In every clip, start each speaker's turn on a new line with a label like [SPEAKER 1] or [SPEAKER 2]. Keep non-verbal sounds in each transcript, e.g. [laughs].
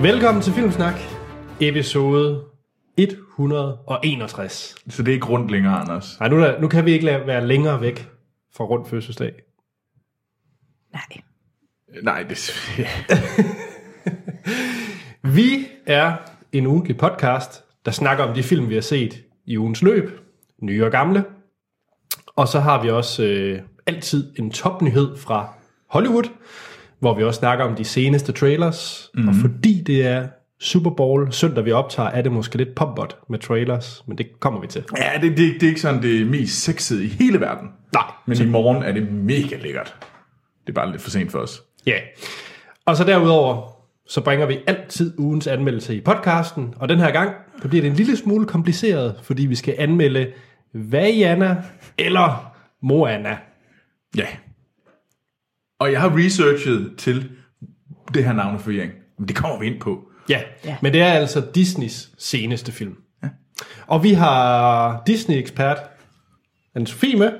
[SPEAKER 1] Velkommen til Filmsnak, episode 161.
[SPEAKER 2] Så det er ikke rundt længere, Anders.
[SPEAKER 1] Nej, nu, er der- nu kan vi ikke lade være længere væk fra rundt fødselsdag.
[SPEAKER 3] Nej.
[SPEAKER 2] Nej, det
[SPEAKER 1] Vi er en ugentlig podcast, der snakker om de film, vi har set i ugens løb, nye og gamle. Og så har vi også øh, altid en topnyhed fra Hollywood, hvor vi også snakker om de seneste trailers. Mm-hmm. Og fordi det er Super Bowl søndag, vi optager, er det måske lidt popbot med trailers, men det kommer vi til.
[SPEAKER 2] ja, det, det, det er ikke sådan det mest sexede i hele verden.
[SPEAKER 1] Nej,
[SPEAKER 2] Men i morgen er det mega lækkert. Det er bare lidt for sent for os.
[SPEAKER 1] Ja. Og så derudover, så bringer vi altid ugens anmeldelse i podcasten, og den her gang, der bliver det en lille smule kompliceret, fordi vi skal anmelde Vajana eller Moana.
[SPEAKER 2] Ja. Og jeg har researchet til det her navneforvirring. Men det kommer vi ind på.
[SPEAKER 1] Ja. ja,
[SPEAKER 3] Ja.
[SPEAKER 1] men det er altså Disneys seneste film. Ja. Og vi har Disney-ekspert anne Sofie med.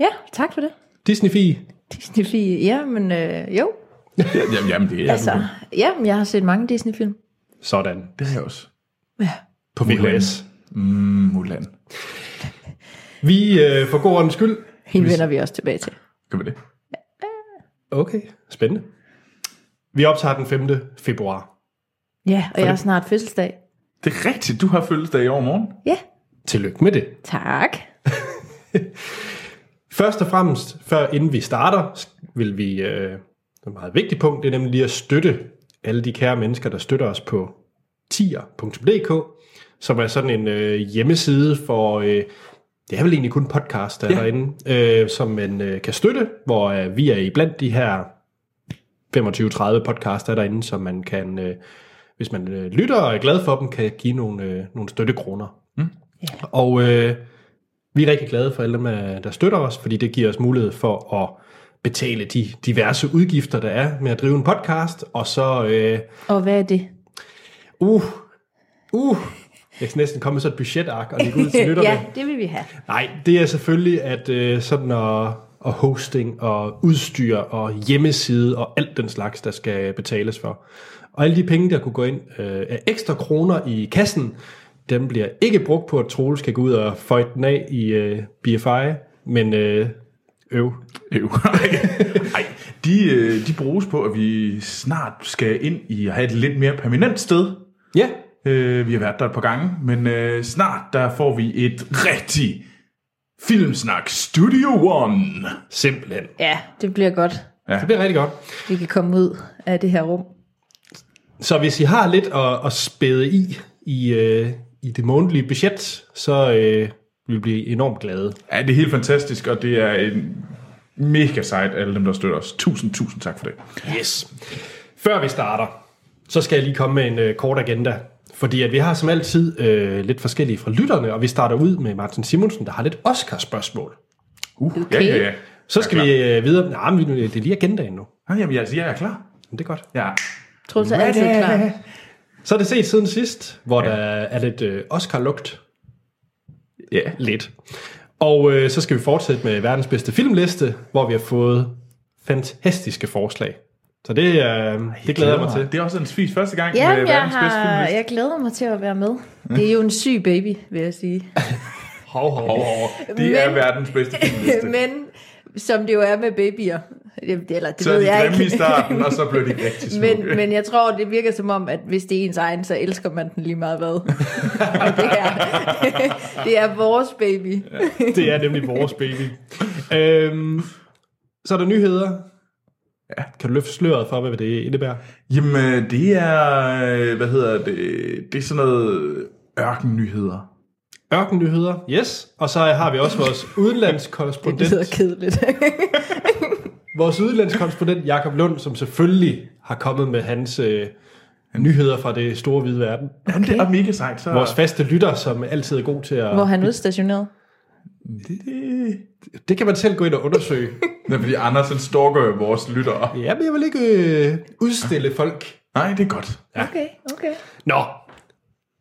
[SPEAKER 3] Ja, tak for det.
[SPEAKER 1] Disney-fie.
[SPEAKER 3] Disney-fie, ja, men øh, jo.
[SPEAKER 2] Jamen, jamen det er
[SPEAKER 3] Altså,
[SPEAKER 2] jeg.
[SPEAKER 3] ja, men jeg har set mange Disney-film.
[SPEAKER 1] Sådan.
[SPEAKER 2] Det er jeg også.
[SPEAKER 3] Ja.
[SPEAKER 1] På VHS.
[SPEAKER 2] Mm, Mulan.
[SPEAKER 1] Vi, øh, for god ordens skyld...
[SPEAKER 3] Hende vender vi også tilbage til.
[SPEAKER 2] Kan vi det?
[SPEAKER 1] Okay, spændende. Vi optager den 5. februar.
[SPEAKER 3] Ja, og jeg har snart fødselsdag.
[SPEAKER 2] Det er rigtigt. Du har fødselsdag i overmorgen.
[SPEAKER 3] Ja,
[SPEAKER 1] Tillykke med det.
[SPEAKER 3] tak.
[SPEAKER 1] Først og fremmest, før inden vi starter, vil vi, øh, et meget vigtigt punkt, det er nemlig lige at støtte alle de kære mennesker, der støtter os på tier.dk, som er sådan en øh, hjemmeside for, øh, det er vel egentlig kun podcast, der er
[SPEAKER 2] Ja.
[SPEAKER 1] derinde, øh, som man øh, kan støtte, hvor øh, vi er i blandt de her 25-30 podcaster derinde, som man kan, øh, hvis man øh, lytter og er glad for dem, kan give nogle, øh, nogle støttekroner. Mm. Yeah. Og øh, vi er rigtig glade for alle dem, øh, der støtter os, fordi det giver os mulighed for at betale de diverse udgifter, der er med at drive en podcast, og så... Øh,
[SPEAKER 3] Og hvad er det?
[SPEAKER 1] uh, uh, jeg kan næsten komme med så et budgetark og lægge ud
[SPEAKER 3] [laughs]
[SPEAKER 1] til lytterne.
[SPEAKER 3] ja, det vil vi have.
[SPEAKER 1] Nej, det er selvfølgelig, at øh, sådan og, og hosting og udstyr og hjemmeside og alt den slags, der skal betales for. Og alle de penge, der kunne gå ind øh, af ekstra kroner i kassen, dem bliver ikke brugt på, at Troels skal gå ud og føjte den af i øh, BFI, men øh, øv.
[SPEAKER 2] [laughs] Jo, nej. De, øh, de bruges på, at vi snart skal ind i at have et lidt mere permanent sted.
[SPEAKER 1] Ja,
[SPEAKER 2] Øh, vi har været der et par gange, men øh, snart der får vi et rigtig filmsnak Studio One.
[SPEAKER 1] simpelthen.
[SPEAKER 3] Ja, det bliver godt.
[SPEAKER 1] Det bliver rigtig godt.
[SPEAKER 3] Vi kan komme ud af det her rum.
[SPEAKER 1] Så hvis I har lidt at, at spæde i i, øh, i det månedlige budget, så øh, vil vi blive enormt glade.
[SPEAKER 2] Ja, det er helt fantastisk, og det er en mega sejt, alle dem, der støtter os. Tusind, tusind tak for det.
[SPEAKER 1] Yes. Før vi starter, så skal jeg lige komme med en øh, kort agenda. Fordi at vi har som altid øh, lidt forskellige fra lytterne, og vi starter ud med Martin Simonsen, der har lidt Oscar-spørgsmål.
[SPEAKER 2] Uh,
[SPEAKER 3] Okay.
[SPEAKER 2] Ja, ja, ja.
[SPEAKER 1] Så skal
[SPEAKER 2] Jeg
[SPEAKER 1] vi øh, videre. Nej, men vi- det er lige agendaen nu.
[SPEAKER 2] Ah, jamen, jeg, jeg er klar.
[SPEAKER 1] Men det er godt.
[SPEAKER 2] Ja.
[SPEAKER 3] Tror du, så er altid klar?
[SPEAKER 1] Så er det set siden sidst, hvor ja. der er lidt øh, Oscar-lugt.
[SPEAKER 2] ja.
[SPEAKER 1] Lidt. Og øh, så skal vi fortsætte med verdens bedste filmliste, hvor vi har fået fantastiske forslag. Så det, øh, det glæder jeg mig til.
[SPEAKER 2] Det er også en spis første gang
[SPEAKER 3] Ja,
[SPEAKER 2] med
[SPEAKER 3] jeg,
[SPEAKER 2] verdens bedste
[SPEAKER 3] har,
[SPEAKER 2] filmliste.
[SPEAKER 3] jeg glæder mig til at være med. Det er jo en syg baby, vil jeg sige.
[SPEAKER 1] Hov, hov, hov.
[SPEAKER 2] Det er
[SPEAKER 3] Men-
[SPEAKER 2] verdens
[SPEAKER 3] [laughs]
[SPEAKER 2] bedste filmliste.
[SPEAKER 3] Men som det jo er med babyer, det- eller det
[SPEAKER 2] så er
[SPEAKER 3] ved
[SPEAKER 2] de
[SPEAKER 3] jeg
[SPEAKER 2] grimme i
[SPEAKER 3] ikke.
[SPEAKER 2] starten, og så blev de rigtig [laughs] smukke.
[SPEAKER 3] [laughs] Men, men jeg tror, det virker som om, at hvis det er ens egen, så elsker man den lige
[SPEAKER 2] [laughs]
[SPEAKER 3] meget hvad. Og det er, [laughs] det er vores baby.
[SPEAKER 1] [laughs] Det er nemlig vores baby. øhm, så er der nyheder. Ja. Kan du løfte sløret for, hvad det indebærer?
[SPEAKER 2] Jamen, øh, det er, øh, hvad hedder det, det er sådan noget øh, ørkennyheder.
[SPEAKER 1] Ørkennyheder, yes. Og så har vi også
[SPEAKER 3] [laughs]
[SPEAKER 1] vores
[SPEAKER 3] Det lyder
[SPEAKER 1] udenlandskorrespondent,
[SPEAKER 3] kedeligt.
[SPEAKER 1] vores udenlandskorrespondent Jakob Lund, som selvfølgelig har kommet med hans øh, nyheder fra det store hvide verden.
[SPEAKER 2] Jamen, det er mega sejt, så...
[SPEAKER 1] Vores faste lytter, som altid er god til at...
[SPEAKER 3] Hvor han udstationeret.
[SPEAKER 2] Det-
[SPEAKER 1] Det kan man selv gå ind og
[SPEAKER 3] [laughs]
[SPEAKER 1] undersøge.
[SPEAKER 2] Nej, fordi Anders, han stalker jo vores lyttere.
[SPEAKER 1] ja, men jeg vil ikke øh, udstille folk.
[SPEAKER 2] Nej, det er godt.
[SPEAKER 3] Okay, okay.
[SPEAKER 1] Nå,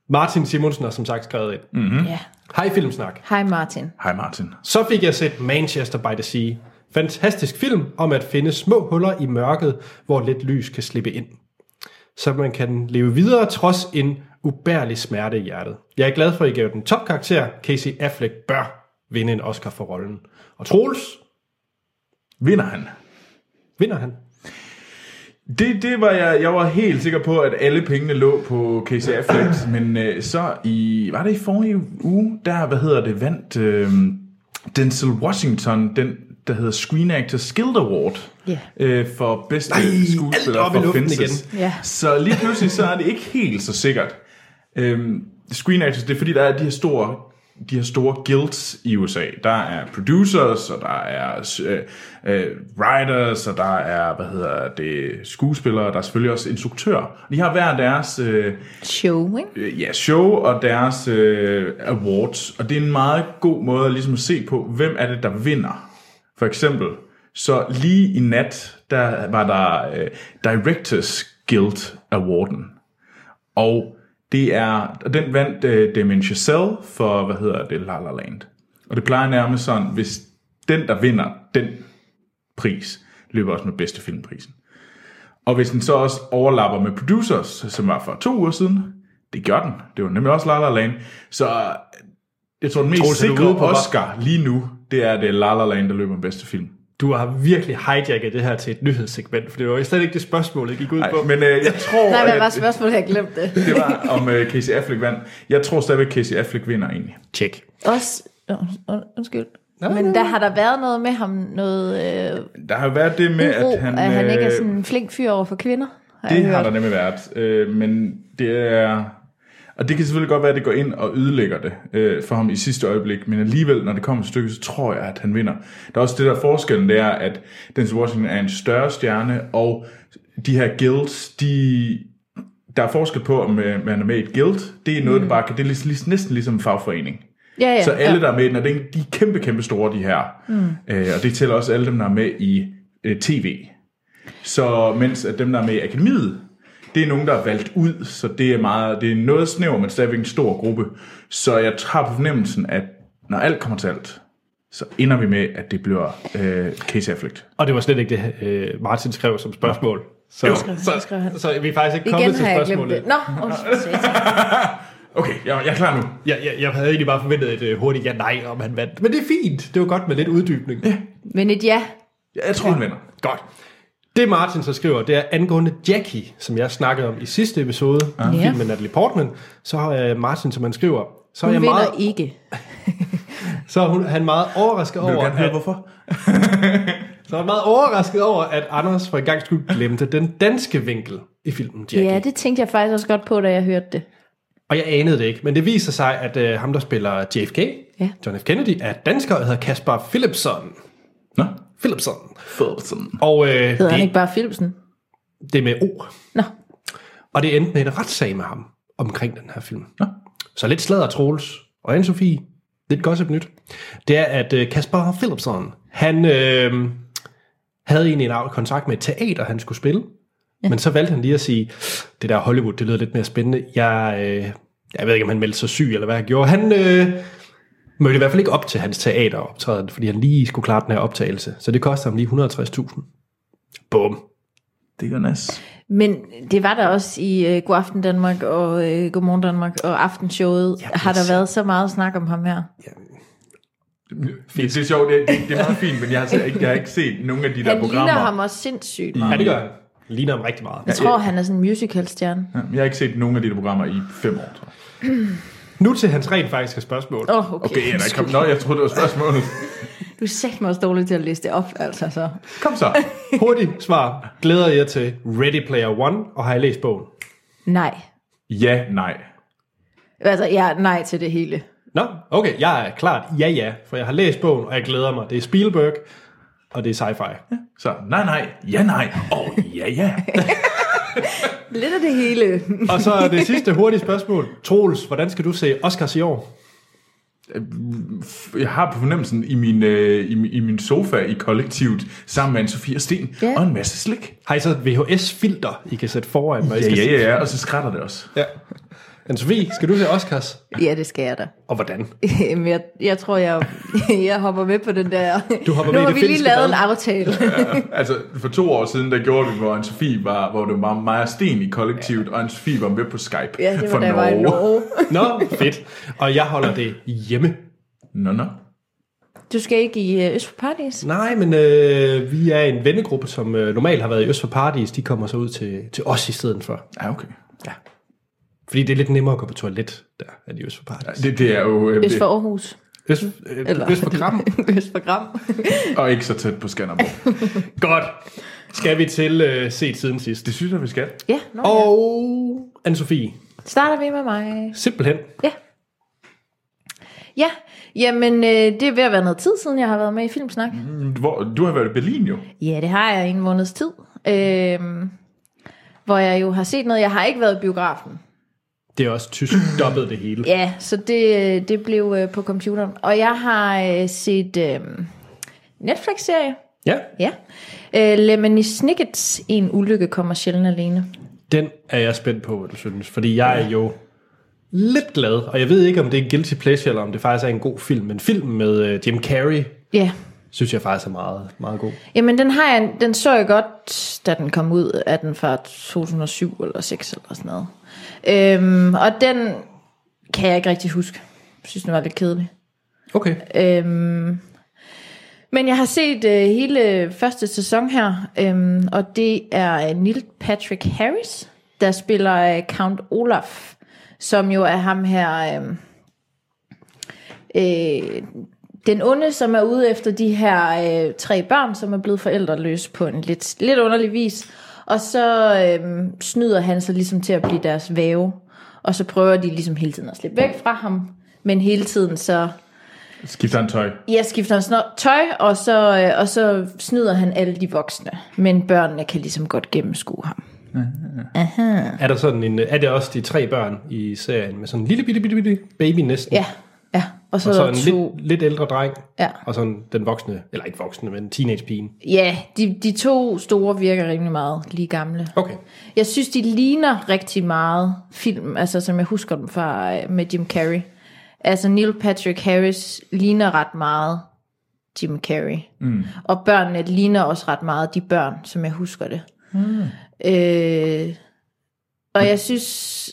[SPEAKER 1] Martin Simonsen har som sagt skrevet ind. Mm.
[SPEAKER 3] Ja.
[SPEAKER 1] Hej Filmsnak.
[SPEAKER 3] Hej Martin.
[SPEAKER 2] Hej Martin.
[SPEAKER 1] Så fik jeg set Manchester by the Sea. Fantastisk film om at finde små huller i mørket, hvor lidt lys kan slippe ind. så man kan leve videre trods en ubærlig smerte i hjertet. Jeg er glad for, at I gav den topkarakter. Casey Affleck bør vinde en Oscar for rollen. Og Troels
[SPEAKER 2] Vinder han?
[SPEAKER 1] vinder han.
[SPEAKER 2] Det, det var jeg, jeg var helt sikker på, at alle pengene lå på Casey Affleck, men øh, så i, var det i forrige uge, der, hvad hedder det, vandt øh, Denzel Washington, den, der hedder Screen Actors Guild Award,
[SPEAKER 3] Ja.
[SPEAKER 2] øh, for bedste Nej,
[SPEAKER 1] alt
[SPEAKER 2] skuespiller
[SPEAKER 1] op i
[SPEAKER 2] for
[SPEAKER 1] luften
[SPEAKER 2] Fences.
[SPEAKER 3] igen. Ja.
[SPEAKER 2] Så lige pludselig, så er det ikke helt så sikkert. Øhm, screen Actors, det er fordi, der er de her store de her store guilds i USA. Der er producers, og der er øh, øh, writers, og der er, hvad hedder det, skuespillere, og der er selvfølgelig også instruktører. De har hver deres øh,
[SPEAKER 3] Show, ikke?
[SPEAKER 2] øh, ja, show og deres øh, awards, og det er en meget god måde at, ligesom at se på, hvem er det, der vinder. For eksempel, så lige i nat, der var der øh, Directors Guild Awarden, og det er, og den vandt øh, Damien Chazelle for, hvad hedder det, La La Land. Og det plejer nærmest sådan, hvis den, der vinder den pris, løber også med bedste filmprisen. Og hvis den så også overlapper med Producers, som var for to uger siden, det gjorde den. Det var nemlig også La La Land. Så øh, jeg tror, den mest
[SPEAKER 1] Troels, er du
[SPEAKER 2] sikre
[SPEAKER 1] ude på, hvad?
[SPEAKER 2] Oscar lige nu, det er, at det er La La Land, der løber med bedste film.
[SPEAKER 1] Du har virkelig hijacket det her til et nyhedssegment, for det var jo slet ikke det spørgsmål, det gik ud
[SPEAKER 2] Ej,
[SPEAKER 1] på.
[SPEAKER 2] men øh, jeg tror,
[SPEAKER 3] Nej, hvad var
[SPEAKER 2] at,
[SPEAKER 3] spørgsmålet? Jeg glemte det.
[SPEAKER 2] det var, om øh, Casey Affleck vandt. Jeg tror stadigvæk, Casey Affleck vinder egentlig.
[SPEAKER 1] Tjek.
[SPEAKER 3] Også, und- und- undskyld. Men der har der været noget med ham, noget øh,
[SPEAKER 2] Der har jo været det med,
[SPEAKER 3] uro,
[SPEAKER 2] at han...
[SPEAKER 3] at han ikke er
[SPEAKER 2] øh,
[SPEAKER 3] sådan en flink fyr over for kvinder. Har
[SPEAKER 2] Det
[SPEAKER 3] jeg
[SPEAKER 2] har
[SPEAKER 3] hørt.
[SPEAKER 2] der nemlig været, øh, men det er... Og det kan selvfølgelig godt være, at det går ind og ødelægger det øh, for ham i sidste øjeblik, men alligevel, når det kommer til stykket, så tror jeg, at han vinder. Der er også det der forskellen, det er, at Denzel Washington er en større stjerne, og de her guilds, de... Der er forskel på, om øh, man er med i et guild. Det er noget,
[SPEAKER 3] Mm.
[SPEAKER 2] der bare kan... Det er lige- lige- næsten ligesom en fagforening.
[SPEAKER 3] Ja, ja.
[SPEAKER 2] Så alle,
[SPEAKER 3] ja.
[SPEAKER 2] der er med i den, og det er en- de er kæmpe, kæmpe store, de her. Mm. Øh, og det tæller også alle dem, der er med i øh, tv. Så mens at dem, der er med i akademiet, det er nogen, der er valgt ud, så det er, meget, det er noget snæver, men stadigvæk en stor gruppe. Så jeg har på fornemmelsen, at når alt kommer til alt, så ender vi med, at det bliver øh, Casey Affleck.
[SPEAKER 1] Og det var slet ikke det, øh, Martin skrev som spørgsmål. Så,
[SPEAKER 2] Jo,
[SPEAKER 1] så,
[SPEAKER 3] så skrev han.
[SPEAKER 1] så, vi er faktisk ikke kommet
[SPEAKER 3] Igen
[SPEAKER 1] til
[SPEAKER 3] har jeg glemt
[SPEAKER 1] spørgsmålet.
[SPEAKER 3] det. Nå, undskyld. satan.
[SPEAKER 2] Okay, jeg, jeg er klar nu.
[SPEAKER 1] Jeg, jeg, jeg havde egentlig bare forventet et øh, hurtigt ja-nej, om han vandt. Men det er fint. Det var godt med lidt uddybning. Ja.
[SPEAKER 3] Men et ja.
[SPEAKER 2] Jeg tror, han vinder.
[SPEAKER 1] Godt. Det Martin så skriver, det er angående Jackie, som jeg snakkede om i sidste episode, ah.
[SPEAKER 3] Ja.
[SPEAKER 1] filmen med Natalie Portman. Så har øh, Martin, som han skriver, så er,
[SPEAKER 3] Hun
[SPEAKER 1] jeg
[SPEAKER 3] vinder
[SPEAKER 1] meget,
[SPEAKER 3] ikke.
[SPEAKER 1] så er hun, han meget overrasket
[SPEAKER 2] Vil du
[SPEAKER 1] over,
[SPEAKER 2] gerne høre,
[SPEAKER 1] at,
[SPEAKER 2] hvorfor?
[SPEAKER 1] så er han meget overrasket over, at Anders for en gang skulle glemte den danske vinkel i filmen Jackie.
[SPEAKER 3] Ja, det tænkte jeg faktisk også godt på, da jeg hørte det.
[SPEAKER 1] Og jeg anede det ikke, men det viser sig, at øh, ham, der spiller JFK,
[SPEAKER 3] Ja.
[SPEAKER 1] John F. Kennedy, er dansker og hedder Kasper Philipson.
[SPEAKER 2] Nå,
[SPEAKER 1] Philipson.
[SPEAKER 2] Philipson.
[SPEAKER 1] Og øh,
[SPEAKER 3] Hedder han
[SPEAKER 1] det,
[SPEAKER 3] ikke bare Philipsen?
[SPEAKER 1] det er med O.
[SPEAKER 3] Nå,
[SPEAKER 1] Og det endte med en retssag med ham omkring den her film.
[SPEAKER 2] Nå.
[SPEAKER 1] Så lidt sladder Troels og anne Sofie lidt gossip nyt, det er, at øh, Kasper Philipson, han øh, havde egentlig en ar- kontrakt med et teater, han skulle spille. Ja. Men så valgte han lige at sige, det der Hollywood, det lyder lidt mere spændende. Jeg, øh, jeg ved ikke, om han meldte sig syg, eller hvad han gjorde. Han øh, mødte i hvert fald ikke op til hans teateroptræden, fordi han lige skulle klare den her optagelse. Så det koster ham lige 160.000. Bum.
[SPEAKER 2] Det gør nas.
[SPEAKER 3] Men det var der også i øh, Godaften Danmark og øh, Godmorgen Danmark og Aftenshowet. Ja,
[SPEAKER 1] Jamen,
[SPEAKER 3] har der
[SPEAKER 1] altså.
[SPEAKER 3] været så meget snak om ham her?
[SPEAKER 2] Det, det er sjovt, det, det, det er meget fint, men jeg har, altså ikke, jeg har ikke set nogen af de der
[SPEAKER 3] Han
[SPEAKER 2] programmer.
[SPEAKER 3] ligner ham også sindssygt meget.
[SPEAKER 1] Ja, det gør han. Ligner ham rigtig meget.
[SPEAKER 3] Jeg tror, han er sådan en musicalstjerne.
[SPEAKER 2] Ja, men Jeg har ikke set nogen af de der programmer i fem år, tror jeg.
[SPEAKER 1] Nu til hans rent faktiske spørgsmål.
[SPEAKER 3] Åh, oh, okay.
[SPEAKER 2] Okay, jeg er ikke kommet. Nå, jeg troede, det var spørgsmålet.
[SPEAKER 3] Du er sæt mig også dårlig til at læse det op, altså så.
[SPEAKER 2] Kom så.
[SPEAKER 1] Hurtigt svar. Glæder jeg til Ready Player One, og har jeg læst bogen?
[SPEAKER 3] Nej.
[SPEAKER 2] Ja, nej.
[SPEAKER 3] Altså, ja, nej til det hele.
[SPEAKER 1] Nå, okay, jeg er klart ja ja, for jeg har læst bogen, og jeg glæder mig. Det er Spielberg, og det er sci-fi.
[SPEAKER 2] Så nej, nej. Ja, nej. Og oh, ja, ja.
[SPEAKER 3] Lidt af det hele. [laughs]
[SPEAKER 1] Og så det sidste hurtige spørgsmål. Troels, hvordan skal du se Oscars i år?
[SPEAKER 2] Jeg har på fornemmelsen i min, øh, i, min- i min sofa i kollektivet sammen med en Sofia Sten
[SPEAKER 3] Ja.
[SPEAKER 2] og en masse slik.
[SPEAKER 1] Har I så et VHS-filter, I kan sætte foran, når I
[SPEAKER 2] Ja,
[SPEAKER 1] skal
[SPEAKER 2] ja,
[SPEAKER 1] se-
[SPEAKER 2] ja, ja. Og så skrætter det også.
[SPEAKER 1] ja. Anne-Sophie, skal du til Oscars?
[SPEAKER 3] Ja, det skal jeg da.
[SPEAKER 1] Og hvordan?
[SPEAKER 3] Jamen, jeg, jeg tror, jeg, [laughs] jeg hopper med på den der.
[SPEAKER 1] Du hopper
[SPEAKER 3] nu
[SPEAKER 1] med i
[SPEAKER 3] har
[SPEAKER 1] det
[SPEAKER 3] vi lige
[SPEAKER 1] finske
[SPEAKER 3] lavet
[SPEAKER 1] bad.
[SPEAKER 3] en aftale.
[SPEAKER 2] Altså, for to år siden, der gjorde vi, hvor Anne-Sophie var, hvor det var mig og Sten i kollektivet, og Anne-Sophie var med på Skype
[SPEAKER 3] Ja, det
[SPEAKER 2] for
[SPEAKER 3] var da jeg var i Norge.
[SPEAKER 1] Nå, fedt. Og jeg holder det hjemme.
[SPEAKER 2] Nå, nå.
[SPEAKER 3] Du skal ikke i øh, Øst for Paradis?
[SPEAKER 1] Nej, men øh, vi er en vennegruppe, som øh, normalt har været i Øst for Paradis. De kommer så ud til, til os i stedet for.
[SPEAKER 2] Ja, okay.
[SPEAKER 1] Fordi det er lidt nemmere at gå på toilet, der er de i Øst for Paradis.
[SPEAKER 2] Det, det er jo... Øh,
[SPEAKER 3] Øst
[SPEAKER 2] det,
[SPEAKER 3] for Aarhus.
[SPEAKER 1] Øst, øh, Øst for Kram.
[SPEAKER 3] [laughs] Øst for Gram.
[SPEAKER 2] og ikke så tæt på
[SPEAKER 3] [laughs]
[SPEAKER 2] Skanderborg.
[SPEAKER 1] Godt. Skal vi til øh, set siden sidst.
[SPEAKER 2] Det synes jeg, vi skal.
[SPEAKER 3] ja, nå, ja.
[SPEAKER 1] Og Anne-Sophie,
[SPEAKER 3] Starter vi med mig.
[SPEAKER 1] simpelthen.
[SPEAKER 3] Ja. Ja, jamen øh, det er ved at være noget tid siden, jeg har været med i Filmsnak.
[SPEAKER 2] Hvor, du har været i Berlin jo.
[SPEAKER 3] Ja, det har jeg i en måneds tid. Øh, hvor jeg jo har set noget. Jeg har ikke været i biografen.
[SPEAKER 1] Det er også tysk dobbelt det hele.
[SPEAKER 3] Ja, så det, øh, det blev øh, på computeren. Og jeg har øh, set øh, Netflix-serie.
[SPEAKER 1] Ja,
[SPEAKER 3] Ja. Øh, Lemony Snickets I en ulykke kommer sjældent alene.
[SPEAKER 1] den er jeg spændt på, hvad du synes. Fordi jeg er jo lidt glad, og jeg ved ikke, om det er en guilty pleasure, eller om det faktisk er en god film. Men filmen med øh, Jim Carrey,
[SPEAKER 3] Ja.
[SPEAKER 1] synes jeg faktisk er meget, meget god.
[SPEAKER 3] Jamen, den, har jeg, den så jeg godt, da den kom ud. Er den fra 2007 eller 6 eller sådan noget. Øhm, og den kan jeg ikke rigtig huske. Jeg synes, den var lidt kedelig.
[SPEAKER 1] Okay.
[SPEAKER 3] Øhm, men jeg har set øh, hele første sæson her, øhm, og det er øh, Neil Patrick Harris, der spiller øh, Count Olaf, som jo er ham her, øhm, øh, den onde, som er ude efter de her øh, tre børn, som er blevet forældreløse på en lidt, lidt underlig vis. Og så øh, snyder han sig ligesom til at blive deres væve, og så prøver de ligesom hele tiden at slippe væk fra ham, men hele tiden så...
[SPEAKER 2] Skifter en tøj.
[SPEAKER 3] Jeg skifter hans no- tøj, og så, øh, og så snyder han alle de voksne. Men børnene kan ligesom godt gennemskue ham.
[SPEAKER 1] Er der sådan en, øh, er det også de tre børn i serien med sådan en lille bitte bitte bitte baby næsten?
[SPEAKER 3] Ja, ja. Og så,
[SPEAKER 1] Og så en
[SPEAKER 3] to...
[SPEAKER 1] lidt, lidt ældre dreng,
[SPEAKER 3] Ja.
[SPEAKER 1] og sådan den voksne, eller ikke voksne, men teenagepigen.
[SPEAKER 3] Ja, de, de to store virker rimelig meget lige gamle.
[SPEAKER 1] Okay.
[SPEAKER 3] Jeg synes, de ligner rigtig meget film, altså som jeg husker dem fra øh, med Jim Carrey. Altså Neil Patrick Harris ligner ret meget Jim Carrey. Mm. Og børnene ligner også ret meget de børn, som jeg husker det. Mm. Øh, og jeg synes,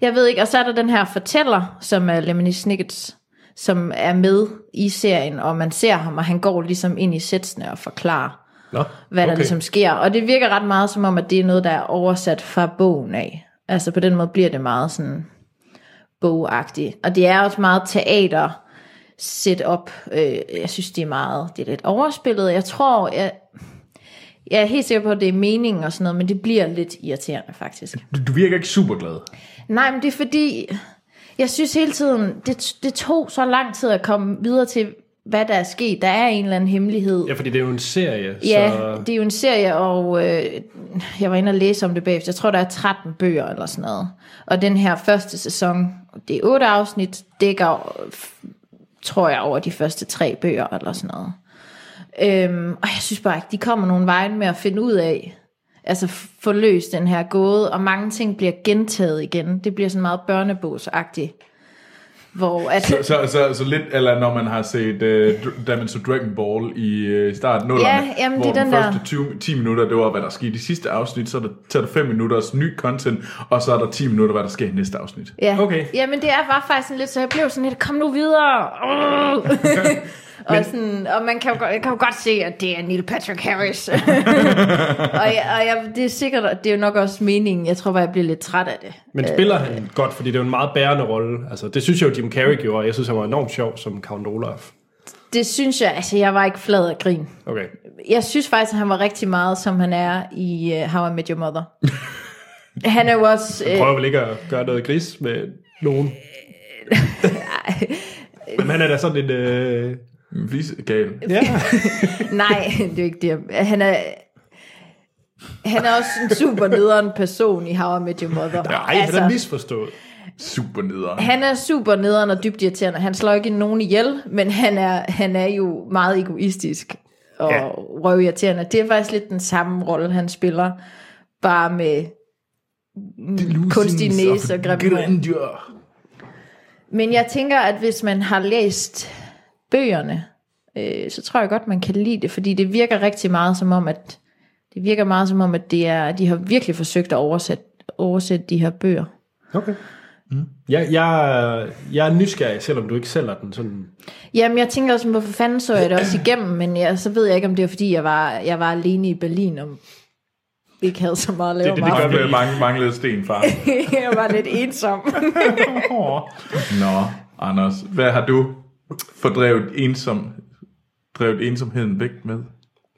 [SPEAKER 3] jeg ved ikke, og så er der den her fortæller, som er Lemony Snickets, som er med i serien, og man ser ham, og han går ligesom ind i sætsene og forklarer,
[SPEAKER 1] Nå,
[SPEAKER 3] hvad okay.
[SPEAKER 1] okay.
[SPEAKER 3] der ligesom sker. Og det virker ret meget som om, at det er noget, der er oversat fra bogen af. Altså på den måde bliver det meget sådan bogagtigt. Og det er også meget teater set op. Øh, jeg synes, det er meget, det er lidt overspillet. Jeg tror, jeg, jeg er helt sikker på, at det er meningen og sådan noget, men det bliver lidt irriterende faktisk.
[SPEAKER 2] Du, du virker ikke super glad.
[SPEAKER 3] Nej, men det er fordi, jeg synes hele tiden, det, det tog så lang tid at komme videre til, hvad der er sket. Der er en eller anden hemmelighed.
[SPEAKER 1] Ja, fordi det er jo en serie,
[SPEAKER 3] Ja,
[SPEAKER 1] så...
[SPEAKER 3] det er jo en serie, og øh, jeg var inde og læse om det bagefter. Jeg tror, der er 13 bøger eller sådan noget. Og den her første sæson, det er otte afsnit, dækker, øh, f- tror jeg, over de første tre bøger eller sådan noget. Øhm, og jeg synes bare ikke, de kommer nogen vej med at finde ud af, altså f- få løst den her gåde, og mange ting bliver gentaget igen. Det bliver sådan meget børnebogsagtigt. Hvor at,
[SPEAKER 2] Så, så, så, så lidt, eller når man har set uh, da man så Dragon Ball i uh, starten af
[SPEAKER 3] Ja, jamen,
[SPEAKER 2] hvor
[SPEAKER 3] det er
[SPEAKER 2] de
[SPEAKER 3] den
[SPEAKER 2] første
[SPEAKER 3] der-
[SPEAKER 2] 20, 10 minutter, det var, hvad der skete i sidste afsnit, så er der, tager der 5 minutters ny content, og så er der 10 minutter, hvad der sker i næste afsnit.
[SPEAKER 3] ja.
[SPEAKER 1] Okay.
[SPEAKER 3] Jamen det er, var faktisk sådan lidt, så jeg blev sådan lidt, kom nu
[SPEAKER 1] [laughs]
[SPEAKER 3] videre. Uh! og, sådan, og man kan jo, godt- jeg kan jo godt se, at det er Neil Patrick
[SPEAKER 1] [laughs]
[SPEAKER 3] Harris. og jeg, og jeg, det er sikkert, at det er jo nok også meningen. Jeg tror bare, jeg bliver lidt træt af det.
[SPEAKER 1] Men spiller han godt, fordi det er jo en meget bærende rolle. Altså, det synes jeg jo, Jim Carrey gjorde, og jeg synes, han var enormt sjov som Count Olaf.
[SPEAKER 3] Det synes jeg, altså jeg var ikke flad af grin.
[SPEAKER 1] Okay.
[SPEAKER 3] Jeg synes faktisk, at han var rigtig meget, som han er i uh, How I Met Your
[SPEAKER 1] [laughs]
[SPEAKER 3] Mother. Han er jo også... øh,
[SPEAKER 1] Prøver vel ikke at gøre noget gris med nogen. Men han er da sådan en... Øh...
[SPEAKER 2] Vise gal.
[SPEAKER 1] Ja.
[SPEAKER 3] øh, Nej, [laughs] det er ikke det. jeg- Han er, han er også en super nederen person i How I Met Your Mother.
[SPEAKER 1] Nej, altså... han er misforstået.
[SPEAKER 2] Super nederen.
[SPEAKER 3] han er super nederen og dybt irriterende. Han slår ikke nogen ihjel, men han er, han er jo meget egoistisk og
[SPEAKER 1] Ja.
[SPEAKER 3] ja. røvirriterende. Det er faktisk lidt den samme rolle, han spiller, bare med kunstig næse og grim hår.
[SPEAKER 2] grandeur.
[SPEAKER 3] Men jeg tænker, at hvis man har læst bøgerne, øh, så tror jeg godt, man kan lide det, fordi det virker rigtig meget som om, at det virker meget som om, at det er, de har virkelig forsøgt at oversætte, oversætte de her bøger.
[SPEAKER 1] Okay. Mm. Jeg, jeg, jeg er nysgerrig, selvom du ikke sælger den sådan.
[SPEAKER 3] Jamen, jeg tænker også, hvorfor fanden så jeg det også igennem, men jeg, så ved jeg ikke, om det er, fordi jeg var, jeg var alene i Berlin, om ikke havde så meget at lave
[SPEAKER 1] det
[SPEAKER 3] om
[SPEAKER 1] gør
[SPEAKER 2] Der
[SPEAKER 3] aftenen.
[SPEAKER 2] blev mange, manglede sten, far.
[SPEAKER 3] [laughs] Jeg var lidt ensom.
[SPEAKER 2] Nå, Anders, hvad har du fordrevet, ensom, drevet ensomheden væk med?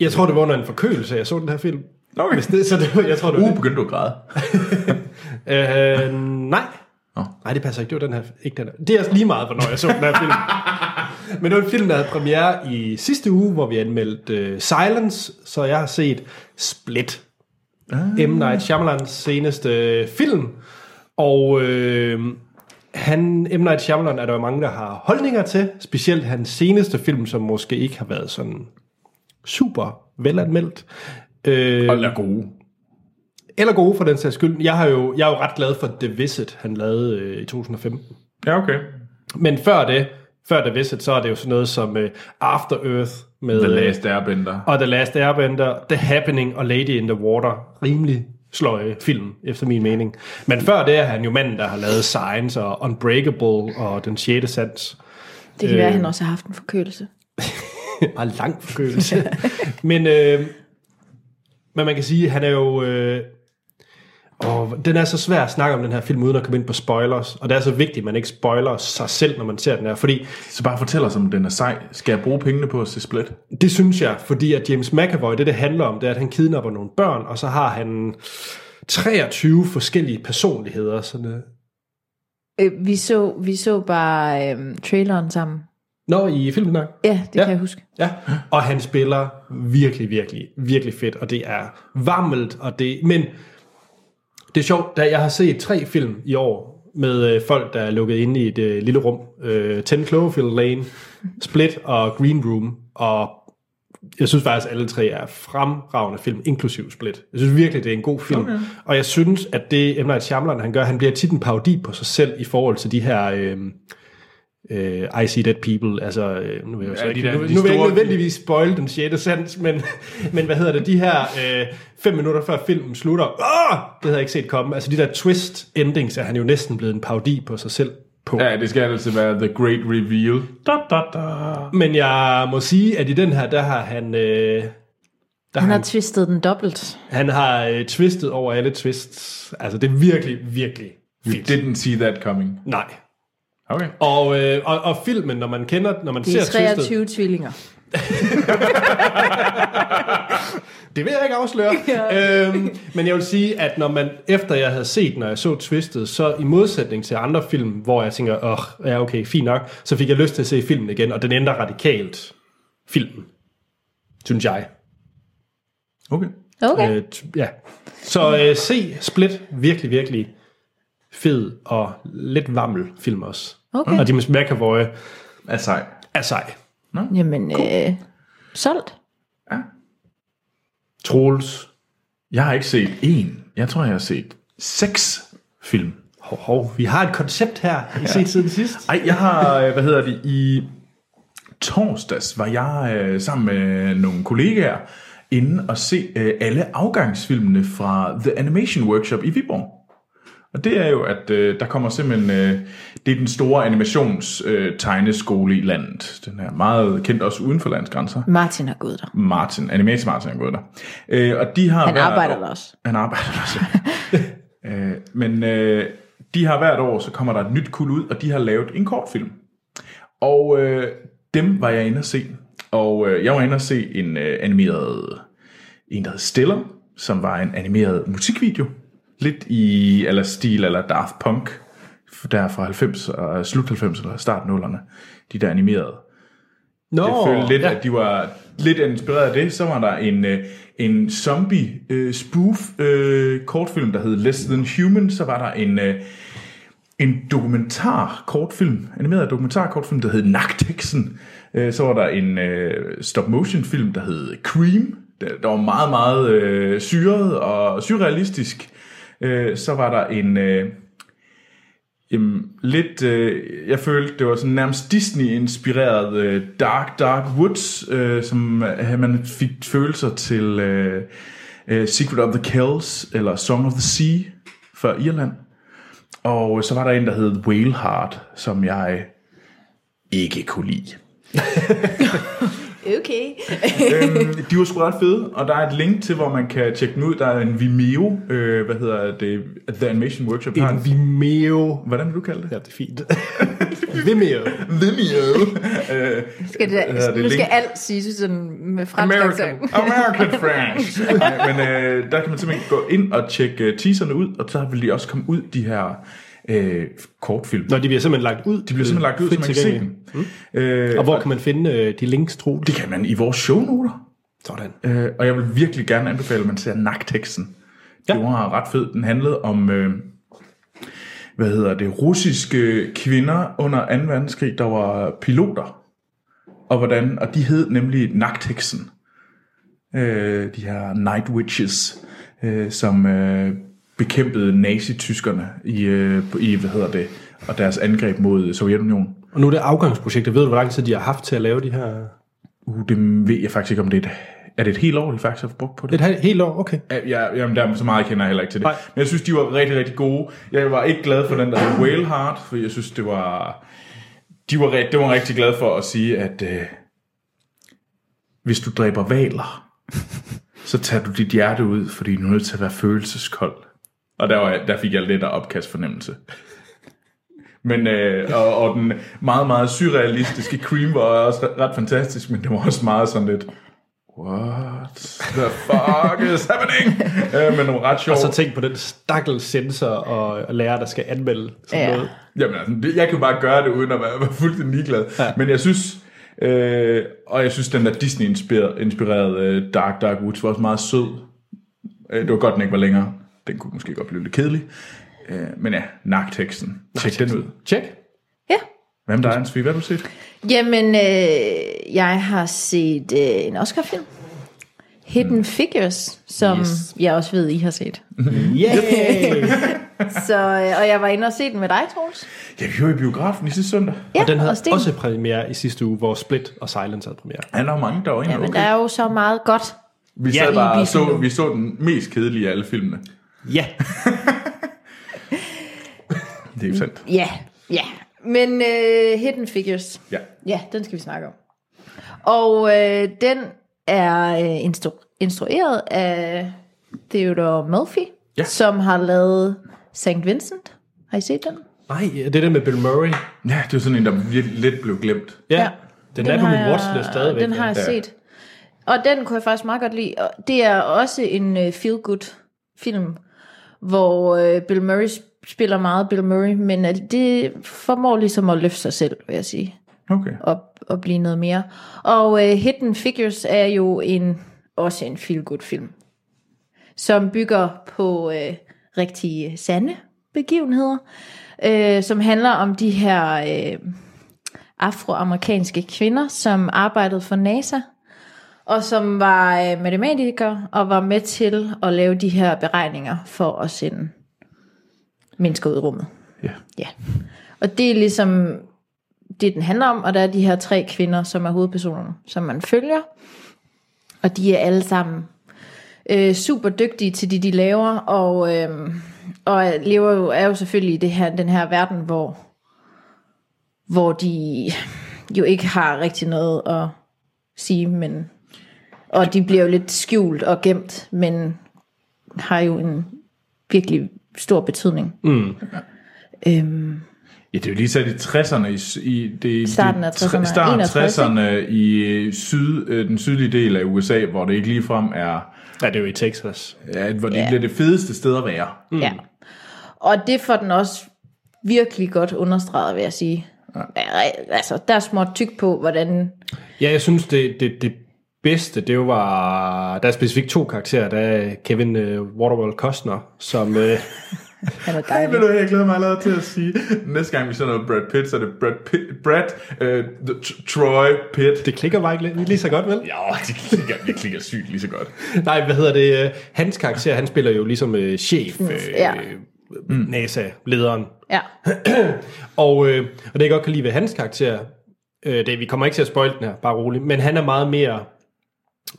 [SPEAKER 1] Jeg tror, det var under en forkølelse, jeg så den her film.
[SPEAKER 2] Okay.
[SPEAKER 1] Hvis det, så det, var- jeg tror, det var
[SPEAKER 2] Uh, begyndte du at græde.
[SPEAKER 1] det. Øh, nej.
[SPEAKER 2] Nå.
[SPEAKER 1] Nej, det passer ikke. Det var den her, ikke den her. Det er også lige meget, hvornår jeg så den her film. Men det var en film, der havde premiere i sidste uge, hvor vi anmeldte uh, Silence, så jeg har set Split. Ah. M. Night Shyamalans seneste øh, film. Og øh, han, M. Night Shyamalan er der jo mange, der har holdninger til. Specielt hans seneste film, som måske ikke har været sådan super velanmeldt. Øh,
[SPEAKER 2] Hold da gode.
[SPEAKER 1] eller gode for den sags skyld. Jeg, har jo, jeg er jo ret glad for The Visit, han lavede øh, i 2015.
[SPEAKER 2] Ja, okay.
[SPEAKER 1] Men før det, før The Visit, så er det jo sådan noget som øh, After Earth med...
[SPEAKER 2] The
[SPEAKER 1] øh,
[SPEAKER 2] Last Airbender.
[SPEAKER 1] Og The Last Airbender, The Happening og Lady in the Water. Rimelig sløje film, efter min mening. Men før det er han jo manden, der har lavet Signs og Unbreakable og Den 6. Sans.
[SPEAKER 3] Det kan være, at
[SPEAKER 1] Øh.
[SPEAKER 3] han også har haft en forkølelse.
[SPEAKER 1] meget lang forkølelse. [laughs] men, øh, men man kan sige, han er jo... Øh, og den er så svær at snakke om den her film, uden at komme ind på spoilers. Og det er så vigtigt, at man ikke spoiler sig selv, når man ser den her. Fordi
[SPEAKER 2] Så bare fortæl os, om den er sej. Skal jeg bruge pengene på at se Split?
[SPEAKER 1] det synes jeg, fordi at James McAvoy, det det handler om, det er, at han kidnapper nogle børn, og så har han 23 forskellige personligheder. Sådan, øh.
[SPEAKER 3] Øh, vi, så, vi så bare øh, traileren sammen.
[SPEAKER 1] Nå, i filmen der.
[SPEAKER 3] Ja, det
[SPEAKER 1] Ja.
[SPEAKER 3] ja. kan jeg huske.
[SPEAKER 1] Ja, og han spiller virkelig, virkelig, virkelig fedt, og det er varmelt, og det, men det er sjovt, da jeg har set tre film i år med øh, folk, der er lukket inde i et øh, lille rum, øh, 10 Cloverfield Lane, Split og Green Room, og jeg synes faktisk, at alle tre er fremragende film, inklusiv Split. Jeg synes virkelig, det er en god film. Okay. Og jeg synes, at det M. Night Shyamalan, han gør, han bliver tit en parodi på sig selv i forhold til de her... Øh, øh, I See Dead People, altså øh, nu vil jeg jo så
[SPEAKER 2] Ja,
[SPEAKER 1] ikke,
[SPEAKER 2] de der-
[SPEAKER 1] nu,
[SPEAKER 2] de
[SPEAKER 1] nu vil jeg ikke
[SPEAKER 2] store-
[SPEAKER 1] nødvendigvis spoil den sjette sans, men, men hvad hedder det, de her øh, fem minutter før filmen slutter, åh, det havde jeg ikke set komme, altså de der twist endings er han jo næsten blevet en parodi på sig selv på.
[SPEAKER 2] Ja, det skal altså være The Great Reveal. Da, da, da.
[SPEAKER 1] Men jeg må sige, at i den her, der har han... Øh, der
[SPEAKER 3] Han
[SPEAKER 1] har
[SPEAKER 3] har
[SPEAKER 1] han,
[SPEAKER 3] twistet den dobbelt.
[SPEAKER 1] han har øh, twistet over alle twists. Altså, det er virkelig, virkelig
[SPEAKER 2] You
[SPEAKER 1] fedt.
[SPEAKER 2] didn't see that coming.
[SPEAKER 1] Nej.
[SPEAKER 2] Okay.
[SPEAKER 1] Og, øh, og, og filmen, når man kender, når man
[SPEAKER 3] Det er
[SPEAKER 1] ser twistet...
[SPEAKER 3] 23 tvillinger.
[SPEAKER 1] Det vil jeg ikke
[SPEAKER 3] [laughs]
[SPEAKER 1] afsløre. øhm, men jeg vil sige, at når man, efter jeg havde set, når jeg så Twisted, så i modsætning til andre film, hvor jeg tænker, åh, ja okay, fint nok, så fik jeg lyst til at se filmen igen, og den ændrer radikalt filmen, synes jeg.
[SPEAKER 2] Okay.
[SPEAKER 3] Okay.
[SPEAKER 1] Øh, t- ja. Så øh, se Split, virkelig, virkelig fed og lidt vammel film også.
[SPEAKER 3] Okay.
[SPEAKER 1] Og James McAvoy
[SPEAKER 2] Er sej.
[SPEAKER 1] er sej.
[SPEAKER 3] Jamen, øh, solgt.
[SPEAKER 1] Troels.
[SPEAKER 2] Jeg har ikke set en. Jeg tror, jeg har set seks film.
[SPEAKER 1] Hov, hov, vi har et koncept her, I set siden sidst.
[SPEAKER 2] Ej, jeg har, øh, hvad hedder det, i torsdags var jeg øh, sammen med nogle kollegaer inde og se øh, alle afgangsfilmene fra The Animation Workshop i Viborg. Og det er jo, at øh, der kommer simpelthen, øh, det er den store animations-tegneskole øh, tegneskole i landet. Den er meget kendt også uden for landsgrænser.
[SPEAKER 3] Martin har gået der.
[SPEAKER 2] Martin, animator Martin er gået der. Øh, og de har
[SPEAKER 3] Han
[SPEAKER 2] hvert
[SPEAKER 3] arbejder
[SPEAKER 2] år-
[SPEAKER 3] der også.
[SPEAKER 2] Han arbejder der også. [laughs] øh, men øh, de har hvert år, så kommer der et nyt kul ud, og de har lavet en kortfilm. Og øh, dem var jeg inde at se. Og øh, jeg var inde at se en øh, animeret, en der hed Stiller, som var en animeret musikvideo. Lidt i eller stil eller Daft Punk, der er fra 90 og slut 90'erne og start 0'erne. De der animerede.
[SPEAKER 1] Nå,
[SPEAKER 2] Jeg følte lidt, ja. at de var lidt inspireret af det. Så var der en, øh, en zombie øh, spoof øh, kortfilm, der hed Less Than Human. Så var der en, øh, en dokumentar kortfilm, animeret dokumentar kortfilm, der hed Nagtexen. Øh, så var der en øh, stop motion film, der hed Cream. Der, der var meget, meget øh, syret og surrealistisk. Øh, så var der en... Øh, Jamen, lidt, øh, jeg følte, det var sådan nærmest Disney-inspireret øh, Dark Dark Woods, øh, som øh, man fik følelser til øh, øh, Secret of the Kells, eller Song of the Sea fra Irland. Og så var der en, der hed Whaleheart, som jeg ikke kunne lide.
[SPEAKER 3] Okay.
[SPEAKER 2] øhm, de var sgu ret fede, og der er et link til, hvor man kan tjekke dem ud. Der er en Vimeo, øh, hvad hedder det, The Animation Workshop. har
[SPEAKER 1] En Vimeo.
[SPEAKER 2] Hvordan vil du kalde det?
[SPEAKER 1] Ja, det er
[SPEAKER 2] [laughs]
[SPEAKER 1] fint. Vimeo.
[SPEAKER 2] Vimeo. øh,
[SPEAKER 3] Skal det,
[SPEAKER 2] hedder
[SPEAKER 3] nu skal
[SPEAKER 2] link-
[SPEAKER 3] alt sige sådan med fransk accent.
[SPEAKER 2] American, American French. Nej, men øh, der kan man simpelthen gå ind og tjekke øh, teaserne ud, og så vil de også komme ud, de her øh, kortfilm.
[SPEAKER 1] Nå, de bliver simpelthen lagt ud.
[SPEAKER 2] De bliver simpelthen lagt ud, så man kan se dem. Mm. Øh,
[SPEAKER 1] Og hvor kan man finde øh, de links, tro?
[SPEAKER 2] det kan man i vores shownoter.
[SPEAKER 1] Sådan.
[SPEAKER 2] Øh, og jeg vil virkelig gerne anbefale, at man ser Nakteksten. Ja. Det var ret fed. Den handlede om, øh, hvad hedder det, russiske kvinder under 2. verdenskrig, der var piloter. Og hvordan, og de hed nemlig Nakteksten. Øh, de her Night Witches, øh, som øh, bekæmpede nazityskerne i, øh, i, hvad hedder det, og deres angreb mod Sovjetunionen.
[SPEAKER 1] Og nu er det afgangsprojektet. Ved du, hvor lang tid de har haft til at lave de her...
[SPEAKER 2] Uh, det ved jeg faktisk ikke, om det er et, er det et helt år, de faktisk har brugt på det.
[SPEAKER 1] Et hal- helt år, okay.
[SPEAKER 2] Ja, ja, jamen, der, er så meget kender jeg heller ikke til det.
[SPEAKER 1] Nej.
[SPEAKER 2] Nej. Men jeg synes, de var rigtig, rigtig gode. Jeg var ikke glad for den der hed Whaleheart, for jeg synes, det var... De var, re- det var rigtig glad for at sige, at øh, hvis du dræber valer, så tager du dit hjerte ud, fordi du er nødt til at være følelseskold. Og der, var, jeg- der fik jeg lidt af opkast fornemmelse. Men, øh, og, og, den meget, meget surrealistiske cream var også re- ret fantastisk, men det var også meget sådan lidt, what the fuck is happening? øh, men det var ret sjovt.
[SPEAKER 1] Og så tænk på den stakkels sensor og, og lærer, der skal anmelde sådan
[SPEAKER 3] Ja.
[SPEAKER 1] noget.
[SPEAKER 2] Jamen, altså, det, jeg kan jo bare gøre det, uden at være, være fuldstændig ligeglad. Ja. Men jeg synes, øh, og jeg synes, den der Disney-inspirerede øh, Dark Dark Woods var også meget sød. Øh, det var godt, den ikke var længere. Den kunne måske godt blive lidt kedelig. Øh, men ja, nakteksten. Tjek den ud.
[SPEAKER 1] Tjek.
[SPEAKER 3] Ja.
[SPEAKER 2] Hvem der er, Ansvi? Hvad har du set?
[SPEAKER 3] Jamen, øh, jeg har set øh, en Oscar-film. Hidden
[SPEAKER 1] Hmm.
[SPEAKER 3] mm. Figures, som yes. jeg også ved, I har
[SPEAKER 1] [laughs]
[SPEAKER 3] set.
[SPEAKER 1] Yeah!
[SPEAKER 3] Så, øh, og jeg var inde og se den med dig, Troels.
[SPEAKER 2] Ja, vi var i biografen i sidste søndag.
[SPEAKER 3] [laughs] Ja,
[SPEAKER 1] og den havde
[SPEAKER 3] Sten.
[SPEAKER 1] også premiere i sidste uge, hvor Split og Silence havde premiere.
[SPEAKER 2] Ja, der var mange, der var inde.
[SPEAKER 3] Ja, men
[SPEAKER 2] okay.
[SPEAKER 3] der er jo så meget godt.
[SPEAKER 2] Vi
[SPEAKER 1] Ja,
[SPEAKER 2] sad
[SPEAKER 1] i
[SPEAKER 2] bare og
[SPEAKER 3] biffen
[SPEAKER 2] så,
[SPEAKER 3] nu.
[SPEAKER 2] vi så den mest kedelige af alle filmene.
[SPEAKER 1] Ja.
[SPEAKER 2] Det er jo sandt.
[SPEAKER 3] Ja, ja. Men øh, Hidden Figures,
[SPEAKER 2] Ja.
[SPEAKER 3] ja, den skal vi snakke om. Og øh, den er øh, instru- instrueret af Theodore Melfi,
[SPEAKER 2] Ja.
[SPEAKER 3] som har lavet St. Vincent. Har I set den?
[SPEAKER 1] Nej, det er den med Bill Murray.
[SPEAKER 2] Ja, det var sådan en, der virkelig lidt blev glemt.
[SPEAKER 1] Ja. Den, den er på
[SPEAKER 3] har
[SPEAKER 1] min
[SPEAKER 3] jeg-
[SPEAKER 1] watchlist stadigvæk.
[SPEAKER 3] Den har jeg
[SPEAKER 2] Ja.
[SPEAKER 3] set. Og den kunne jeg faktisk meget godt lide. Og det er også en øh, feel-good film, hvor øh, Bill Murray sp- spiller meget Bill Murray, men at det formår ligesom at løfte sig selv, vil jeg sige,
[SPEAKER 2] Okay.
[SPEAKER 3] og, og blive noget mere. Og øh, Hidden Figures er jo en også en feel-good film, som bygger på øh, rigtige sande begivenheder, øh, som handler om de her... Øh, afroamerikanske kvinder, som arbejdede for NASA, og som var øh, matematikere og var med til at lave de her beregninger for at sende mennesker ud i rummet.
[SPEAKER 2] Ja.
[SPEAKER 3] Ja. Og det er ligesom det, den handler om, og der er de her tre kvinder, som er hovedpersonerne, som man følger. Og de er alle sammen øh, super dygtige til det, de laver, og, øh, og lever jo, er jo selvfølgelig i det her, den her verden, hvor, hvor de jo ikke har rigtig noget at sige, men, og de bliver jo lidt skjult og gemt, men har jo en virkelig stor betydning. Mm. Øhm,
[SPEAKER 2] Ja, det er jo lige sat i 60'erne. I, i det,
[SPEAKER 3] Starten af
[SPEAKER 2] det- tre-
[SPEAKER 3] 60'erne,
[SPEAKER 2] Starten af
[SPEAKER 3] 61,
[SPEAKER 2] 60'erne i øh, syd, øh, den sydlige del af USA, hvor det ikke ligefrem er,
[SPEAKER 1] Ja, det er jo i Texas.
[SPEAKER 2] ja, hvor det
[SPEAKER 3] Ja.
[SPEAKER 2] yeah. bliver det fedeste sted at være.
[SPEAKER 3] mm. Ja. Og det får den også virkelig godt understreget, vil jeg sige. Ja. Altså, der er småt tyk på, hvordan...
[SPEAKER 1] Ja, jeg synes, det, det, det bedste, det var... Der er specifikt to karakterer. Der er Kevin øh, [laughs] Waterworld Costner, som... Øh,
[SPEAKER 3] Han er
[SPEAKER 2] Ej, ved
[SPEAKER 3] dejlig.
[SPEAKER 2] du, hvad, jeg glæder mig allerede til at sige, næste gang vi ser noget Brad Pitt, så er det Brad Pitt, Brad, øh, the- T- Troy Pitt.
[SPEAKER 1] Det klikker bare ikke lige- lige så godt, vel?
[SPEAKER 2] Ja, det klikker, det klikker sygt lige så godt.
[SPEAKER 1] Nej, hvad hedder det? øh, Hans karakter, han spiller jo ligesom øh, chef, øh,
[SPEAKER 3] Ja.
[SPEAKER 1] mm. NASA-lederen.
[SPEAKER 3] Ja.
[SPEAKER 1] Og, øh, og det jeg godt kan lide ved hans karakter, øh, det, vi kommer ikke til at spoil den her, bare roligt, men han er meget mere...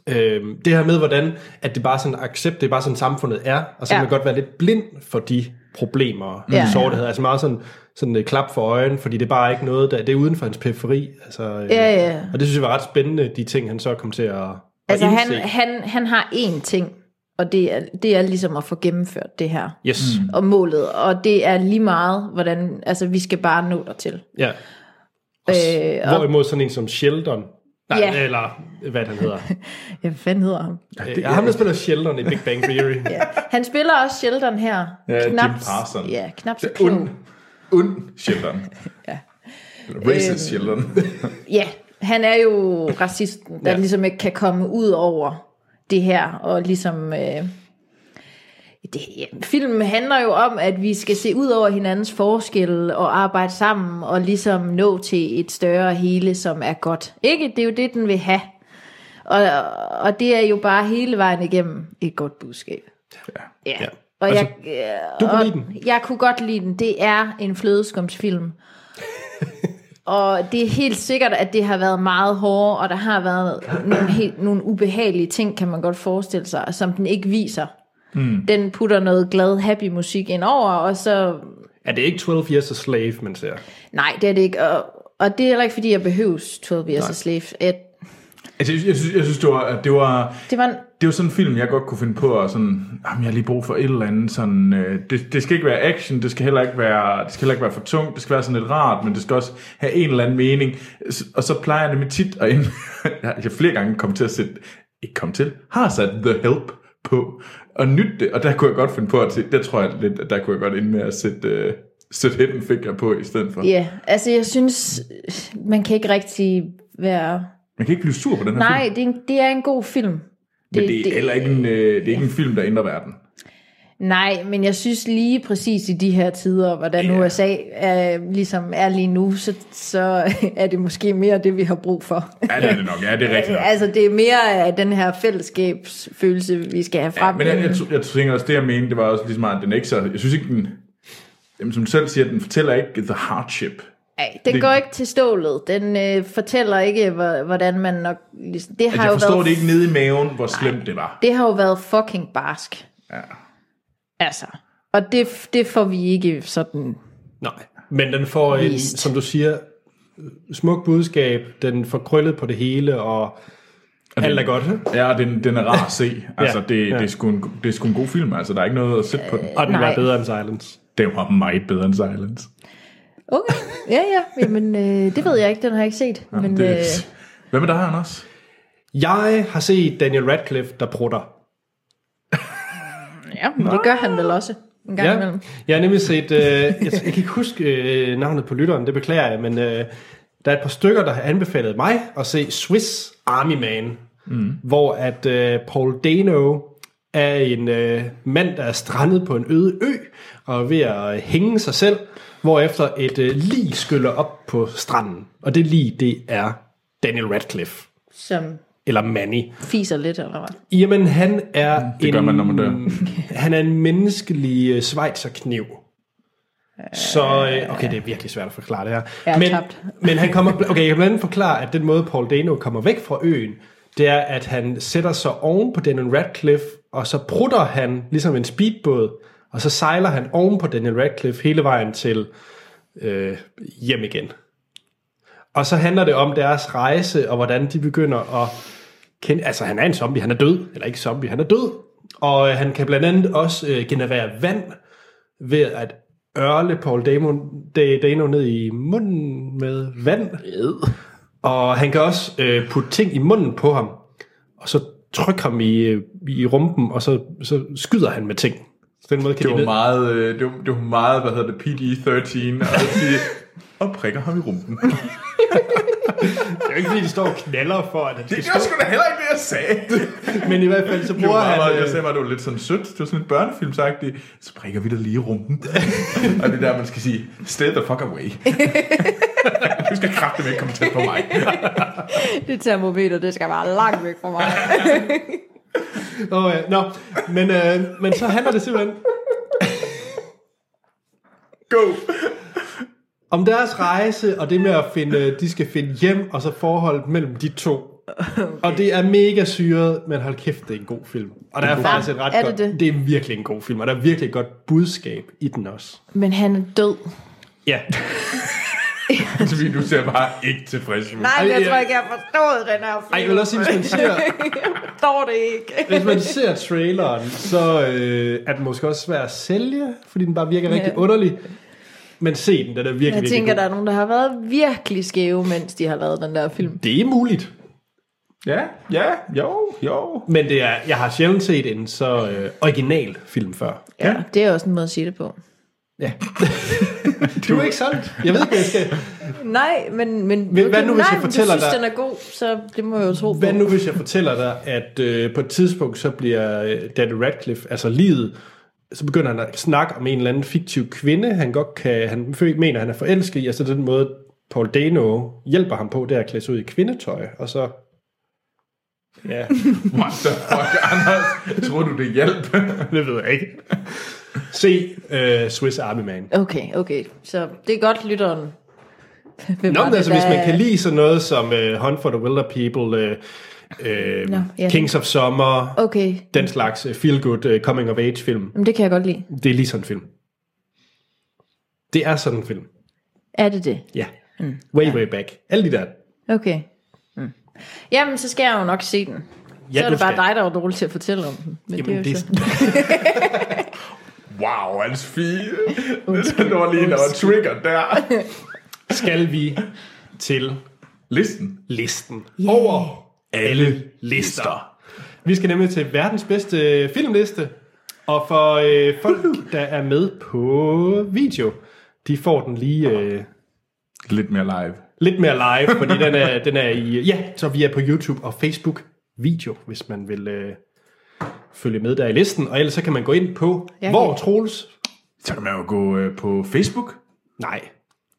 [SPEAKER 1] Øh, det her med, hvordan at det bare er sådan accept, det er bare sådan samfundet er, og så ja.
[SPEAKER 3] Ja.
[SPEAKER 1] kan man godt være lidt blind for de problemer, ja.
[SPEAKER 3] Ja.
[SPEAKER 1] de sårbarheder. Altså meget sådan, sådan et klap for øjen, fordi det er bare ikke noget, der, det er uden for hans periferi. Altså, øh,
[SPEAKER 3] Ja, ja.
[SPEAKER 1] Og det synes jeg var ret spændende, de ting, han så kom til at, at
[SPEAKER 3] Altså, han,
[SPEAKER 1] indse.
[SPEAKER 3] han, han har én ting, og det er, det er ligesom at få gennemført det her.
[SPEAKER 1] Yes, mm.
[SPEAKER 3] Og målet, og det er lige meget, hvordan, altså vi skal bare nå dertil.
[SPEAKER 1] ja.
[SPEAKER 3] Øh, og,
[SPEAKER 1] Hvorimod sådan en som Sheldon, nej,
[SPEAKER 3] Ja.
[SPEAKER 1] eller hvad han hedder.
[SPEAKER 3] ja, hvad fanden hedder han?
[SPEAKER 1] det, er ham, der spiller Sheldon i Big Bang Theory.
[SPEAKER 3] [laughs] Ja. Han spiller også Sheldon her.
[SPEAKER 2] Ja, Jim Parsons.
[SPEAKER 3] Ja, knap så
[SPEAKER 2] Det er
[SPEAKER 3] klog.
[SPEAKER 2] und, und Sheldon. ja.
[SPEAKER 3] Øh.
[SPEAKER 2] Racist Sheldon.
[SPEAKER 3] Ja, han er jo racisten, der
[SPEAKER 1] Ja.
[SPEAKER 3] ja. ligesom ikke kan komme ud over det her, og ligesom... Øh, det, ja, filmen handler jo om, at vi skal se ud over hinandens forskelle og arbejde sammen og ligesom nå til et større hele, som er godt. Ikke? Det er jo det, den vil have. Og, og det er jo bare hele vejen igennem et godt budskab. Ja. ja. Og
[SPEAKER 1] Altså,
[SPEAKER 3] jeg,
[SPEAKER 1] du kunne
[SPEAKER 3] og
[SPEAKER 1] lide den.
[SPEAKER 3] Jeg kunne godt lide den. Det er en flødeskumsfilm. og det er helt sikkert, at det har været meget hårdere, og der har været nogle, helt, nogle ubehagelige ting, kan man godt forestille sig, som den ikke viser. Mm. Den putter noget glad, happy musik ind over, og så...
[SPEAKER 1] Er det ikke 12 Years a Slave, man ser?
[SPEAKER 3] Nej, det er det ikke. Og, og det er heller ikke, fordi jeg behøves 12 Years a Slave. At,
[SPEAKER 2] Altså, jeg, jeg, synes, jeg synes, det var, at det var,
[SPEAKER 3] det var en,
[SPEAKER 2] det var sådan en film, jeg godt kunne finde på at sådan, jamen, jeg har lige brug for et eller andet sådan, øh, det, det, skal ikke være action, det skal heller ikke være, det skal heller ikke være for tungt, det skal være sådan lidt rart, men det skal også have en eller anden mening. S- Og så plejer jeg nemlig tit at ind, [laughs] jeg har flere gange kommet til at sætte, ikke kom til, har sat The Help på og nyt det, og der kunne jeg godt finde på at se, der tror jeg lidt, at der kunne jeg godt ind med at sætte, øh, sætte Hidden Figure på i stedet for.
[SPEAKER 3] ja, yeah. altså jeg synes, man kan ikke rigtig være...
[SPEAKER 2] Man kan ikke blive sur på den her film,
[SPEAKER 3] Nej, det er en, det er en god film.
[SPEAKER 2] men det, er heller ikke en, øh, det er ikke en film, der ændrer verden.
[SPEAKER 3] Nej, men jeg synes lige præcis i de her tider, hvordan
[SPEAKER 2] Ja.
[SPEAKER 3] yeah. USA er, ligesom er lige nu, så, så [laughs] er det måske mere det, vi har brug for.
[SPEAKER 2] Ja, det er det nok, ja, det er rigtigt nok.
[SPEAKER 3] [laughs] altså, det er mere af den her fællesskabsfølelse, vi skal have
[SPEAKER 2] Ja,
[SPEAKER 3] frem.
[SPEAKER 2] men jeg, jeg, jeg, jeg tænker også, det jeg mente, det var også lige så meget, at den ikke så... Jeg synes ikke, den... Jamen, som du selv siger, den fortæller ikke the hardship.
[SPEAKER 3] Ej, den
[SPEAKER 2] det-
[SPEAKER 3] går ikke til stålet. Den øh, fortæller ikke, hvor- hvordan man nok... Ligesom, det,
[SPEAKER 2] At
[SPEAKER 3] har
[SPEAKER 2] Altså, jeg
[SPEAKER 3] jo
[SPEAKER 2] forstår
[SPEAKER 3] været,
[SPEAKER 2] det ikke nede i maven, hvor slemt det var.
[SPEAKER 3] det har jo været fucking barsk.
[SPEAKER 2] Ja.
[SPEAKER 3] Altså. Og det, det får vi ikke sådan...
[SPEAKER 1] Nej. Men den får, en,
[SPEAKER 3] Vist.
[SPEAKER 1] som du siger, smuk budskab, den får krøllet på det hele, og alt er godt.
[SPEAKER 2] Ja, og den, den er rar at se. Altså,
[SPEAKER 1] Ja,
[SPEAKER 2] det,
[SPEAKER 1] ja.
[SPEAKER 2] det, er sgu en, det er sgu en god film. Altså, der er ikke noget at sætte på den.
[SPEAKER 1] Og den var
[SPEAKER 3] Nej.
[SPEAKER 1] bedre end Silence.
[SPEAKER 2] Det var meget bedre end Silence.
[SPEAKER 3] Okay, ja, ja. Jamen, øh, det ved jeg ikke. Den har jeg ikke set. men,
[SPEAKER 2] det,
[SPEAKER 3] øh,
[SPEAKER 2] Hvad med dig, Anders?
[SPEAKER 1] Jeg har set Daniel Radcliffe, der prutter.
[SPEAKER 3] Ja, men det gør han vel også en gang ja.
[SPEAKER 1] Ja,
[SPEAKER 3] imellem.
[SPEAKER 1] jeg har nemlig set, øh, jeg, jeg kan ikke huske øh, navnet på lytteren, det beklager jeg, men øh, der er et par stykker, der har anbefalet mig at se Swiss Army Man, mm. hvor at øh, Paul Dano er en øh, mand, der er strandet på en øde ø og er ved at hænge sig selv, hvorefter et øh, lig skyller op på stranden. Og det lig, det er Daniel Radcliffe,
[SPEAKER 3] Som
[SPEAKER 1] eller Manny.
[SPEAKER 3] fiser lidt, eller hvad?
[SPEAKER 1] Jamen, han er
[SPEAKER 2] Det
[SPEAKER 1] en,
[SPEAKER 2] gør man, når man dør.
[SPEAKER 1] Han er en menneskelig øh, schweizerkniv. Så, øh, okay, det er virkelig svært at forklare det her.
[SPEAKER 3] Jeg er
[SPEAKER 1] men,
[SPEAKER 3] tabt.
[SPEAKER 1] men han kommer, okay, jeg kan blandt andet forklare, at den måde, Paul Dano kommer væk fra øen, det er, at han sætter sig oven på Daniel Radcliffe, og så prutter han ligesom en speedbåd, og så sejler han oven på Daniel Radcliffe hele vejen til øh, hjem igen. Og så handler det om deres rejse, og hvordan de begynder at kende... Altså, han er en zombie, han er død. Eller ikke zombie, han er død. Og øh, han kan blandt andet også øh, generere vand ved at ørle Paul Damon, Da- Dano ned i munden med vand. Og han kan også øh, putte ting i munden på ham, og så trykke ham i, øh, i rumpen, og så, så skyder han med ting. Så den måde kan
[SPEAKER 2] Det
[SPEAKER 1] de
[SPEAKER 2] var
[SPEAKER 1] ned-
[SPEAKER 2] meget, øh, det var, det var meget hvad hedder det, PG-13, og at sige, [laughs] og prikker ham i rumpen.
[SPEAKER 1] Det er jo ikke, fordi de står og knaller for, at det,
[SPEAKER 2] Det var sgu da heller ikke det, jeg sagde.
[SPEAKER 1] Men i hvert fald, så
[SPEAKER 2] Det
[SPEAKER 1] bruger
[SPEAKER 2] var meget,
[SPEAKER 1] han...
[SPEAKER 2] meget,
[SPEAKER 1] øh,
[SPEAKER 2] jeg sagde bare, det var lidt sådan sødt. Det var sådan lidt børnefilmsagtigt. Så prikker vi dig lige i
[SPEAKER 1] [laughs]
[SPEAKER 2] rumpen. og det er der, man skal sige, stay the fuck away. du skal kraftigt ikke komme tæt på mig.
[SPEAKER 3] Det termometer, det skal være langt væk fra mig.
[SPEAKER 1] Åh, ja. Nå, men, øh, men så handler det simpelthen
[SPEAKER 2] Go!
[SPEAKER 1] om deres rejse, og det med at finde, de skal finde hjem, og så forholdet mellem de to. Okay. Og det er mega syret, men hold kæft, det er en god film. Og der er faktisk et ret
[SPEAKER 3] Er det
[SPEAKER 1] godt,
[SPEAKER 3] det?
[SPEAKER 1] det er virkelig en god film, og der er virkelig et godt budskab i den også.
[SPEAKER 3] Men han er død.
[SPEAKER 1] Ja,
[SPEAKER 2] Fordi du ser bare ikke tilfreds ud.
[SPEAKER 3] Nej,
[SPEAKER 1] Ej, jeg tror jeg-
[SPEAKER 3] ikke, jeg har forstået den her film.
[SPEAKER 1] Ej, jeg vil også sige, hvis man ser,
[SPEAKER 3] forstår det ikke.
[SPEAKER 1] hvis man ser traileren, så øh, er den måske også svær at sælge, fordi den bare virker rigtig
[SPEAKER 3] Ja.
[SPEAKER 1] underlig. Men se den, den er virkelig,
[SPEAKER 3] Jeg
[SPEAKER 1] virkelig
[SPEAKER 3] tænker,
[SPEAKER 1] god.
[SPEAKER 3] der er nogen, der har været virkelig skæve, mens de har lavet den der film.
[SPEAKER 1] Det er muligt.
[SPEAKER 2] Ja, ja, jo, jo.
[SPEAKER 1] Men det er, jeg har sjældent set en så øh, original film før.
[SPEAKER 3] Ja. Det er også en måde at sige det på.
[SPEAKER 1] [laughs] Ja. det er jo ikke sandt. Jeg ved ikke, hvad jeg skal...
[SPEAKER 3] Nej, men... men
[SPEAKER 1] Hvad- hvad nu, hvis
[SPEAKER 3] nej,
[SPEAKER 1] jeg
[SPEAKER 3] men
[SPEAKER 1] fortæller
[SPEAKER 3] du synes,
[SPEAKER 1] dig-
[SPEAKER 3] den er god, så det må jeg jo tro
[SPEAKER 1] Hvad
[SPEAKER 3] på.
[SPEAKER 1] nu, hvis jeg fortæller dig, at øh, på et tidspunkt, så bliver øh, Daniel Radcliffe, altså livet, så begynder han at snakke om en eller anden fiktiv kvinde, han godt kan, han fø- mener, han er forelsket i, og så den måde, Paul Dano hjælper ham på, det er at klæde sig ud i kvindetøj, og så... Ja,
[SPEAKER 2] What the fuck, Anders? Tror du, det hjalp?
[SPEAKER 1] det ved jeg ikke. Se øh, Swiss Army Man.
[SPEAKER 3] Okay, okay. Så det er godt, lytteren. [laughs] Hvem
[SPEAKER 1] Nå,
[SPEAKER 3] var
[SPEAKER 1] men
[SPEAKER 3] det,
[SPEAKER 1] altså, hvis
[SPEAKER 3] der-
[SPEAKER 1] man kan lide sådan noget som uh, Hunt for the Wilder People, uh, uh,
[SPEAKER 3] Nå, ja.
[SPEAKER 1] Kings of Summer, oh.
[SPEAKER 3] Okay,
[SPEAKER 1] den slags uh, feel-good uh, coming-of-age-film,
[SPEAKER 3] Jamen, det kan jeg godt lide.
[SPEAKER 1] det er lige sådan en film. Det er sådan en film,
[SPEAKER 3] Er det det?
[SPEAKER 1] ja. Mm. Way, way back. Alle de der.
[SPEAKER 3] Okay. Mm. Jamen, så skal jeg jo nok se den.
[SPEAKER 1] Ja,
[SPEAKER 3] så er
[SPEAKER 1] du
[SPEAKER 3] det bare
[SPEAKER 1] skal.
[SPEAKER 3] dig, der er dårlig til at fortælle om den. Men
[SPEAKER 1] Jamen,
[SPEAKER 3] det er jo
[SPEAKER 1] det-
[SPEAKER 3] så-
[SPEAKER 2] Wow, hans fie. Det var lige, der var trigger der.
[SPEAKER 1] Skal vi til
[SPEAKER 2] Listen.
[SPEAKER 1] listen yeah. over alle lister. Vi skal nemlig til verdens bedste øh, filmliste, og for øh, folk, der er med på video, de får den lige... Øh,
[SPEAKER 2] Lidt mere live.
[SPEAKER 1] lidt mere live, fordi den er, den er i... Ja, så vi er på YouTube og Facebook video, hvis man vil øh, følge med der i listen. Og ellers så kan man gå ind på,
[SPEAKER 3] Ja,
[SPEAKER 1] ja, hvor
[SPEAKER 3] ja.
[SPEAKER 1] Troels...
[SPEAKER 2] Så kan man jo gå øh, på Facebook.
[SPEAKER 1] Nej.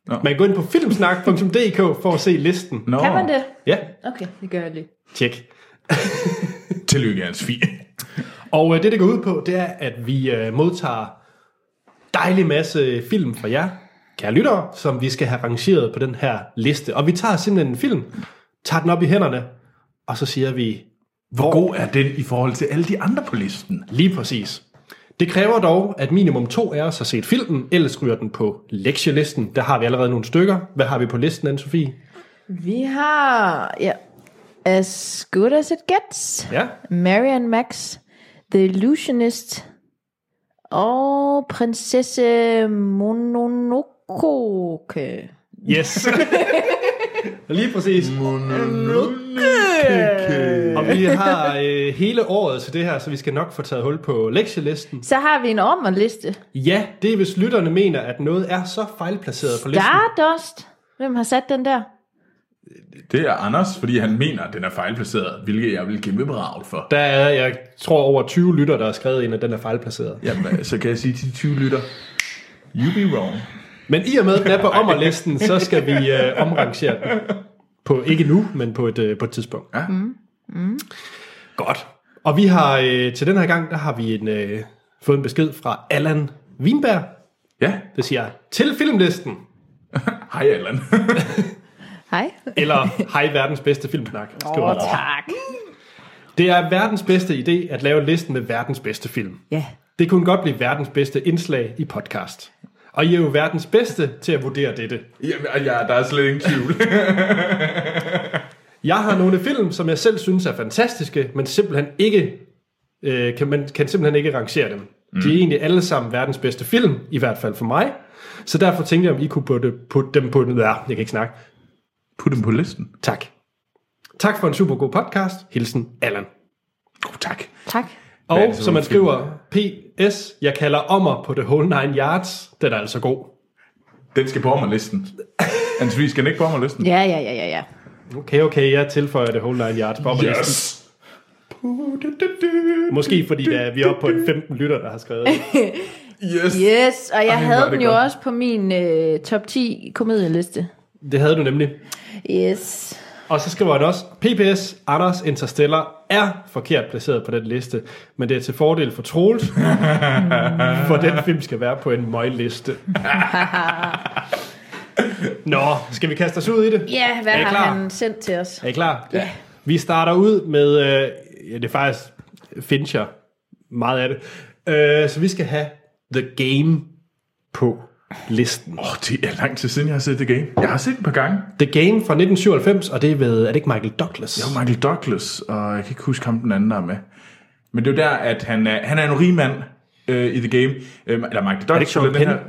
[SPEAKER 2] Nå.
[SPEAKER 1] Man kan gå ind på filmsnak.dk for at se listen.
[SPEAKER 2] Nå,
[SPEAKER 3] Kan man det?
[SPEAKER 1] Ja,
[SPEAKER 3] Okay, det gør jeg lige.
[SPEAKER 1] tjek.
[SPEAKER 2] Tillykke, hans fie.
[SPEAKER 1] Og øh, det, det går ud på, det er, at vi øh, modtager dejlig masse film fra jer, kære lyttere, som vi skal have rangeret på den her liste. Og vi tager simpelthen en film, tager den op i hænderne, og så siger vi,
[SPEAKER 2] Hvor god er den i forhold til alle de andre på listen?
[SPEAKER 1] Lige præcis. Det kræver dog, at minimum to af os har set filmen, ellers ryger den på lektielisten. Der har vi allerede nogle stykker. Hvad har vi på listen, Anne-Sophie?
[SPEAKER 3] Vi har... Ja. As Good As It Gets.
[SPEAKER 1] Ja.
[SPEAKER 3] Marian Max. The Illusionist. Og prinsesse Mononoke.
[SPEAKER 1] Yes. [laughs] Lige præcis. Og vi har øh, hele året til det her, så vi skal nok få taget hul på lektielisten.
[SPEAKER 3] Så har vi en ommerliste.
[SPEAKER 1] Ja, det er, hvis lytterne mener, at noget er så fejlplaceret på listen.
[SPEAKER 3] Stardust. Hvem har sat den der?
[SPEAKER 2] Det er Anders, fordi han mener, at den er fejlplaceret, hvilket jeg vil kæmpe brav for.
[SPEAKER 1] Der er, jeg tror, over 20 lytter, der har skrevet ind, at den er fejlplaceret.
[SPEAKER 2] Jamen, så kan jeg sige til de 20 lytter, you be wrong.
[SPEAKER 1] Men i og med, at den er på ommerlisten, så skal vi øh, omrangere den. På, ikke nu, men på et, øh, på et tidspunkt.
[SPEAKER 2] Ja. Mm. Mm. Godt.
[SPEAKER 1] Og vi har øh, til den her gang, der har vi en, øh, fået en besked fra Allan Winberg,
[SPEAKER 2] Ja,
[SPEAKER 1] der siger, til filmlisten,
[SPEAKER 2] hej Allan. [laughs]
[SPEAKER 3] Hej.
[SPEAKER 1] eller hej verdens bedste filmsnak. skriver han.
[SPEAKER 3] tak.
[SPEAKER 1] Det er verdens bedste idé at lave listen med verdens bedste film.
[SPEAKER 3] Ja.
[SPEAKER 1] Det kunne godt blive verdens bedste indslag i podcast. Og I er jo verdens bedste til at vurdere dette.
[SPEAKER 2] Jamen, og ja, der er slet ingen tvivl.
[SPEAKER 1] Jeg har nogle film, som jeg selv synes er fantastiske, men simpelthen ikke øh, kan, man kan simpelthen ikke rangere dem. Mm. De er egentlig alle sammen verdens bedste film, i hvert fald for mig. Så derfor tænkte jeg, om I kunne putte, putte dem på den. Ja, jeg kan ikke snakke.
[SPEAKER 2] Put dem på listen.
[SPEAKER 1] Tak. Tak for en super god podcast. Hilsen, Allan.
[SPEAKER 2] God, Oh, tak.
[SPEAKER 3] Tak.
[SPEAKER 2] Hvad er
[SPEAKER 1] Og
[SPEAKER 2] det så
[SPEAKER 1] som man
[SPEAKER 2] for en film?
[SPEAKER 1] skriver, P.S. Jeg kalder ommer på The Whole Nine Yards. Den er altså god.
[SPEAKER 2] Den skal på mig listen. Hans vi skal den ikke på mig listen.
[SPEAKER 3] Ja, ja, ja, ja, ja.
[SPEAKER 1] Okay, okay, jeg tilføjer det whole nine yards på yes.
[SPEAKER 2] Yes! Du-du-du-du.
[SPEAKER 1] Måske fordi der, vi er oppe på en 15 lytter, der har skrevet det.
[SPEAKER 2] Yes!
[SPEAKER 3] Yes, og
[SPEAKER 2] Ej, hvor
[SPEAKER 3] jeg Ej,
[SPEAKER 2] er
[SPEAKER 3] havde
[SPEAKER 2] det
[SPEAKER 3] den jo
[SPEAKER 2] godt.
[SPEAKER 3] også på min øh, top 10 komedieliste.
[SPEAKER 1] Det havde du nemlig.
[SPEAKER 3] Yes.
[SPEAKER 1] Og så skriver han også, PPS Anders Interstellar er forkert placeret på den liste, men det er til fordel for Troels, for den film skal være på en møgliste. Nå, skal vi kaste os ud i det?
[SPEAKER 3] Ja, hvad
[SPEAKER 1] Er I
[SPEAKER 3] har
[SPEAKER 1] klar?
[SPEAKER 3] han sendt til os?
[SPEAKER 1] Er I klar?
[SPEAKER 3] Ja.
[SPEAKER 1] Vi starter ud med, øh, ja, det er faktisk Fincher, meget af det. Øh, så vi skal have The Game på listen.
[SPEAKER 2] Åh, oh, det er lang tid siden, jeg har set The Game. Jeg har set den et par gange.
[SPEAKER 1] The Game fra 1997, og det er ved, er det ikke Michael Douglas?
[SPEAKER 2] Det var Michael Douglas, og jeg kan ikke huske ham den anden, der er med. Men det er jo der, at han er, han er en rig mand øh, i The Game. Øh, eller Michael Douglas.
[SPEAKER 1] Sean
[SPEAKER 2] eller den
[SPEAKER 1] Penn?
[SPEAKER 2] her,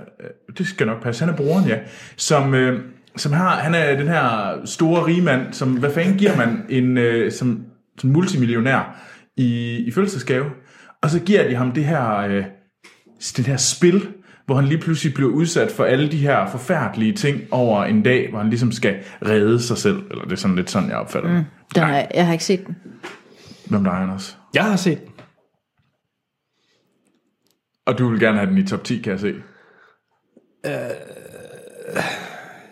[SPEAKER 2] øh, det skal nok passe. Han er broren, ja. Som, øh, som har, han er den her store rige mand, som, hvad fanden giver man en øh, som, som multimillionær i, i fødselsdagsgave? Og så giver de ham det her... Øh, det her spil, hvor han lige pludselig bliver udsat for alle de her forfærdelige ting over en dag, hvor han ligesom skal redde sig selv. Eller det er sådan lidt sådan, jeg opfatter mm.
[SPEAKER 3] Den har, jeg har ikke set den.
[SPEAKER 2] Hvem der er, Anders?
[SPEAKER 1] Jeg har set den.
[SPEAKER 2] Og du vil gerne have den i top 10, kan jeg se.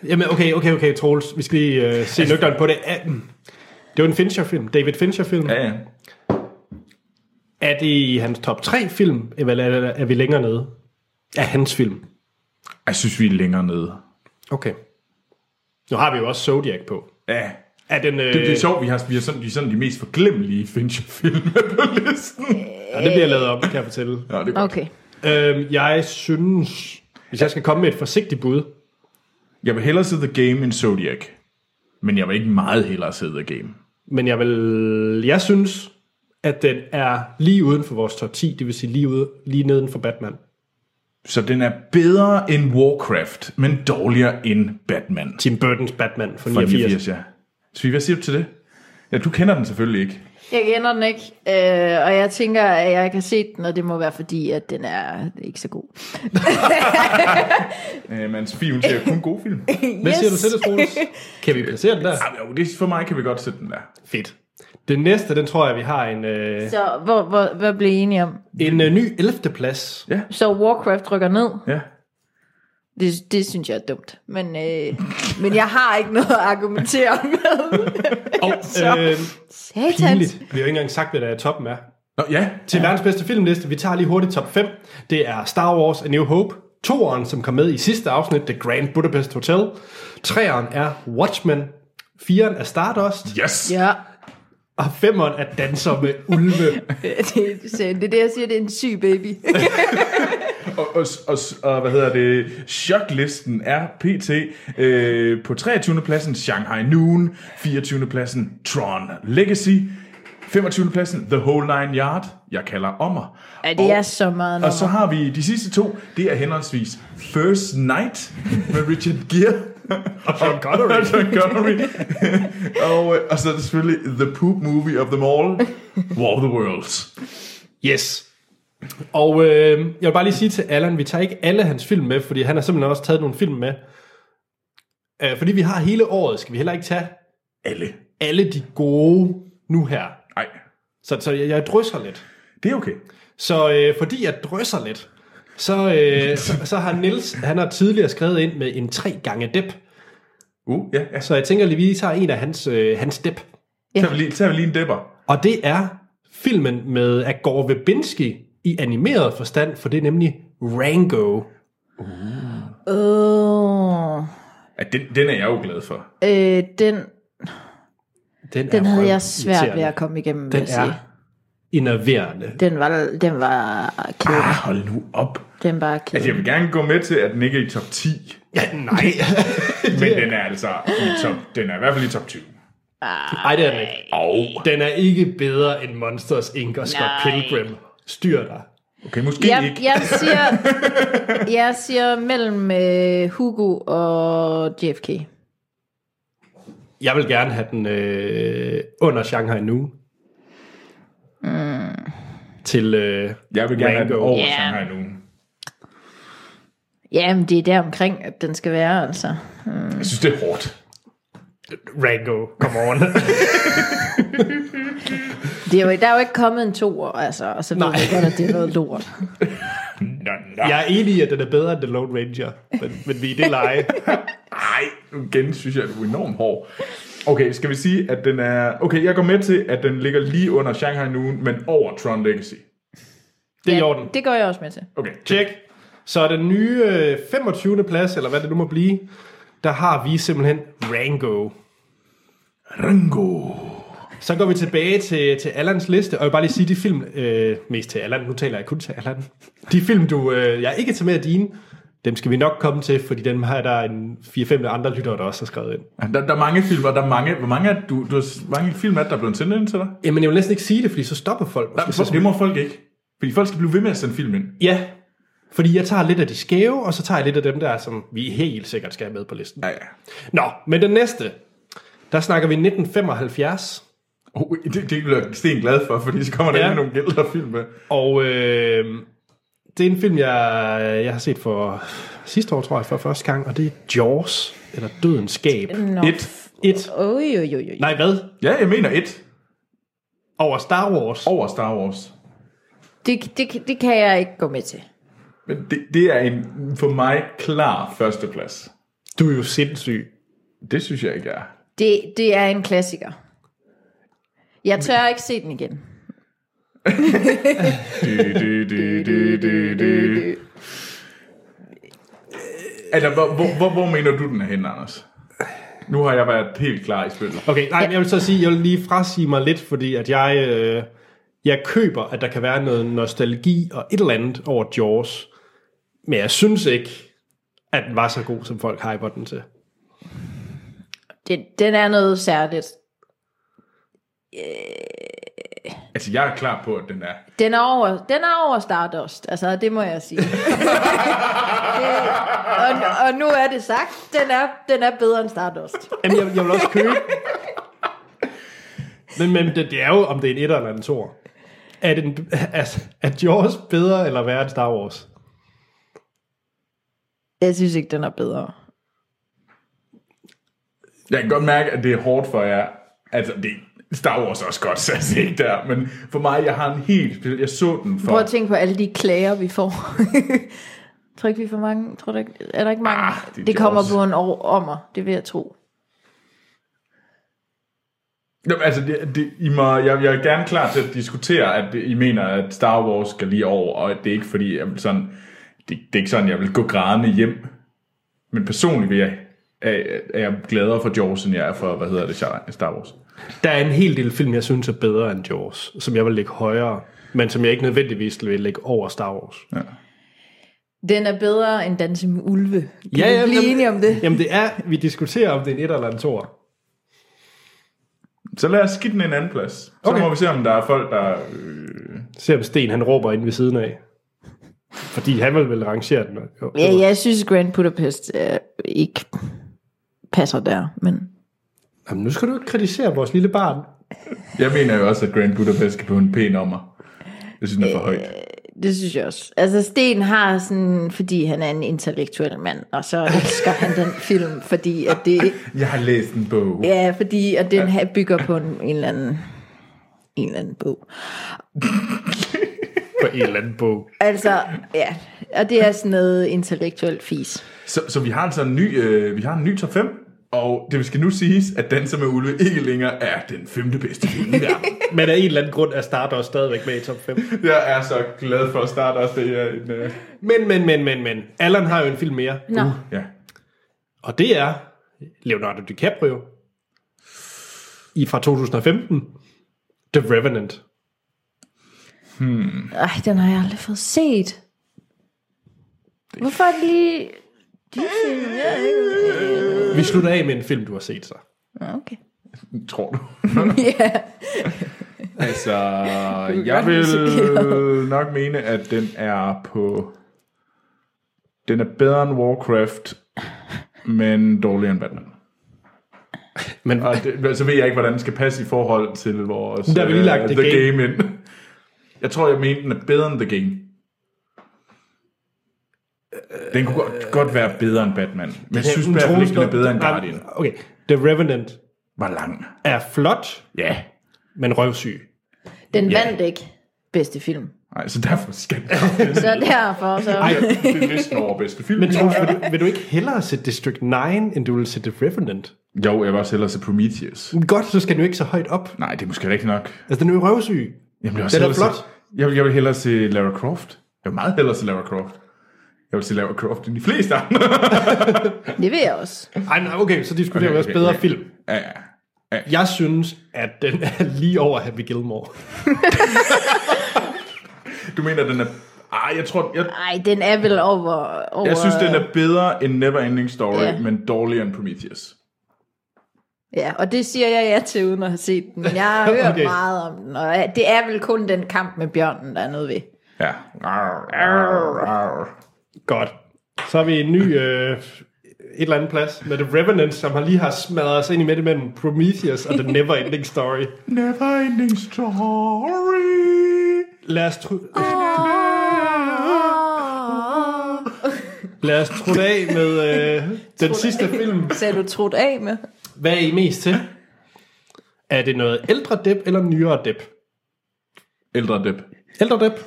[SPEAKER 1] Jamen, okay, okay, okay, Troels. Vi skal lige øh,
[SPEAKER 2] Altså-
[SPEAKER 1] se nøgteren på det. Er- Det var en Fincher-film. David Fincher-film.
[SPEAKER 2] Ja, ja.
[SPEAKER 1] Er det i hans top 3-film, eller er- er vi længere nede? Er hans film.
[SPEAKER 2] Jeg synes, vi er længere nede.
[SPEAKER 1] Okay. Nu har vi jo også Zodiac på.
[SPEAKER 2] Ja.
[SPEAKER 1] Er den, øh,
[SPEAKER 2] Det, det er sjovt, vi har, vi har sådan, de, er sådan de mest forglemmelige Fincher-film på listen.
[SPEAKER 1] Ja, det bliver lavet op, kan jeg fortælle.
[SPEAKER 2] Ja, det er godt.
[SPEAKER 3] Okay.
[SPEAKER 1] Øhm, jeg synes, hvis jeg skal komme med et forsigtigt bud,
[SPEAKER 2] Jeg vil hellere se The Game end Zodiac. Men jeg vil ikke meget hellere se The Game.
[SPEAKER 1] men jeg vil, jeg synes, at den er lige uden for vores top 10, det vil sige lige, ude, lige neden for Batman.
[SPEAKER 2] Så den er bedre end Warcraft, men dårligere end Batman.
[SPEAKER 1] Tim Burton's Batman fra
[SPEAKER 2] Fra
[SPEAKER 1] 89.
[SPEAKER 2] 89, ja. Svi, hvad siger du til det? Ja, du kender den selvfølgelig ikke.
[SPEAKER 3] Jeg kender den ikke, øh, og jeg tænker, at jeg ikke har set den, og det må være fordi, at den er ikke så god.
[SPEAKER 2] Øh, men Svi, hun siger kun gode [laughs] film. Ej,
[SPEAKER 1] Hvad yes. siger du
[SPEAKER 3] Yes.
[SPEAKER 1] til det, Troels? Kan vi placere den der?
[SPEAKER 2] jo, det, for mig kan vi godt sætte den der.
[SPEAKER 1] Fedt. Den næste, den tror jeg, vi har en, øh,
[SPEAKER 3] Så hvor, hvor, hvad blev I enige om?
[SPEAKER 1] en øh, ny 11. plads.
[SPEAKER 3] Så Warcraft rykker ned.
[SPEAKER 2] Ja.
[SPEAKER 3] Det, det synes jeg er dumt. Men, øh, men jeg har ikke noget at argumentere [laughs] med.
[SPEAKER 1] Og øh,
[SPEAKER 3] Satans.
[SPEAKER 1] pinligt. Vi har jo ikke engang sagt, hvad der er toppen er.
[SPEAKER 2] Nå, ja.
[SPEAKER 1] Til ja. verdens bedste filmliste, vi tager lige hurtigt top 5. Det er Star Wars A New Hope. Toeren, som kom med i sidste afsnit, The Grand Budapest Hotel. Treeren er Watchmen. Firen er Stardust.
[SPEAKER 2] Yes!
[SPEAKER 3] Ja, [laughs]
[SPEAKER 1] Og femeren er Danser med Ulve.
[SPEAKER 3] det, det, det er det, jeg siger, det er en syg baby.
[SPEAKER 2] Og, og, og, og, hvad hedder det? Choklisten er pt. Øh, på 23. pladsen Shanghai Noon, 24. pladsen Tron Legacy, 25. pladsen The Whole Nine Yard, jeg kalder Ommer.
[SPEAKER 3] Ja, det
[SPEAKER 2] Og-
[SPEAKER 3] er så meget
[SPEAKER 2] Og så
[SPEAKER 3] nummer.
[SPEAKER 2] har vi de sidste to, det er henholdsvis First Night med Richard Gere og Sean [laughs] Connery. og, Sean Connery. og, øh, og så er det selvfølgelig The Poop Movie of them all, War of the Worlds.
[SPEAKER 1] Yes. Og øh, jeg vil bare lige sige til Allan, vi tager ikke alle hans film med, fordi han har simpelthen også taget nogle film med. Øh, fordi vi har hele året, skal vi heller ikke tage
[SPEAKER 2] Alle.
[SPEAKER 1] alle de gode nu her.
[SPEAKER 2] Nej,
[SPEAKER 1] Så, så jeg, jeg drysser lidt.
[SPEAKER 2] det er okay.
[SPEAKER 1] Så øh, fordi jeg drysser lidt, så, øh, så, så har Nils, han har tidligere skrevet ind med en tre gange dep.
[SPEAKER 2] Uh, ja, ja.
[SPEAKER 1] Så jeg tænker lige, vi tager en af hans, øh, hans dep.
[SPEAKER 2] Så tager vi lige, tager vi lige en dæpper.
[SPEAKER 1] Og det er filmen med Agor Verbinski i animeret forstand, for det er nemlig Rango.
[SPEAKER 3] Åh,
[SPEAKER 2] Ja, den, den er jeg jo glad for.
[SPEAKER 3] øh, den,
[SPEAKER 1] Den,
[SPEAKER 3] den
[SPEAKER 1] er
[SPEAKER 3] havde jeg
[SPEAKER 1] irriterende.
[SPEAKER 3] svært ved at komme igennem, vil
[SPEAKER 1] Den
[SPEAKER 3] jeg sige.
[SPEAKER 1] er
[SPEAKER 3] [laughs]
[SPEAKER 1] enerverende.
[SPEAKER 3] Den var, den var kedelig.
[SPEAKER 2] Ah, hold nu op.
[SPEAKER 3] Den var
[SPEAKER 2] Altså, jeg
[SPEAKER 3] kedelig.
[SPEAKER 2] vil gerne gå med til, at den ikke er i top [laughs] 10.
[SPEAKER 1] Ja, nej.
[SPEAKER 2] Men den er altså i top, den er i hvert fald i top 20.
[SPEAKER 1] [laughs] Nej, det er den ikke.
[SPEAKER 2] Og,
[SPEAKER 1] Den er ikke bedre end Monsters Inc. og Scott
[SPEAKER 3] Nej.
[SPEAKER 1] Pilgrim. Styr dig.
[SPEAKER 2] okay, måske
[SPEAKER 3] Jeg,
[SPEAKER 2] ikke.
[SPEAKER 3] jeg, siger, jeg siger mellem øh, Hugo og JFK.
[SPEAKER 1] Jeg vil gerne have den øh, under Shanghai nu. Mm. Til øh,
[SPEAKER 3] Mm.
[SPEAKER 2] Jeg vil gerne have den
[SPEAKER 1] Rango.
[SPEAKER 2] over
[SPEAKER 3] Ja.
[SPEAKER 2] Shanghai Noon.
[SPEAKER 3] Jamen, det er der omkring, at den skal være, altså.
[SPEAKER 2] Jeg synes, det er hårdt.
[SPEAKER 1] Rango, come
[SPEAKER 3] [laughs]
[SPEAKER 1] on.
[SPEAKER 3] Det er jo, der er jo ikke kommet en toer, altså, og så ved jeg godt, at det er noget lort.
[SPEAKER 2] Nå, nå.
[SPEAKER 1] jeg er enig i, at den er bedre end The Lone Ranger, men, men vi er i det leje.
[SPEAKER 2] Ej, nu igen synes jeg, at du er enormt hård. Okay, skal vi sige, at den er... Okay, jeg går med til, at den ligger lige under Shanghai Noon, men over Tron Legacy.
[SPEAKER 1] Det er i orden.
[SPEAKER 3] det går jeg også med til.
[SPEAKER 2] Okay,
[SPEAKER 1] Tjek. Så den nye øh, 25. plads, eller hvad det nu må blive, der har vi simpelthen Rango.
[SPEAKER 2] Rango.
[SPEAKER 1] Så går vi tilbage til, til Allans liste, og jeg vil bare lige sige, de film, øh, mest til Allan, nu taler jeg kun til Allan, de film, du, øh, jeg ikke tager med af dine, dem skal vi nok komme til, fordi dem har der en 4-5 andre lyttere, der også har skrevet ind.
[SPEAKER 2] Der, der er mange film, og der er mange... Hvor mange, er, du, du har, hvor mange film er der, der er blevet sendt ind til dig?
[SPEAKER 1] Jamen, jeg vil næsten ikke sige det, fordi så stopper folk.
[SPEAKER 2] Der, for, det må folk ikke. Fordi folk skal blive ved med at sende film ind.
[SPEAKER 1] Ja, fordi jeg tager lidt af de skæve, og så tager jeg lidt af dem der, som vi helt sikkert skal have med på listen.
[SPEAKER 2] Ja, ja.
[SPEAKER 1] Nå, men den næste, der snakker vi 1975,
[SPEAKER 2] Oh, det, det bliver Sten glad for, fordi så kommer der
[SPEAKER 1] Ja.
[SPEAKER 2] ja. nogle gældre film med.
[SPEAKER 1] og øh, det er en film, jeg, jeg har set for sidste år, tror jeg, for første gang, og det er Jaws, eller Dødens Skab.
[SPEAKER 3] Nå.
[SPEAKER 2] Et.
[SPEAKER 1] Et.
[SPEAKER 3] Oj, oj, oj, oj.
[SPEAKER 1] Nej, hvad?
[SPEAKER 2] Ja, jeg mener et.
[SPEAKER 1] Over Star Wars.
[SPEAKER 2] Over Star Wars.
[SPEAKER 3] Det, det, det kan jeg ikke gå med til.
[SPEAKER 2] Men det, det er en for mig klar førsteplads.
[SPEAKER 1] Du er jo sindssyg.
[SPEAKER 2] Det synes jeg ikke er.
[SPEAKER 3] Det, det er en klassiker. Jeg tør ikke se den igen.
[SPEAKER 2] Du, du, du, du, du, du. Eller, hvor, hvor, hvor, hvor mener du, den er henne, Anders? Nu har jeg været helt klar i spillet.
[SPEAKER 1] Okay, nej, men jeg vil så sige, jeg vil lige frasige mig lidt, fordi at jeg, øh, jeg køber, at der kan være noget nostalgi og et eller andet over Jaws, men jeg synes ikke, at den var så god, som folk hyper den til.
[SPEAKER 3] Den, den er noget særligt.
[SPEAKER 2] Altså, jeg er klar på, at den er.
[SPEAKER 3] Den er over, den er over Stardust, altså det må jeg sige. det, og, og nu er det sagt, den er, den er bedre end Stardust.
[SPEAKER 1] Jamen, jeg, jeg vil også købe. Men, men det, det er jo, om det er en etter eller en toer. Er, den, er, er Jaws bedre eller værre end Star Wars?
[SPEAKER 3] Jeg synes ikke, den er bedre.
[SPEAKER 2] Jeg kan godt mærke, at det er hårdt for jer. Altså, det Star Wars er også godt, så jeg ikke der. Men for mig, jeg har en helt speciel... Jeg så den for...
[SPEAKER 3] Prøv at tænke på alle de klager, vi får. [laughs] tror ikke, vi får mange? Tror du ikke, er der ikke mange?
[SPEAKER 2] Ah, det er
[SPEAKER 3] det, det kommer
[SPEAKER 2] Jaws.
[SPEAKER 3] på en år ommer, det vil jeg tro.
[SPEAKER 2] Jamen, altså, det, det, I må, jeg, jeg er gerne klar til at diskutere, at I mener, at Star Wars skal lige over, og at det er ikke fordi, jeg vil sådan, det, det er ikke sådan, jeg vil gå grædende hjem. Men personligt vil jeg, er, er jeg gladere for Jaws, end jeg er for, hvad hedder det, Star Wars.
[SPEAKER 1] Der er en hel del film, jeg synes er bedre end Jaws, som jeg vil lægge højere, men som jeg ikke nødvendigvis vil lægge over Star Wars.
[SPEAKER 3] Den er bedre end Danse med Ulve. Kan
[SPEAKER 1] Ja,
[SPEAKER 3] vi
[SPEAKER 1] ja,
[SPEAKER 3] blive
[SPEAKER 1] jamen-
[SPEAKER 3] enige om det?
[SPEAKER 1] Jamen det er, vi diskuterer, om det er en et eller en toer.
[SPEAKER 2] Så lad os skidte den en anden plads. Så
[SPEAKER 1] Okay.
[SPEAKER 2] okay. må vi se, om der er folk, der... Øh,
[SPEAKER 1] Se om Sten han råber ind ved siden af. Fordi han vil vel rangere den. Jo.
[SPEAKER 3] Ja, jeg synes, Grand Budapest øh, ikke passer der, men...
[SPEAKER 1] Jamen, nu skal du ikke kritisere vores lille barn.
[SPEAKER 2] jeg mener jo også, at Grand Budapest skal på en pæn ommer. Jeg synes, den er for højt.
[SPEAKER 3] Det synes jeg også. Altså, Sten har sådan, fordi han er en intellektuel mand, og så elsker han den film, fordi at det,
[SPEAKER 2] Jeg har læst en bog.
[SPEAKER 3] ja, fordi at den her bygger på en, en, eller anden, en eller anden bog.
[SPEAKER 1] På en eller anden bog.
[SPEAKER 3] Altså, ja, og det er sådan noget intellektuelt fis.
[SPEAKER 2] Så, så vi har altså en ny, øh, vi har en ny top 5, og det skal nu siges, at Danser med Ulve ikke længere er den femte bedste film i verden.
[SPEAKER 1] Men af en eller anden grund er Stardust stadigvæk med i top 5.
[SPEAKER 2] [laughs] Jeg er så glad for at starte også det her. En, øh,
[SPEAKER 1] Men, men, men, men, men. Allan har jo en film mere.
[SPEAKER 3] Nå,
[SPEAKER 2] ja.
[SPEAKER 1] Og det er Leonardo DiCaprio. I fra 2015. The Revenant.
[SPEAKER 3] ej, den har jeg aldrig fået set. Hvorfor er det lige... De film, jeg ikke...
[SPEAKER 1] Vi slutter af med en film, du har set så.
[SPEAKER 3] Nå, Okay.
[SPEAKER 2] Tror du?
[SPEAKER 3] Ja.
[SPEAKER 2] Altså,
[SPEAKER 3] godt
[SPEAKER 2] jeg vil
[SPEAKER 3] risikere.
[SPEAKER 2] nok mene, at den er på... Den er bedre end Warcraft, men dårligere end Batman.
[SPEAKER 1] Men
[SPEAKER 2] Og det, så ved jeg ikke, hvordan den skal passe i forhold til vores
[SPEAKER 1] Der har vi lige lagt
[SPEAKER 2] øh,
[SPEAKER 1] The
[SPEAKER 2] the
[SPEAKER 1] Game.
[SPEAKER 2] game. ind. Jeg tror, jeg mente, den er bedre end The Game. Den kunne godt, godt være bedre end Batman. Men jeg synes i
[SPEAKER 1] Den
[SPEAKER 2] hvert fald ikke, den er
[SPEAKER 1] troneslot-
[SPEAKER 2] bedre end
[SPEAKER 1] Nej,
[SPEAKER 2] Guardian.
[SPEAKER 1] Okay, The Revenant
[SPEAKER 2] Var lang.
[SPEAKER 1] er flot,
[SPEAKER 2] Ja.
[SPEAKER 1] men røvsyg.
[SPEAKER 3] Den
[SPEAKER 2] Ja.
[SPEAKER 3] vandt ikke bedste film.
[SPEAKER 2] Nej, så derfor skal den
[SPEAKER 3] Så derfor så...
[SPEAKER 1] Ej,
[SPEAKER 2] det er næsten over bedste film.
[SPEAKER 1] men Troels, vil, du, vil du ikke hellere sætte District 9, end du vil sætte The Revenant?
[SPEAKER 2] Jo, jeg var også hellere til Prometheus.
[SPEAKER 1] Men Godt, så skal den jo ikke så højt op.
[SPEAKER 2] Nej, det er måske rigtigt nok.
[SPEAKER 1] Altså, den er jo røvsyg.
[SPEAKER 2] Jeg vil også
[SPEAKER 1] Den er
[SPEAKER 2] hellere
[SPEAKER 1] flot.
[SPEAKER 2] Se, jeg, vil, jeg vil hellere se Lara Croft. Jeg vil meget hellere se Lara Croft. Jeg vil se Lara Croft end de fleste andre.
[SPEAKER 3] Det vil jeg også.
[SPEAKER 1] Ej, nej, okay, så diskuterer
[SPEAKER 2] Okay,
[SPEAKER 1] vi også
[SPEAKER 2] okay,
[SPEAKER 1] bedre
[SPEAKER 2] okay.
[SPEAKER 1] film.
[SPEAKER 2] Ja, ja.
[SPEAKER 1] Jeg synes, at den er lige over Happy Gilmore.
[SPEAKER 2] Du mener, den er... Ah, jeg tror... Jeg,
[SPEAKER 3] Ej, den er vel over... over
[SPEAKER 2] jeg synes, den er bedre end Neverending Story,
[SPEAKER 3] Ja.
[SPEAKER 2] men dårligere end Prometheus.
[SPEAKER 3] Ja, og det siger jeg ja til, uden at have set den. Jeg har hørt
[SPEAKER 1] Okay.
[SPEAKER 3] okay. meget om den, og det er vel kun den kamp med bjørnen, der er noget ved.
[SPEAKER 2] Ja. Arr, arr, arr.
[SPEAKER 1] Godt. Så har vi en ny øh, et eller andet plads med The Revenant, som har lige har smadret sig ind i midten mellem Prometheus og The
[SPEAKER 2] [laughs]
[SPEAKER 1] Neverending Story.
[SPEAKER 2] Neverending Story.
[SPEAKER 1] Lad os, tru- lad os trutte af med øh, den sidste film.
[SPEAKER 3] Så er du trudt af med?
[SPEAKER 1] Hvad er I mest til? Er det noget ældre dip eller nyere dip?
[SPEAKER 2] Ældre dip.
[SPEAKER 1] Ældre dip.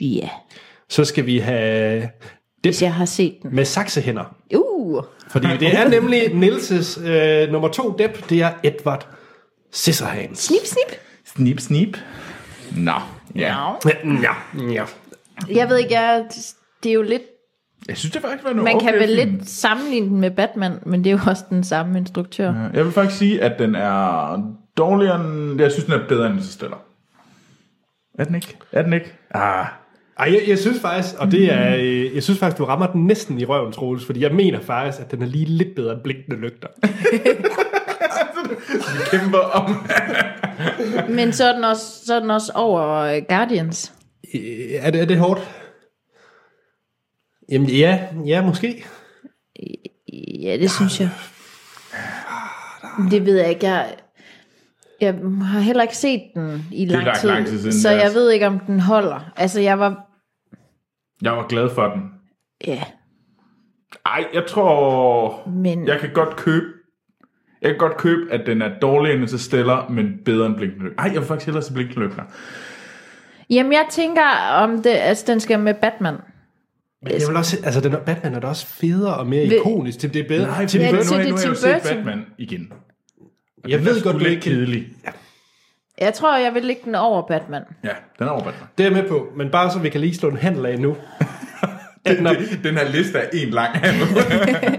[SPEAKER 3] Ja,
[SPEAKER 1] Så skal vi have dip
[SPEAKER 3] hvis jeg har set den.
[SPEAKER 1] med saksehænder.
[SPEAKER 3] Uh,
[SPEAKER 1] Fordi det er nemlig Nilses øh, nummer to dep, det er Edward Scissorhands.
[SPEAKER 3] snip, snip.
[SPEAKER 2] Snip, snip. Nå, ja.
[SPEAKER 1] Ja, ja.
[SPEAKER 3] Jeg ved ikke, jeg, det er jo lidt...
[SPEAKER 2] Jeg synes, det faktisk var noget
[SPEAKER 3] Man
[SPEAKER 2] okay
[SPEAKER 3] kan vel
[SPEAKER 2] film.
[SPEAKER 3] lidt sammenligne den med Batman, men det er jo også den samme instruktør. Ja.
[SPEAKER 2] Jeg vil faktisk sige, at den er dårligere end... Jeg synes, den er bedre end Interstellar. Er den ikke? Er den ikke? Ah,
[SPEAKER 1] Ej, jeg, jeg synes faktisk, og det er, øh, jeg synes faktisk, du rammer den næsten i røven, Troels, fordi jeg mener faktisk, at den er lige lidt bedre end blinkende lygter.
[SPEAKER 2] vi kæmper om...
[SPEAKER 3] Men så er, den også, så er den også over øh, Guardians.
[SPEAKER 1] Øh, Er det, er det hårdt? Jamen ja, ja måske.
[SPEAKER 3] Ja, det Ah, synes jeg. Det ved jeg ikke. Jeg, jeg har heller ikke set den i lang,
[SPEAKER 2] lang,
[SPEAKER 3] tid,
[SPEAKER 2] lang tid siden,
[SPEAKER 3] så
[SPEAKER 2] ja.
[SPEAKER 3] jeg ved ikke, om den holder. Altså, jeg var...
[SPEAKER 2] Jeg var glad for den.
[SPEAKER 3] Ja,
[SPEAKER 2] Ej, jeg tror...
[SPEAKER 3] men...
[SPEAKER 2] Jeg kan godt købe... Jeg kan godt købe, at den er dårligere end Interstellar, men bedre end Blinkende Lygter. Ej, jeg vil faktisk hellere se Blinkende Lygter.
[SPEAKER 3] Jamen, jeg tænker, om det, altså, den skal med Batman.
[SPEAKER 1] Men jeg vil også, altså den er- Batman er da også federe og mere
[SPEAKER 3] Ved-
[SPEAKER 1] ikonisk, til det er bedre.
[SPEAKER 2] Nej,
[SPEAKER 1] Tim
[SPEAKER 2] Tim Burton,
[SPEAKER 1] Burton-
[SPEAKER 2] nu, har
[SPEAKER 3] til
[SPEAKER 2] jeg-
[SPEAKER 3] det
[SPEAKER 2] nu har jeg jo set
[SPEAKER 3] Tim Burton.
[SPEAKER 2] Batman igen. Og
[SPEAKER 1] Jeg
[SPEAKER 2] den
[SPEAKER 1] ved
[SPEAKER 2] er
[SPEAKER 1] godt,
[SPEAKER 2] sgu
[SPEAKER 1] du
[SPEAKER 2] lidt
[SPEAKER 1] ikke kan-
[SPEAKER 2] kedelig.
[SPEAKER 3] Jeg tror, jeg vil lægge den over Batman.
[SPEAKER 2] Ja, den er over
[SPEAKER 1] [laughs]
[SPEAKER 2] Batman.
[SPEAKER 1] Det er jeg med på, men bare så vi kan lige slå en handel af nu. At når,
[SPEAKER 2] Det, [laughs] den her liste er en
[SPEAKER 1] [laughs]
[SPEAKER 2] lang handel.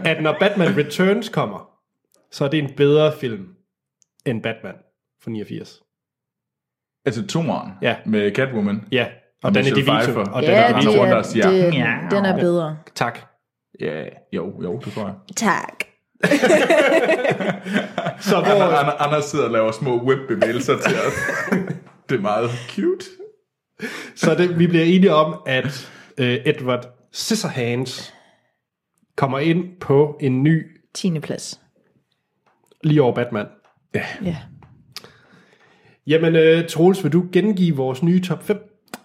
[SPEAKER 1] at når Batman Returns kommer, så er det en bedre film end Batman fra 89.
[SPEAKER 2] altså toeren
[SPEAKER 1] Ja.
[SPEAKER 2] med Catwoman.
[SPEAKER 1] Ja, og
[SPEAKER 2] Og
[SPEAKER 1] Danny
[SPEAKER 2] Michelle
[SPEAKER 1] DeVito.
[SPEAKER 2] Pfeiffer.
[SPEAKER 1] Og
[SPEAKER 2] Ja,
[SPEAKER 1] Danny
[SPEAKER 2] de-
[SPEAKER 1] DeVito.
[SPEAKER 2] andre rundt, der siger,
[SPEAKER 3] det, den er bedre.
[SPEAKER 1] Tak.
[SPEAKER 2] Ja, jo, jo, det tror jeg.
[SPEAKER 3] Tak.
[SPEAKER 1] Så
[SPEAKER 2] Anders,
[SPEAKER 1] hvor,
[SPEAKER 2] Anders, Anders sidder og laver små webbevægelser til
[SPEAKER 1] [laughs]
[SPEAKER 2] os. det er meget cute.
[SPEAKER 1] så det, vi bliver enige om, at øh, Edward Scissorhands kommer ind på en ny,
[SPEAKER 3] 10. plads.
[SPEAKER 1] lige over Batman.
[SPEAKER 3] Ja.
[SPEAKER 1] Jamen, øh, Troels, vil du gengive vores nye top 5?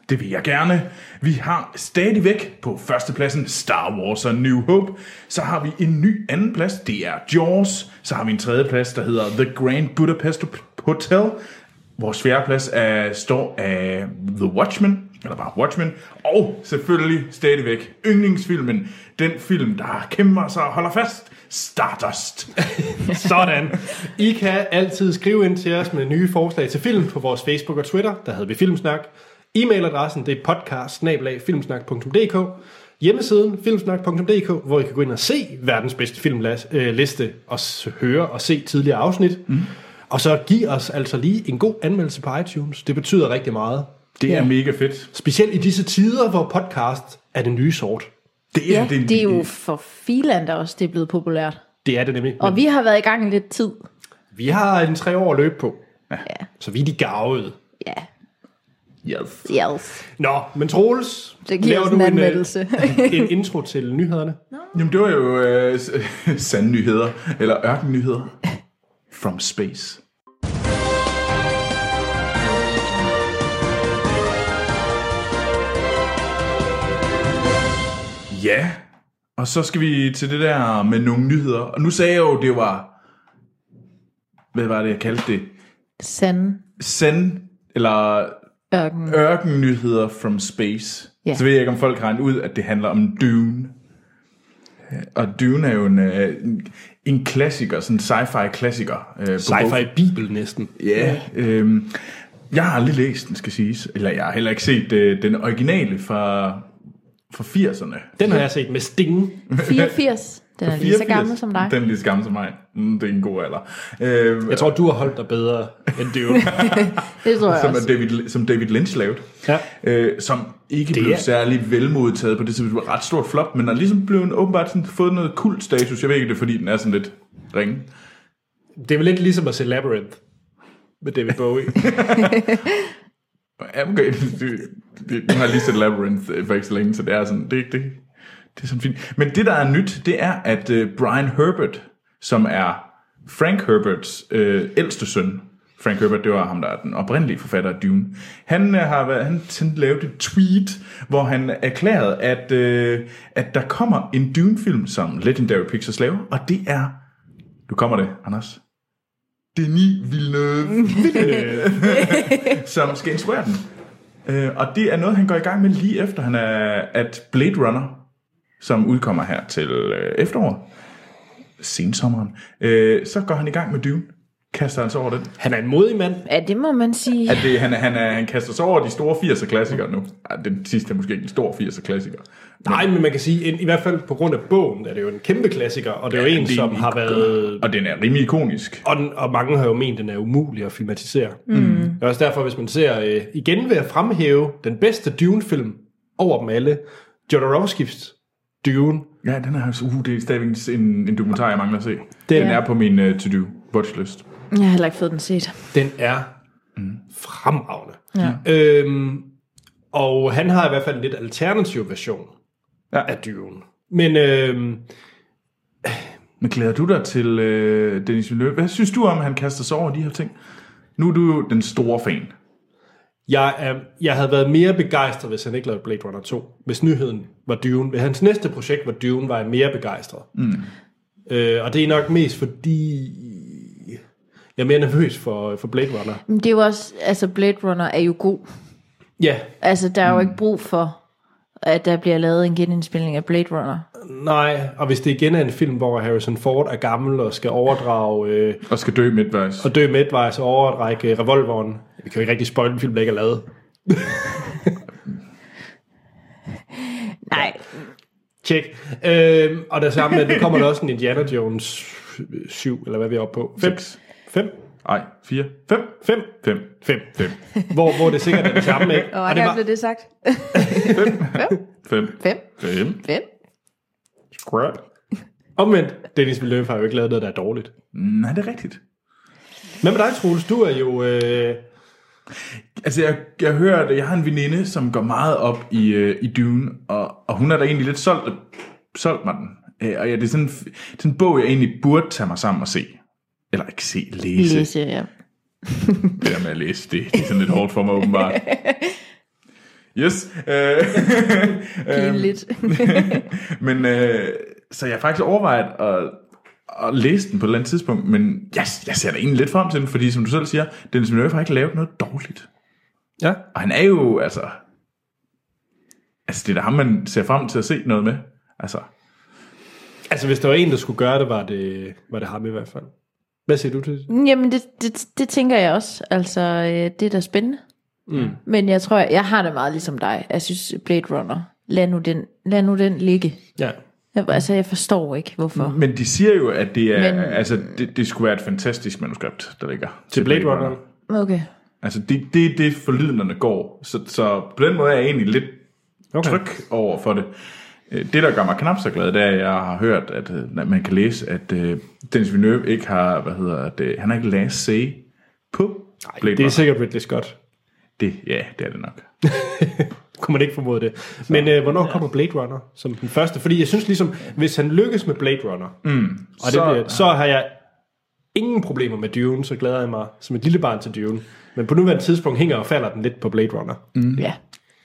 [SPEAKER 2] Det vil jeg gerne. Vi har stadigvæk på førstepladsen Star Wars og New Hope. Så har vi en ny andenplads, det er Jaws. Så har vi en tredjeplads, der hedder The Grand Budapest Hotel. Vores fjerdeplads er, står af The Watchmen, eller bare Watchmen. Og selvfølgelig stadigvæk yndlingsfilmen. Den film, der kæmper sig og holder fast. Stardust.
[SPEAKER 1] Sådan. I kan altid skrive ind til os med nye forslag til film på vores Facebook og Twitter. Der hedder vi Filmsnak. E-mailadressen det er podcast Hjemmesiden filmsnak.dk, hvor I kan gå ind og se verdens bedste filmliste og s- høre og se tidligere afsnit. Mm. Og så giv os altså lige en god anmeldelse på iTunes. Det betyder rigtig meget.
[SPEAKER 2] Det er mega fedt.
[SPEAKER 1] Specielt i disse tider, hvor podcast er det nye sort.
[SPEAKER 2] Det
[SPEAKER 3] Ja, det er jo for filan, der også det er blevet populært.
[SPEAKER 1] Det er det nemlig.
[SPEAKER 3] Og vi har været i gang i lidt tid.
[SPEAKER 1] Vi har en tre år at løbe på,
[SPEAKER 3] Ja.
[SPEAKER 1] så vi er de gavede.
[SPEAKER 3] Ja.
[SPEAKER 2] Yes.
[SPEAKER 3] Yes.
[SPEAKER 1] Nå, men Troels,
[SPEAKER 3] Så giver
[SPEAKER 1] laver
[SPEAKER 3] os en
[SPEAKER 1] du øh,
[SPEAKER 3] anmeldelse.
[SPEAKER 1] [laughs] En, en intro til nyhederne.
[SPEAKER 2] Jamen, det var jo øh, s- [laughs] sandnyheder, eller ørkennyheder. From space. Ja, Og så skal vi til det der med nogle nyheder. Og nu sagde jeg jo, det var... Hvad var det, jeg kaldte det?
[SPEAKER 3] Sand,
[SPEAKER 2] [laughs] Send, eller
[SPEAKER 3] ørken.
[SPEAKER 2] ørkennyheder from space.
[SPEAKER 3] Ja.
[SPEAKER 2] Så ved jeg ikke, om folk har regnet ud, at det handler om Dune. Og Dune er jo en, øh, en- en klassiker, sådan en sci-fi-klassiker. Øh, på
[SPEAKER 1] Sci-fi-bibel næsten.
[SPEAKER 2] Ja, øhm, jeg har aldrig læst den, skal siges. Eller jeg har heller ikke set øh, den originale fra, fra 80'erne.
[SPEAKER 1] Den har jeg set med Sting.
[SPEAKER 3] 84. Den er lige så
[SPEAKER 2] 84.
[SPEAKER 3] gammel som dig.
[SPEAKER 2] Den er lige så gammel som mig. Mm, det er en god alder. Øhm,
[SPEAKER 1] Jeg tror, du har holdt dig bedre end det jo.
[SPEAKER 3] Det tror jeg
[SPEAKER 2] som,
[SPEAKER 3] også.
[SPEAKER 2] er David, som David Lynch lavede.
[SPEAKER 1] [laughs] Ja.
[SPEAKER 2] Øh, som ikke
[SPEAKER 1] Det
[SPEAKER 2] blev
[SPEAKER 1] er-
[SPEAKER 2] særlig velmodtaget på det tidspunkt. Det var et ret stort flop, men har ligesom blevet åbenbart sådan, fået noget kult status. Jeg ved ikke, det er fordi, den er sådan lidt ringe.
[SPEAKER 1] Det er vel lidt ligesom at se Labyrinth med David Bowie.
[SPEAKER 2] Ja, okay. Det, det, det, nu har jeg lige set Labyrinth øh, for ikke så længe, så det er sådan, det, det, det er sådan fint. Men det, der er nyt, det er, at øh, Brian Herbert, som er Frank Herberts øh, ældste søn, Frank Herbert, det var ham, der er den oprindelige forfatter af Dune, han øh, har været, han tændte lavet et tweet, hvor han erklærede, at, øh, at der kommer en Dune-film, som Legendary Pictures laver, og det er, nu kommer det, Anders, Denis Villeneuve som skal instruere den. Øh, og det er noget, han går i gang med lige efter, han er, at Blade Runner, som udkommer her til øh, efteråret, sensommeren, øh, så går han i gang med Dune. Kaster han sig over den.
[SPEAKER 1] Han er en modig mand.
[SPEAKER 3] Ja, det må man sige.
[SPEAKER 2] At det, han, er- han, er, han kaster sig over de store 80'er klassikere nu. Ej, den sidste er måske ikke en stor 80'er klassiker.
[SPEAKER 1] Nej, men man kan sige, en- i hvert fald på grund af bogen, er det jo en kæmpe klassiker, og det er jo
[SPEAKER 2] Ja,
[SPEAKER 1] en,
[SPEAKER 2] det er
[SPEAKER 1] som
[SPEAKER 2] en-
[SPEAKER 1] har været...
[SPEAKER 2] Og den er rimelig ikonisk.
[SPEAKER 1] Og, den- og mange har jo ment, at den er umulig at filmatisere. Mm. Det er også derfor, hvis man ser øh, igen ved at fremhæve den bedste Dune-film over dem alle, Jodorowskis Dune,
[SPEAKER 2] Ja, den er, uh, det er stadigvæk en, en dokumentar, jeg mangler at se. Den
[SPEAKER 3] Ja.
[SPEAKER 2] er på min uh, to-do watchlist.
[SPEAKER 3] Jeg har heller ikke fået den set.
[SPEAKER 1] den er fremragende. Ja. Øhm, og han har i hvert fald en lidt alternativ version
[SPEAKER 2] Ja.
[SPEAKER 1] ja. af Dune. Men øhm,
[SPEAKER 2] Men glæder du dig til øh, Dennis Villeneuve? Hvad synes du om, at han kaster sig over de her ting? Nu er du jo den store fan.
[SPEAKER 1] Jeg, er, jeg havde været mere begejstret, hvis han ikke lavede Blade Runner 2. Hvis nyheden var Dune. Hvis hans næste projekt var Dune, var jeg mere begejstret. Mm. Øh, og det er nok mest fordi... Jeg er mere nervøs for, for Blade Runner.
[SPEAKER 3] Men det er jo også, altså Blade Runner er jo god.
[SPEAKER 1] Ja,
[SPEAKER 3] Altså, der er jo ikke brug for, at der bliver lavet en genindspilning af Blade Runner.
[SPEAKER 1] nej. Og hvis det igen er en film, hvor Harrison Ford er gammel og skal overdrage... Øh,
[SPEAKER 2] Og skal dø midtvejs.
[SPEAKER 1] og dø midtvejs og overrække øh, revolveren. Vi kan jo ikke rigtig spoil en film, der ikke er lavet.
[SPEAKER 3] Nej,
[SPEAKER 1] Tjek. Øh, og der sammen med, nu kommer der også en Indiana Jones 7, eller hvad vi er oppe på. 5?
[SPEAKER 2] Seks.
[SPEAKER 1] 5?
[SPEAKER 2] Nej, fire. Fem.
[SPEAKER 1] 5?
[SPEAKER 2] Fem.
[SPEAKER 1] 5.
[SPEAKER 2] Fem.
[SPEAKER 1] hvor, hvor det sikkert er det samme, ikke?
[SPEAKER 3] og, og det
[SPEAKER 1] det
[SPEAKER 3] var... blev det sagt.
[SPEAKER 2] Fem.
[SPEAKER 3] Fem.
[SPEAKER 2] Fem.
[SPEAKER 3] Fem.
[SPEAKER 2] Scrap.
[SPEAKER 1] Omvendt, Dennis Villeneuve har jo ikke lavet noget, der er dårligt.
[SPEAKER 2] Nej, det er rigtigt.
[SPEAKER 1] Men med dig, Troels, du er jo... Øh,
[SPEAKER 2] Altså, jeg, jeg hører, at jeg har en veninde, som går meget op i, øh, i Dune, og, og hun er da egentlig lidt solgt, solgt mig den. Øh, og ja, det er sådan, en f- det er sådan en bog, jeg egentlig burde tage mig sammen og se. Eller ikke se, læse.
[SPEAKER 3] Læse, ja.
[SPEAKER 2] Det der med at læse, det, det er sådan lidt hårdt for mig åbenbart. Yes. Øh,
[SPEAKER 3] Øhm. Pinligt.
[SPEAKER 2] men, øh, så jeg har faktisk overvejet at, at læse den på et eller andet tidspunkt, men jeg, jeg ser da egentlig lidt frem til den, fordi som du selv siger, Dennis Villeneuve har ikke lavet noget dårligt.
[SPEAKER 1] ja.
[SPEAKER 2] Og han er jo, altså... Altså, det er da ham, man ser frem til at se noget med. Altså,
[SPEAKER 1] Altså, hvis der var en, der skulle gøre det, var det, var det ham i hvert fald. Hvad siger du til det?
[SPEAKER 3] [laughs] Jamen, det, det, det tænker jeg også. Altså, øh, det er da spændende. Mm. Men jeg tror, jeg, jeg har det meget ligesom dig. Jeg synes, Blade Runner, lad nu den, lad nu den ligge.
[SPEAKER 1] Ja.
[SPEAKER 3] Jeg, altså, jeg forstår ikke, hvorfor. Mm.
[SPEAKER 2] men de siger jo, at det er,
[SPEAKER 3] Men-
[SPEAKER 2] men, altså, det, det skulle være et fantastisk manuskript, der ligger.
[SPEAKER 1] Til Blade Runner.
[SPEAKER 3] Okay.
[SPEAKER 2] Altså, det det er det, forlydenderne går. Så, så på den måde er jeg egentlig lidt
[SPEAKER 1] Okay.
[SPEAKER 2] okay. tryg over for det. Øh, Det, der gør mig knap så glad, det er, at jeg har hørt, at, øh, at man kan læse, at uh, Dennis Villeneuve ikke har, hvad hedder det, han har ikke læst se på
[SPEAKER 1] Ej,
[SPEAKER 2] Blade
[SPEAKER 1] det er
[SPEAKER 2] Runner.
[SPEAKER 1] sikkert Ridley Scott.
[SPEAKER 2] Det, ja, det er det nok.
[SPEAKER 1] Kunne man ikke formode det. Men øh, hvornår kommer Blade Runner som den første? Fordi jeg synes ligesom, hvis han lykkes med Blade Runner, mm, og det
[SPEAKER 2] så-
[SPEAKER 1] bliver, så har jeg ingen problemer med Dune, så glæder jeg mig som et lille barn til Dune. Men på nuværende tidspunkt hænger og falder den lidt på Blade Runner.
[SPEAKER 3] Mm. Ja.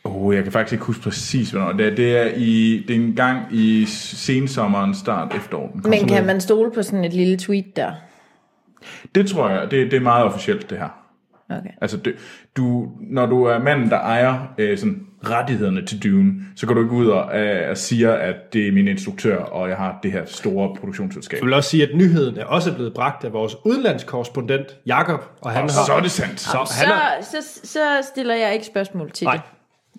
[SPEAKER 2] Oh, jeg kan faktisk ikke huske præcis, hvornår det er. Det er, i, det er en gang i sensommeren, start efteråret. den kom.
[SPEAKER 3] Men kan man stole på sådan et lille tweet der?
[SPEAKER 2] Det tror jeg, det, det er meget officielt det her.
[SPEAKER 3] Okay.
[SPEAKER 2] Altså, det, du, når du er manden, der ejer øh, sådan, rettighederne til Dune, så går du ikke ud og, øh, og siger, at det er min instruktør, og jeg har det her store produktionsselskab.
[SPEAKER 1] Jeg vil også sige, at nyheden er også blevet bragt af vores udenlandskorrespondent, Jakob, og han
[SPEAKER 2] Og
[SPEAKER 1] har...
[SPEAKER 2] så er det sandt. Så.
[SPEAKER 1] så, han
[SPEAKER 3] Så,
[SPEAKER 1] har,
[SPEAKER 3] så, så stiller jeg ikke spørgsmål til
[SPEAKER 1] nej,
[SPEAKER 3] det.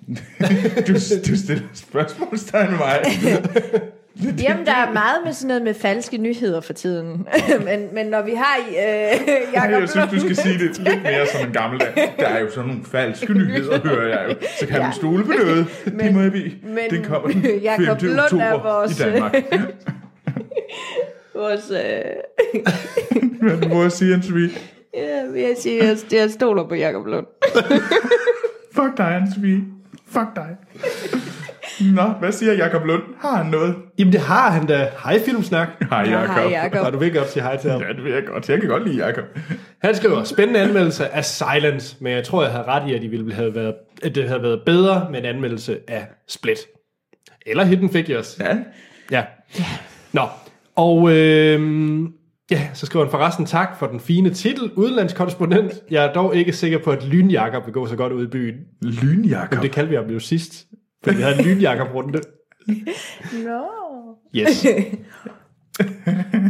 [SPEAKER 2] [laughs] Du, du stiller spørgsmålstegn med mig.
[SPEAKER 3] Jamen, der er meget med sådan noget med falske nyheder for tiden. [laughs] men, men når vi har øh, [laughs] Jacob
[SPEAKER 2] Jeg synes, du skal sige det lidt mere som en gammel dag. Der er jo sådan nogle falske nyheder, hører jeg jo. Så kan
[SPEAKER 3] Ja.
[SPEAKER 2] ja. man stole på noget. Men, det må jeg blive.
[SPEAKER 3] men
[SPEAKER 2] Den kommer den 5.
[SPEAKER 3] Jakob Lund er
[SPEAKER 2] oktober
[SPEAKER 3] vores-
[SPEAKER 2] i Danmark.
[SPEAKER 3] [laughs] vores... Øh,
[SPEAKER 2] Hvad må jeg sige, Anne-Sophie?
[SPEAKER 3] ja, jeg, siger, jeg, jeg stoler på Jacob Lund.
[SPEAKER 2] Fuck dig, Anne-Sophie. Fuck [laughs] dig. Nå, hvad siger Jakob Lund? Har han noget?
[SPEAKER 1] jamen det har han da. Hej Filmsnak.
[SPEAKER 2] Hej,
[SPEAKER 3] Ja, hej,
[SPEAKER 2] Jakob.
[SPEAKER 3] Jakob.
[SPEAKER 1] Har du virkelig op til hej til ham?
[SPEAKER 2] Ja, det vil jeg godt. Jeg kan godt lide Jakob.
[SPEAKER 1] Han skriver, spændende anmeldelse af Silence, men jeg tror, jeg havde ret i, at, de ville have været, at det havde været bedre med en anmeldelse af Split. Eller Hidden Figures.
[SPEAKER 2] Ja.
[SPEAKER 1] Ja. Nå, og øhm, ja, så skriver han forresten tak for den fine titel, udenlandskorrespondent. Jeg er dog ikke sikker på, at Lynjakob vil gå så godt ud i byen.
[SPEAKER 2] Lyn, Jakob.
[SPEAKER 1] Det kaldte vi ham jo sidst, fordi vi havde en Lynjakob-runde.
[SPEAKER 3] Nå.
[SPEAKER 1] Yes.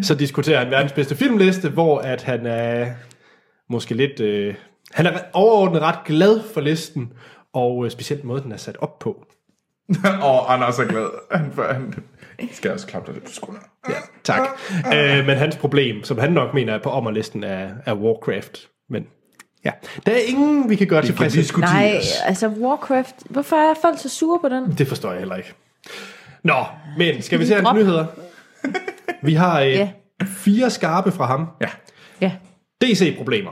[SPEAKER 1] [laughs] så diskuterer han verdens bedste filmliste, hvor at han er måske lidt... Øh, han er overordnet ret glad for listen, og øh, specielt måden, den er sat op på.
[SPEAKER 2] Og Anders er glad. Han, han skal også klappe dig lidt på skulderen.
[SPEAKER 1] Ja, tak. Øh, men hans problem, som han nok mener er på ommerlisten, er, er Warcraft. Men ja, der er ingen, vi kan gøre
[SPEAKER 2] kan
[SPEAKER 1] tilfredse.
[SPEAKER 3] Nej,
[SPEAKER 2] diskuteres.
[SPEAKER 3] altså Warcraft... Hvorfor er folk så sure på den?
[SPEAKER 1] Det forstår jeg heller ikke. Nå, men skal vi se hans
[SPEAKER 3] Drop. [laughs]
[SPEAKER 1] nyheder? Vi har øh,
[SPEAKER 3] Ja.
[SPEAKER 1] fire skarpe fra ham.
[SPEAKER 2] Ja.
[SPEAKER 3] Ja.
[SPEAKER 1] DC-problemer.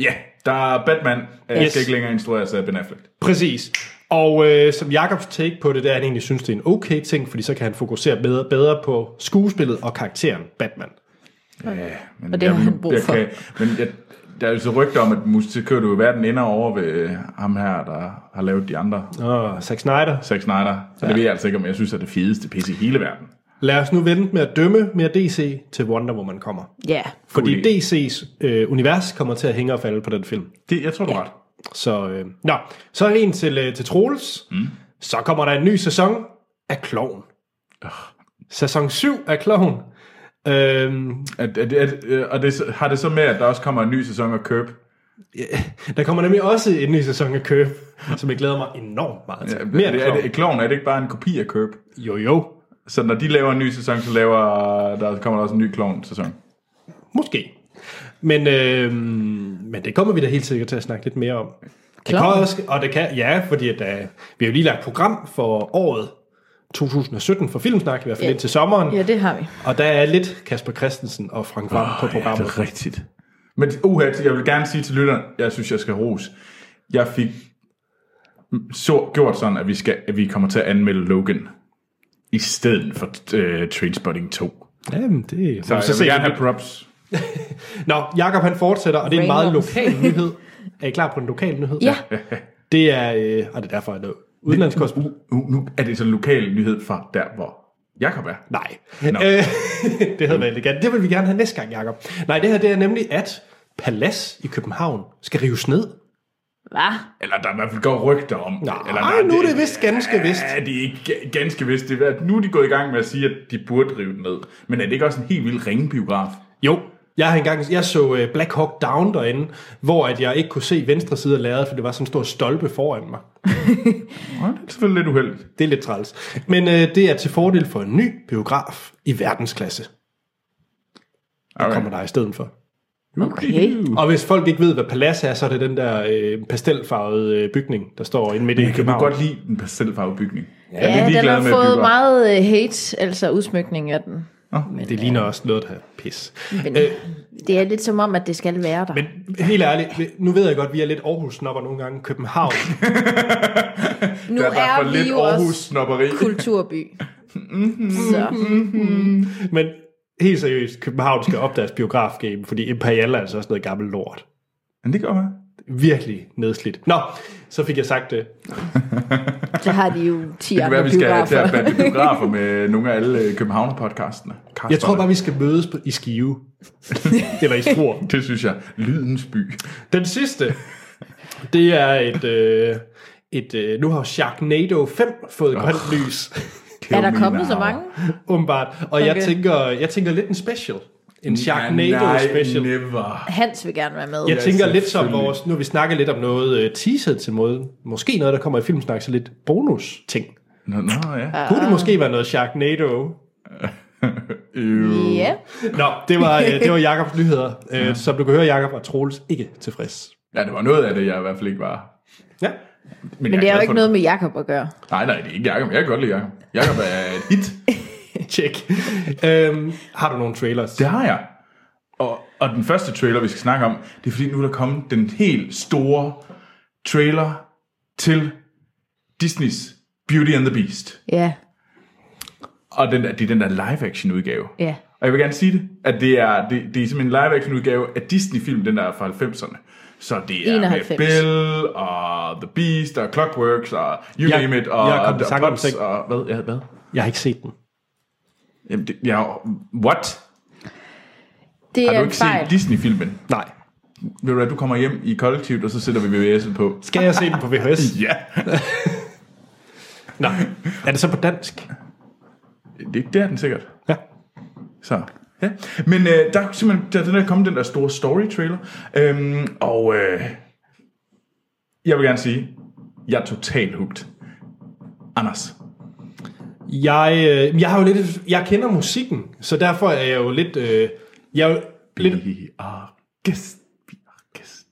[SPEAKER 2] Ja, der er Batman. Øh, Jeg
[SPEAKER 1] Yes.
[SPEAKER 2] yes. skal ikke længere instrueres af Ben Affleck.
[SPEAKER 1] Præcis. Og øh, som Jakobs take på det, der er, at han egentlig synes, det er en okay ting, fordi så kan han fokusere bedre, bedre på skuespillet og karakteren Batman.
[SPEAKER 2] Ja, Øh, men
[SPEAKER 3] Og det har han brug for.
[SPEAKER 2] Jeg kan, men jeg, der er jo så rygter om, at musikører du i verden ender over ved øh, ham her, der har lavet de andre.
[SPEAKER 1] Åh, Zack Snyder.
[SPEAKER 2] Zack Snyder. Så ja. det ved jeg altså ikke, om jeg synes er det fedeste pisse i hele verden.
[SPEAKER 1] Lad os nu vente med at dømme mere DC til Wonder Woman kommer.
[SPEAKER 3] Ja.
[SPEAKER 1] Fordi
[SPEAKER 2] idé.
[SPEAKER 1] DC's øh, univers kommer til at hænge og falde på den film.
[SPEAKER 2] Det, jeg tror, du ja. ret.
[SPEAKER 1] Så, øh, nå, så er det en til, øh, til Troels. Mm. Så kommer der en ny sæson af Kloven. Sæson 7 af Kloven. Øh,
[SPEAKER 2] At, at, at, øh, og det, så- har det så med, at der også kommer en ny sæson af Curb?
[SPEAKER 1] der kommer nemlig også en ny sæson af Køb, som jeg glæder mig enormt meget til.
[SPEAKER 2] Ja,
[SPEAKER 1] Ja,
[SPEAKER 2] Mere
[SPEAKER 1] mere
[SPEAKER 2] er, det, er,
[SPEAKER 1] Kloven.
[SPEAKER 2] det, Kloven, er det ikke bare en kopi af Curb?
[SPEAKER 1] Jo, jo.
[SPEAKER 2] Så når de laver en ny sæson, så laver, der kommer der også en ny Kloven-sæson.
[SPEAKER 1] Måske. Men, øh, men det kommer vi da helt sikkert til at snakke lidt mere om. Det kan
[SPEAKER 3] Klar.
[SPEAKER 1] også, og det kan, ja, fordi at, uh, vi har jo lige lagt program for året 2017 for Filmsnak, i hvert fald
[SPEAKER 3] Ja.
[SPEAKER 1] indtil sommeren.
[SPEAKER 3] Ja, det har vi.
[SPEAKER 1] Og der er lidt Kasper Christensen og Frank Vam oh, på
[SPEAKER 2] Ja,
[SPEAKER 1] programmet.
[SPEAKER 2] det er rigtigt. Men uha, jeg vil gerne sige til lytteren, jeg synes, jeg skal ros. Jeg fik så gjort sådan, at vi, skal, at vi kommer til at anmelde Logan i stedet for uh, Trainspotting 2.
[SPEAKER 1] Jamen, det
[SPEAKER 2] Så
[SPEAKER 1] må
[SPEAKER 2] jeg
[SPEAKER 1] vi så
[SPEAKER 2] vil
[SPEAKER 1] se.
[SPEAKER 2] gerne have props.
[SPEAKER 1] Nå, Jakob han fortsætter, og det er en meget
[SPEAKER 3] Random.
[SPEAKER 1] lokal nyhed. Er I klar på en lokal nyhed?
[SPEAKER 3] Ja.
[SPEAKER 1] Det er, øh, og det er derfor, at det er udenlandskost.
[SPEAKER 2] Uh, uh, nu er det så en lokal nyhed fra der, hvor Jakob er.
[SPEAKER 1] Nej.
[SPEAKER 2] Nå.
[SPEAKER 1] Øh, [laughs] det havde været elegant. Det vil vi gerne have næste gang, Jacob. Nej, det her det er nemlig, at Palas i København skal rives ned.
[SPEAKER 3] Hvad?
[SPEAKER 2] Eller der i hvert fald går rygter om. det.
[SPEAKER 1] Nej,
[SPEAKER 2] Eller
[SPEAKER 1] nu er det vist ganske vist.
[SPEAKER 2] Ja, det er ikke ga- ganske vist. Det er, at nu er de gået i gang med at sige, at de burde rive den ned. Men er det ikke også en helt vild ringbiograf?
[SPEAKER 1] Jo, jeg har engang, jeg så øh, Black Hawk Down derinde, hvor at jeg ikke kunne se venstre side af lærredet, for det var sådan en stor stolpe foran mig.
[SPEAKER 2] Ja, det er selvfølgelig lidt uheldigt.
[SPEAKER 1] Det er lidt træls. Men øh, det er til fordel for en ny biograf i verdensklasse,
[SPEAKER 2] Okay.
[SPEAKER 1] kommer der i stedet for.
[SPEAKER 3] Okay.
[SPEAKER 1] Og hvis folk ikke ved, hvad Palas er, så er det den der øh, pastelfarvede øh, bygning, der står inde midt i
[SPEAKER 2] Jeg kan
[SPEAKER 1] København.
[SPEAKER 2] godt lide den pastelfarvede bygning. Jeg
[SPEAKER 3] Ja, den
[SPEAKER 2] ligeglad
[SPEAKER 3] har
[SPEAKER 2] at
[SPEAKER 3] fået
[SPEAKER 2] bygge op.
[SPEAKER 3] meget øh, hate, altså udsmykning af den.
[SPEAKER 1] Det ligner også noget, der er pis. Øh,
[SPEAKER 3] Men det er lidt som om, at det skal være der.
[SPEAKER 1] Men helt ærligt, nu ved jeg godt, at vi er lidt Aarhus-snopper nogle gange.
[SPEAKER 2] [laughs]
[SPEAKER 1] København.
[SPEAKER 3] nu
[SPEAKER 2] Der er, der for lidt Mhm. Aarhus-snopperi. [laughs]
[SPEAKER 3] kulturby. Så.
[SPEAKER 1] men helt seriøst, København skal op deres biografgame, fordi Imperial er altså også noget gammelt lort.
[SPEAKER 2] Men det gør man.
[SPEAKER 1] virkelig nedslidt. Nå, så fik jeg sagt det.
[SPEAKER 3] Det har de jo 10
[SPEAKER 2] Det kan være,
[SPEAKER 3] andre
[SPEAKER 2] vi skal til at
[SPEAKER 3] biografer.
[SPEAKER 2] blande biografer med nogle af alle øh, Københavner-podcastene.
[SPEAKER 1] Jeg tror bare, vi skal mødes på, i Skive.
[SPEAKER 2] [laughs]
[SPEAKER 1] Eller i Struer.
[SPEAKER 2] Det synes jeg. Lydens by.
[SPEAKER 1] Den sidste, det er et... Øh, et øh, nu har Sharknado 5 fået oh. grønt
[SPEAKER 2] [laughs]
[SPEAKER 1] lys,
[SPEAKER 3] Er der kommet så mange?
[SPEAKER 1] åbenbart. Og okay. jeg,
[SPEAKER 3] Okay.
[SPEAKER 1] tænker, jeg tænker lidt en special. En Sharknado
[SPEAKER 2] Nej,
[SPEAKER 1] special.
[SPEAKER 2] never.
[SPEAKER 3] Hans vil gerne være med.
[SPEAKER 1] Jeg
[SPEAKER 2] Ja,
[SPEAKER 1] tænker lidt som
[SPEAKER 2] selvfølgelig.
[SPEAKER 1] vores, nu har vi snakker lidt om noget øh, teaset til måde. Måske noget, der kommer i filmsnak, så lidt bonus ting.
[SPEAKER 2] Nå, nå ja.
[SPEAKER 1] Kunne det måske være noget Sharknado?
[SPEAKER 2] Øv.
[SPEAKER 3] Ja.
[SPEAKER 1] Nå, det var, øh, det var Jakobs nyheder. Øh, Som du kan høre, Jakob er Troels ikke tilfreds.
[SPEAKER 2] Ja, det var noget af det, jeg i hvert fald ikke var.
[SPEAKER 1] Ja.
[SPEAKER 2] jeg
[SPEAKER 3] Men det er
[SPEAKER 2] glad
[SPEAKER 3] jo
[SPEAKER 2] for
[SPEAKER 3] ikke noget med Jakob at gøre.
[SPEAKER 2] Nej, nej, det er ikke Jacob. Jeg kan godt lide Jacob. Jacob er et hit.
[SPEAKER 1] Tjek. øhm, har du nogle trailers?
[SPEAKER 2] Det har jeg. Og, og den første trailer, vi skal snakke om, det er fordi, nu er der kommet den helt store trailer til Disney's Beauty and the Beast.
[SPEAKER 3] Ja,
[SPEAKER 2] Og den der, det er den der live-action udgave.
[SPEAKER 3] ja.
[SPEAKER 2] Og jeg vil gerne sige det, at det er, det, det er simpelthen en live-action udgave af Disney-film, den der er fra 90'erne. Så det er
[SPEAKER 3] 91.
[SPEAKER 2] med Bill, og The Beast, og Clockworks, og You
[SPEAKER 1] Jeg-
[SPEAKER 2] Name It, og,
[SPEAKER 1] jeg kom
[SPEAKER 2] og,
[SPEAKER 1] til tanke om
[SPEAKER 2] Butts,
[SPEAKER 1] ting.
[SPEAKER 2] og hvad? Ja, hvad?
[SPEAKER 1] Jeg har ikke set den.
[SPEAKER 2] Jamen, det, ja, what?
[SPEAKER 3] Det
[SPEAKER 2] Har du
[SPEAKER 3] er en
[SPEAKER 2] ikke set
[SPEAKER 3] fejl.
[SPEAKER 2] Disney-filmen?
[SPEAKER 1] Nej.
[SPEAKER 2] Ved du hvad, du kommer hjem i kollektivet, og så sætter vi VVS'en
[SPEAKER 1] [laughs]
[SPEAKER 2] på.
[SPEAKER 1] Skal jeg se den på VHS?
[SPEAKER 2] [laughs] Ja,
[SPEAKER 1] Nej. Er det så på dansk?
[SPEAKER 2] det, det er den sikkert.
[SPEAKER 1] Ja.
[SPEAKER 2] Så. Ja. Men øh, der er simpelthen der, er den der kommet den der store story-trailer, øhm, og øh, jeg vil gerne sige, jeg er totalt hugt. Anders,
[SPEAKER 1] Jeg, øh, jeg har jo lidt, et- jeg kender musikken, så derfor er jeg jo lidt, øh, jeg er jo lidt
[SPEAKER 2] Vi er gæst, vi er gæst.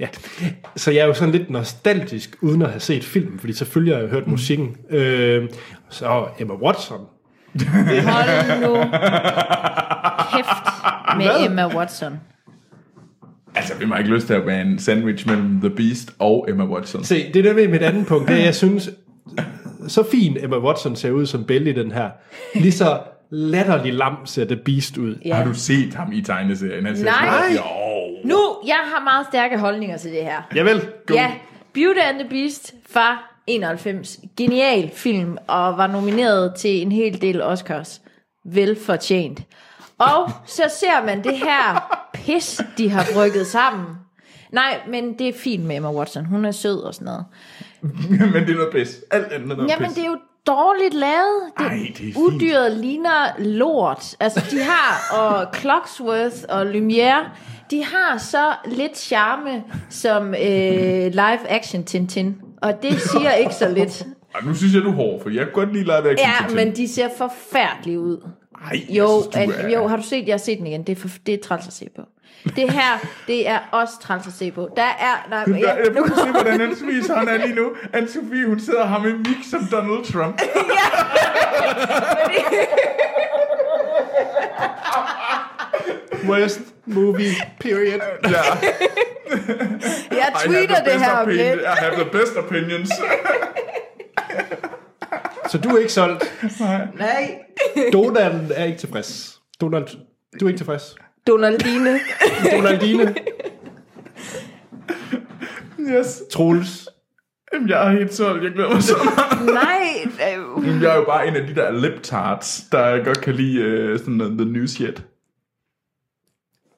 [SPEAKER 1] Ja. Så jeg er jo sådan lidt nostalgisk, uden at have set filmen, fordi selvfølgelig har jeg jo
[SPEAKER 3] Mm.
[SPEAKER 1] hørt musikken. Øh, så Emma Watson.
[SPEAKER 3] Hold
[SPEAKER 2] [laughs]
[SPEAKER 3] nu kæft med
[SPEAKER 1] Hvad?
[SPEAKER 3] Emma Watson.
[SPEAKER 2] Altså, vi har ikke lyst til at være en sandwich mellem The Beast og Emma Watson.
[SPEAKER 1] Se, det der med mit andet punkt, det er, jeg synes, så fin Emma Watson ser ud som Belle i den her. Lige så latterlig lam ser The Beast ud.
[SPEAKER 3] Ja.
[SPEAKER 2] Har du set ham i tegneserien? Han ser
[SPEAKER 3] Nej.
[SPEAKER 2] sådan- Jo.
[SPEAKER 3] Nu, jeg har meget stærke holdninger til det her.
[SPEAKER 1] Javel, go.
[SPEAKER 3] Ja, Beauty and the Beast fra 91. Genial film, og var nomineret til en hel del Oscars. Velfortjent. Og så ser man det her pis, de har brygget sammen. Nej, men det er fint med Emma Watson. Hun er sød og sådan noget.
[SPEAKER 2] [laughs] Men det er noget pis. Alt andet er noget
[SPEAKER 3] Jamen,
[SPEAKER 2] pis.
[SPEAKER 3] det er jo dårligt lavet. Det,
[SPEAKER 2] Ej, det er fint.
[SPEAKER 3] Udyret ligner lort. Altså, de har, og Clocksworth og Lumière, de har så lidt charme som øh, live-action Tintin. Og det siger ikke så lidt.
[SPEAKER 2] Ej, nu synes jeg, du er hård, for jeg kan godt lide live action.
[SPEAKER 3] [laughs] Ja, men de ser forfærdelige ud.
[SPEAKER 2] Ej,
[SPEAKER 3] Jo,
[SPEAKER 2] jeg synes,
[SPEAKER 3] at, jo, har du set? Jeg har set den igen. Det er, for, det er træls at se på. Det her, det er også træls at se på. Der er... Nej,
[SPEAKER 2] Ja,
[SPEAKER 3] ja,
[SPEAKER 2] jeg
[SPEAKER 3] [laughs] nu,
[SPEAKER 2] kan se, hvordan han spiser han er lige nu. Anne-Sophie, hun sidder og har med mik som Donald Trump.
[SPEAKER 1] Worst movie, period.
[SPEAKER 2] Ja,
[SPEAKER 3] jeg
[SPEAKER 2] I have the
[SPEAKER 3] tweeter det
[SPEAKER 2] best
[SPEAKER 3] her om
[SPEAKER 2] opinion-
[SPEAKER 3] lidt.
[SPEAKER 2] I have the best
[SPEAKER 3] [laughs]
[SPEAKER 2] opinions.
[SPEAKER 1] Så du er ikke solgt.
[SPEAKER 3] Nej.
[SPEAKER 1] Donald er ikke tilfreds. Donald, du er ikke tilfreds.
[SPEAKER 3] Donaldine. [laughs]
[SPEAKER 1] Donaldine,
[SPEAKER 2] Yes.
[SPEAKER 1] Troels.
[SPEAKER 2] Jamen, jeg er helt solgt. Jeg glæder mig så meget.
[SPEAKER 3] Nej. øh,
[SPEAKER 2] Jamen, Jeg er jo bare en af de der liptards, der godt kan lide øh, sådan noget the news yet.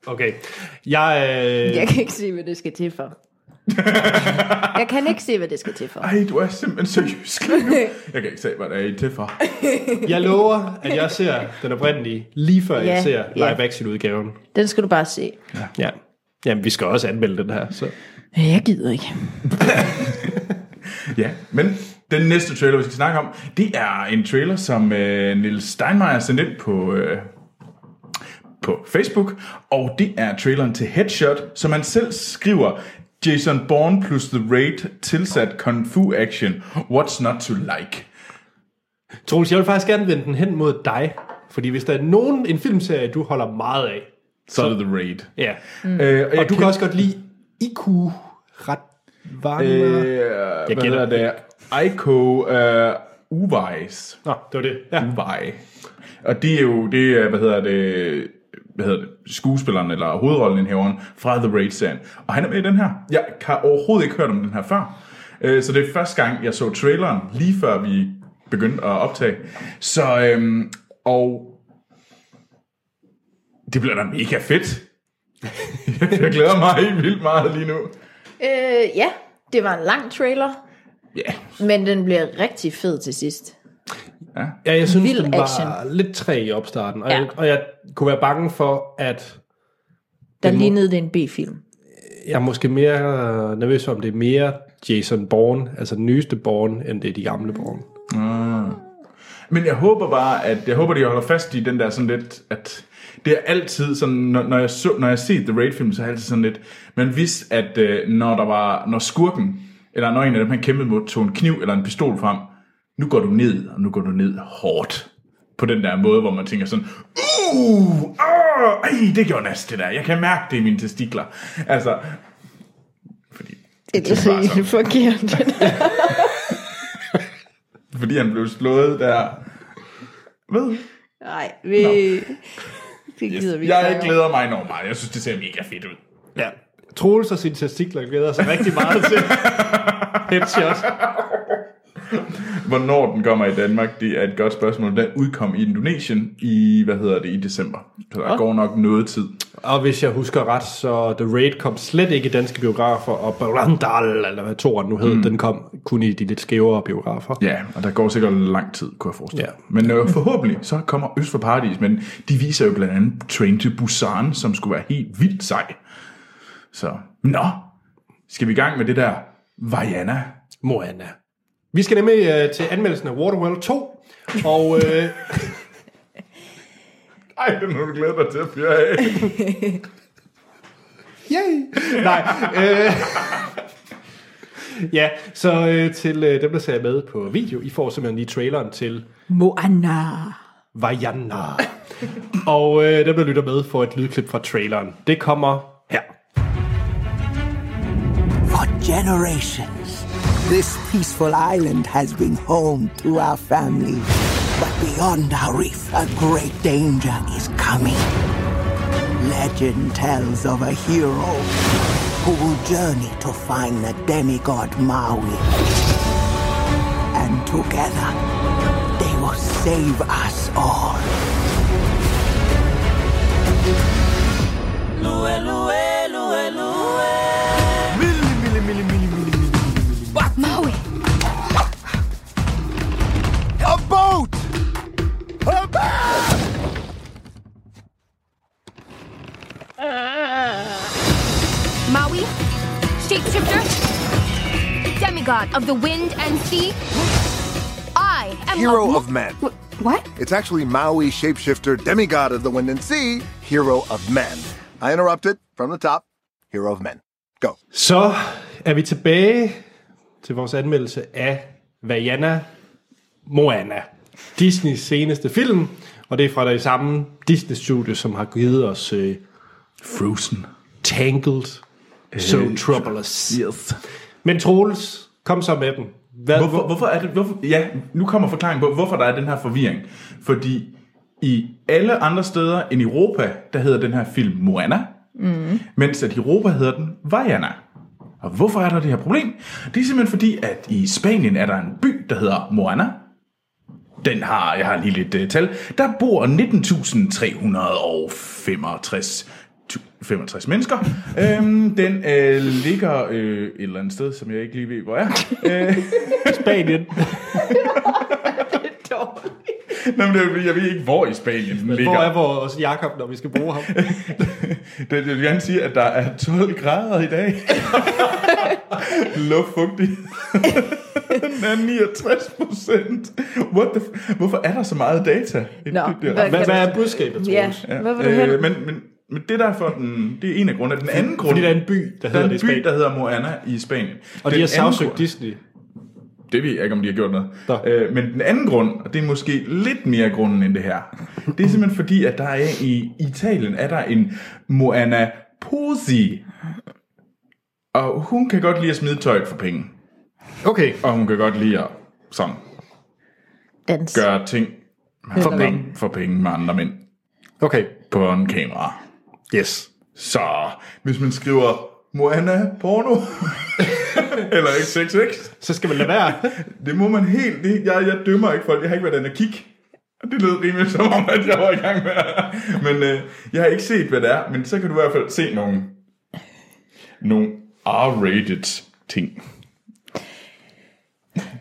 [SPEAKER 1] Okay. Jeg, øh,
[SPEAKER 3] Jeg kan ikke se, hvad det skal til for. Jeg kan ikke se, hvad det skal til for.
[SPEAKER 2] Ej, du er simpelthen så jysk lige nu. Jeg kan ikke se, hvad der er i til for.
[SPEAKER 1] jeg lover, at jeg ser den oprindelige, lige før
[SPEAKER 3] Ja,
[SPEAKER 1] jeg ser
[SPEAKER 3] ja.
[SPEAKER 1] live-action-udgaven.
[SPEAKER 3] Den skal du bare se.
[SPEAKER 1] Ja. Jamen, vi skal også anmelde den her. Så.
[SPEAKER 3] Øh, Jeg gider ikke.
[SPEAKER 2] Ja, men den næste trailer, vi skal snakke om, det er en trailer, som øh, Nils Steinmeier sendte ind på, øh, på Facebook, og det er traileren til Headshot, som han selv skriver, Jason Bourne plus The Raid tilsat kung fu action. What's not to like?
[SPEAKER 1] Troels, jeg vil faktisk gerne vende den hen mod dig. Fordi hvis der er nogen, en filmserie, du holder meget af.
[SPEAKER 2] Så er det The Raid.
[SPEAKER 1] Ja. Mm.
[SPEAKER 2] Mm. Øh, og
[SPEAKER 1] Og du kan også godt lide IQ ret varme. Øh.
[SPEAKER 2] Øh, jeg
[SPEAKER 1] gætter.
[SPEAKER 2] gætter det. Aiko øh, Uwais.
[SPEAKER 1] Nå, det var det. Ja.
[SPEAKER 2] Uvaj. Og det er jo, det er, hvad hedder det, hvad hedder det, skuespilleren eller hovedrollenindhaveren fra The Raid-serien. Og han er med i den her. Jeg har overhovedet ikke hørt om den her før. Øh, Så det er første gang, jeg så traileren, lige før vi begyndte at optage. Så, øhm, og det bliver da mega fedt. [laughs] jeg glæder mig helt vildt meget lige nu.
[SPEAKER 3] Øh, ja, det var en lang trailer,
[SPEAKER 2] Ja, yeah.
[SPEAKER 3] men den bliver rigtig fed til sidst.
[SPEAKER 1] Ja, jeg synes,
[SPEAKER 3] Vild
[SPEAKER 1] den var
[SPEAKER 3] action.
[SPEAKER 1] lidt træ i opstarten, og,
[SPEAKER 3] Ja.
[SPEAKER 1] ja. jeg, og jeg kunne være bange for, at
[SPEAKER 3] Der
[SPEAKER 1] må-
[SPEAKER 3] lignede det en B-film.
[SPEAKER 1] jeg er måske mere øh, nervøs for, om det er mere Jason Bourne, altså den nyeste Bourne, end det er de gamle Bourne.
[SPEAKER 2] Men jeg håber bare, at jeg håber, de holder fast i den der sådan lidt, at det er altid sådan, når, når jeg så, når jeg set The Raid film, så er jeg altid sådan lidt, man vidste, at øh, når der var, når skurken, eller når en af dem han kæmpede mod, tog en kniv eller en pistol frem, nu går du ned, og nu går du ned hårdt. På den der måde, hvor man tænker sådan, uh, uh ej, det gjorde næst det der, jeg kan mærke det i mine testikler. Altså, fordi,
[SPEAKER 3] Det
[SPEAKER 2] er bare sådan.
[SPEAKER 3] forkert.
[SPEAKER 2] fordi han blev slået der, ved
[SPEAKER 3] Nej, vi... Det gider vi
[SPEAKER 2] Jeg
[SPEAKER 3] snakke om.
[SPEAKER 2] glæder mig enormt meget. Jeg synes, det ser mega fedt ud.
[SPEAKER 1] Ja. Troels og sine testikler glæder sig rigtig meget til headshot.
[SPEAKER 2] Hvornår den kommer i Danmark, det er et godt spørgsmål. Den udkom i Indonesien i, hvad hedder det, i december. Så der går nok noget tid.
[SPEAKER 1] Og hvis jeg husker ret, så The Raid kom slet ikke i danske biografer, og Brandal, eller hvad toren nu hed, mm. den kom kun i de lidt skævere biografer.
[SPEAKER 2] Ja, og der går sikkert lang tid, kunne jeg forestille mig.
[SPEAKER 1] Ja.
[SPEAKER 2] Men øh, forhåbentlig, så kommer Øst for Paradis, men de viser jo blandt andet Train to Busan, som skulle være helt vildt sej. Så, nå, skal vi i gang med det der Vajana?
[SPEAKER 1] Moana. Vi skal nemlig øh, til anmeldelsen af Waterworld 2, og øh,
[SPEAKER 2] Ej, den har du glædet dig til at fyre af.
[SPEAKER 1] Yay! Nej. Øh, ja, så øh, til øh, dem, der ser med på video, I får simpelthen lige traileren til
[SPEAKER 3] Moana.
[SPEAKER 1] Vajana. Og øh, dem, der lytter med, får et lydklip fra traileren. Det kommer her.
[SPEAKER 4] For generations, this peaceful island has been home to our family. But beyond our reef, a great danger is coming. Legend tells of a hero who will journey to find the demigod Maui. And together, they will save us all. A boat! A boat!
[SPEAKER 5] Maui, shapeshifter, demigod of the wind and sea. I am
[SPEAKER 6] Hero
[SPEAKER 5] a-
[SPEAKER 6] of men.
[SPEAKER 5] Wh- what?
[SPEAKER 6] It's actually Maui, shapeshifter, demigod of the wind and sea, hero of men. I interrupted from the top. Hero of men. Go.
[SPEAKER 1] Så er vi tilbage til vores anmeldelse af Vajana Moana. Disneys seneste film, og det er fra det samme Disney-studie, som har givet os øh,
[SPEAKER 2] Frozen.
[SPEAKER 1] Tangled,
[SPEAKER 2] Øh,
[SPEAKER 1] So Troublous.
[SPEAKER 2] Yes.
[SPEAKER 1] Men Troels, kom så med dem. Hvad,
[SPEAKER 2] Hvorfor, hvorfor er det, hvorfor, ja, nu kommer forklaringen på, hvorfor der er den her forvirring. Fordi i alle andre steder end Europa, der hedder den her film Moana, mm. mens at i Europa hedder den Vajana. Og hvorfor er der det her problem? Det er simpelthen fordi, at i Spanien er der en by, der hedder Moana. Den har, jeg har lige lidt uh, tal, der bor 19.365 tu- 65 mennesker. øhm, den øh, ligger øh, et eller andet sted, som jeg ikke lige ved, hvor er. Øh,
[SPEAKER 1] [laughs] Spanien.
[SPEAKER 2] [laughs] Nå, men det er, fordi, jeg ved ikke, hvor i Spanien den ligger.
[SPEAKER 1] Hvor er vores Jakob, når vi skal
[SPEAKER 2] [laughs]
[SPEAKER 1] bruge ham?
[SPEAKER 2] Det, jeg vil gerne sige, at der er 12 grader i
[SPEAKER 1] [laughs]
[SPEAKER 2] dag. [laughs] Luftfugtigheden er 69 procent. What the f- Hvorfor er der så meget data? i
[SPEAKER 3] Nå,
[SPEAKER 2] det der?
[SPEAKER 3] hvad-
[SPEAKER 1] Hvad, hvad er budskabet, Troels?
[SPEAKER 3] Ja,
[SPEAKER 1] Ja.
[SPEAKER 3] hvad var du hen?
[SPEAKER 2] Øh, men, men, men det er derfor, den, det er en af grundene. Den anden grund,
[SPEAKER 1] Fordi der er en by, der
[SPEAKER 2] der
[SPEAKER 1] hedder
[SPEAKER 2] er
[SPEAKER 1] det i
[SPEAKER 2] en by,
[SPEAKER 1] Spanien.
[SPEAKER 2] der hedder Moana i Spanien.
[SPEAKER 1] Og de har
[SPEAKER 2] Den anden
[SPEAKER 1] sagsøgt
[SPEAKER 2] grund-
[SPEAKER 1] Disney.
[SPEAKER 2] Det ved jeg ikke, om de har gjort noget.
[SPEAKER 1] Nå.
[SPEAKER 2] Øh, men den anden grund, og det er måske lidt mere grunden end det her, det er simpelthen fordi, at der er i Italien er der en Moana Pozzi. Og hun kan godt lide at smide tøjet for penge.
[SPEAKER 1] Okay.
[SPEAKER 2] Og hun kan godt lide at sådan,
[SPEAKER 3] Dans.
[SPEAKER 2] gøre ting for penge, for penge med andre mænd.
[SPEAKER 1] Okay.
[SPEAKER 2] på en kamera.
[SPEAKER 1] Yes.
[SPEAKER 2] Så hvis man skriver Moana porno, [laughs] eller XXX,
[SPEAKER 1] Så skal man lade
[SPEAKER 2] [laughs]
[SPEAKER 1] være.
[SPEAKER 2] det må man helt... Det, jeg, jeg dømmer ikke folk. Jeg har ikke været inde og kigge. Og Det lød rimelig som om, at jeg var i gang med at- Men øh, jeg har ikke set, hvad det er. Men så kan du i hvert fald se nogle, nogle R-rated ting.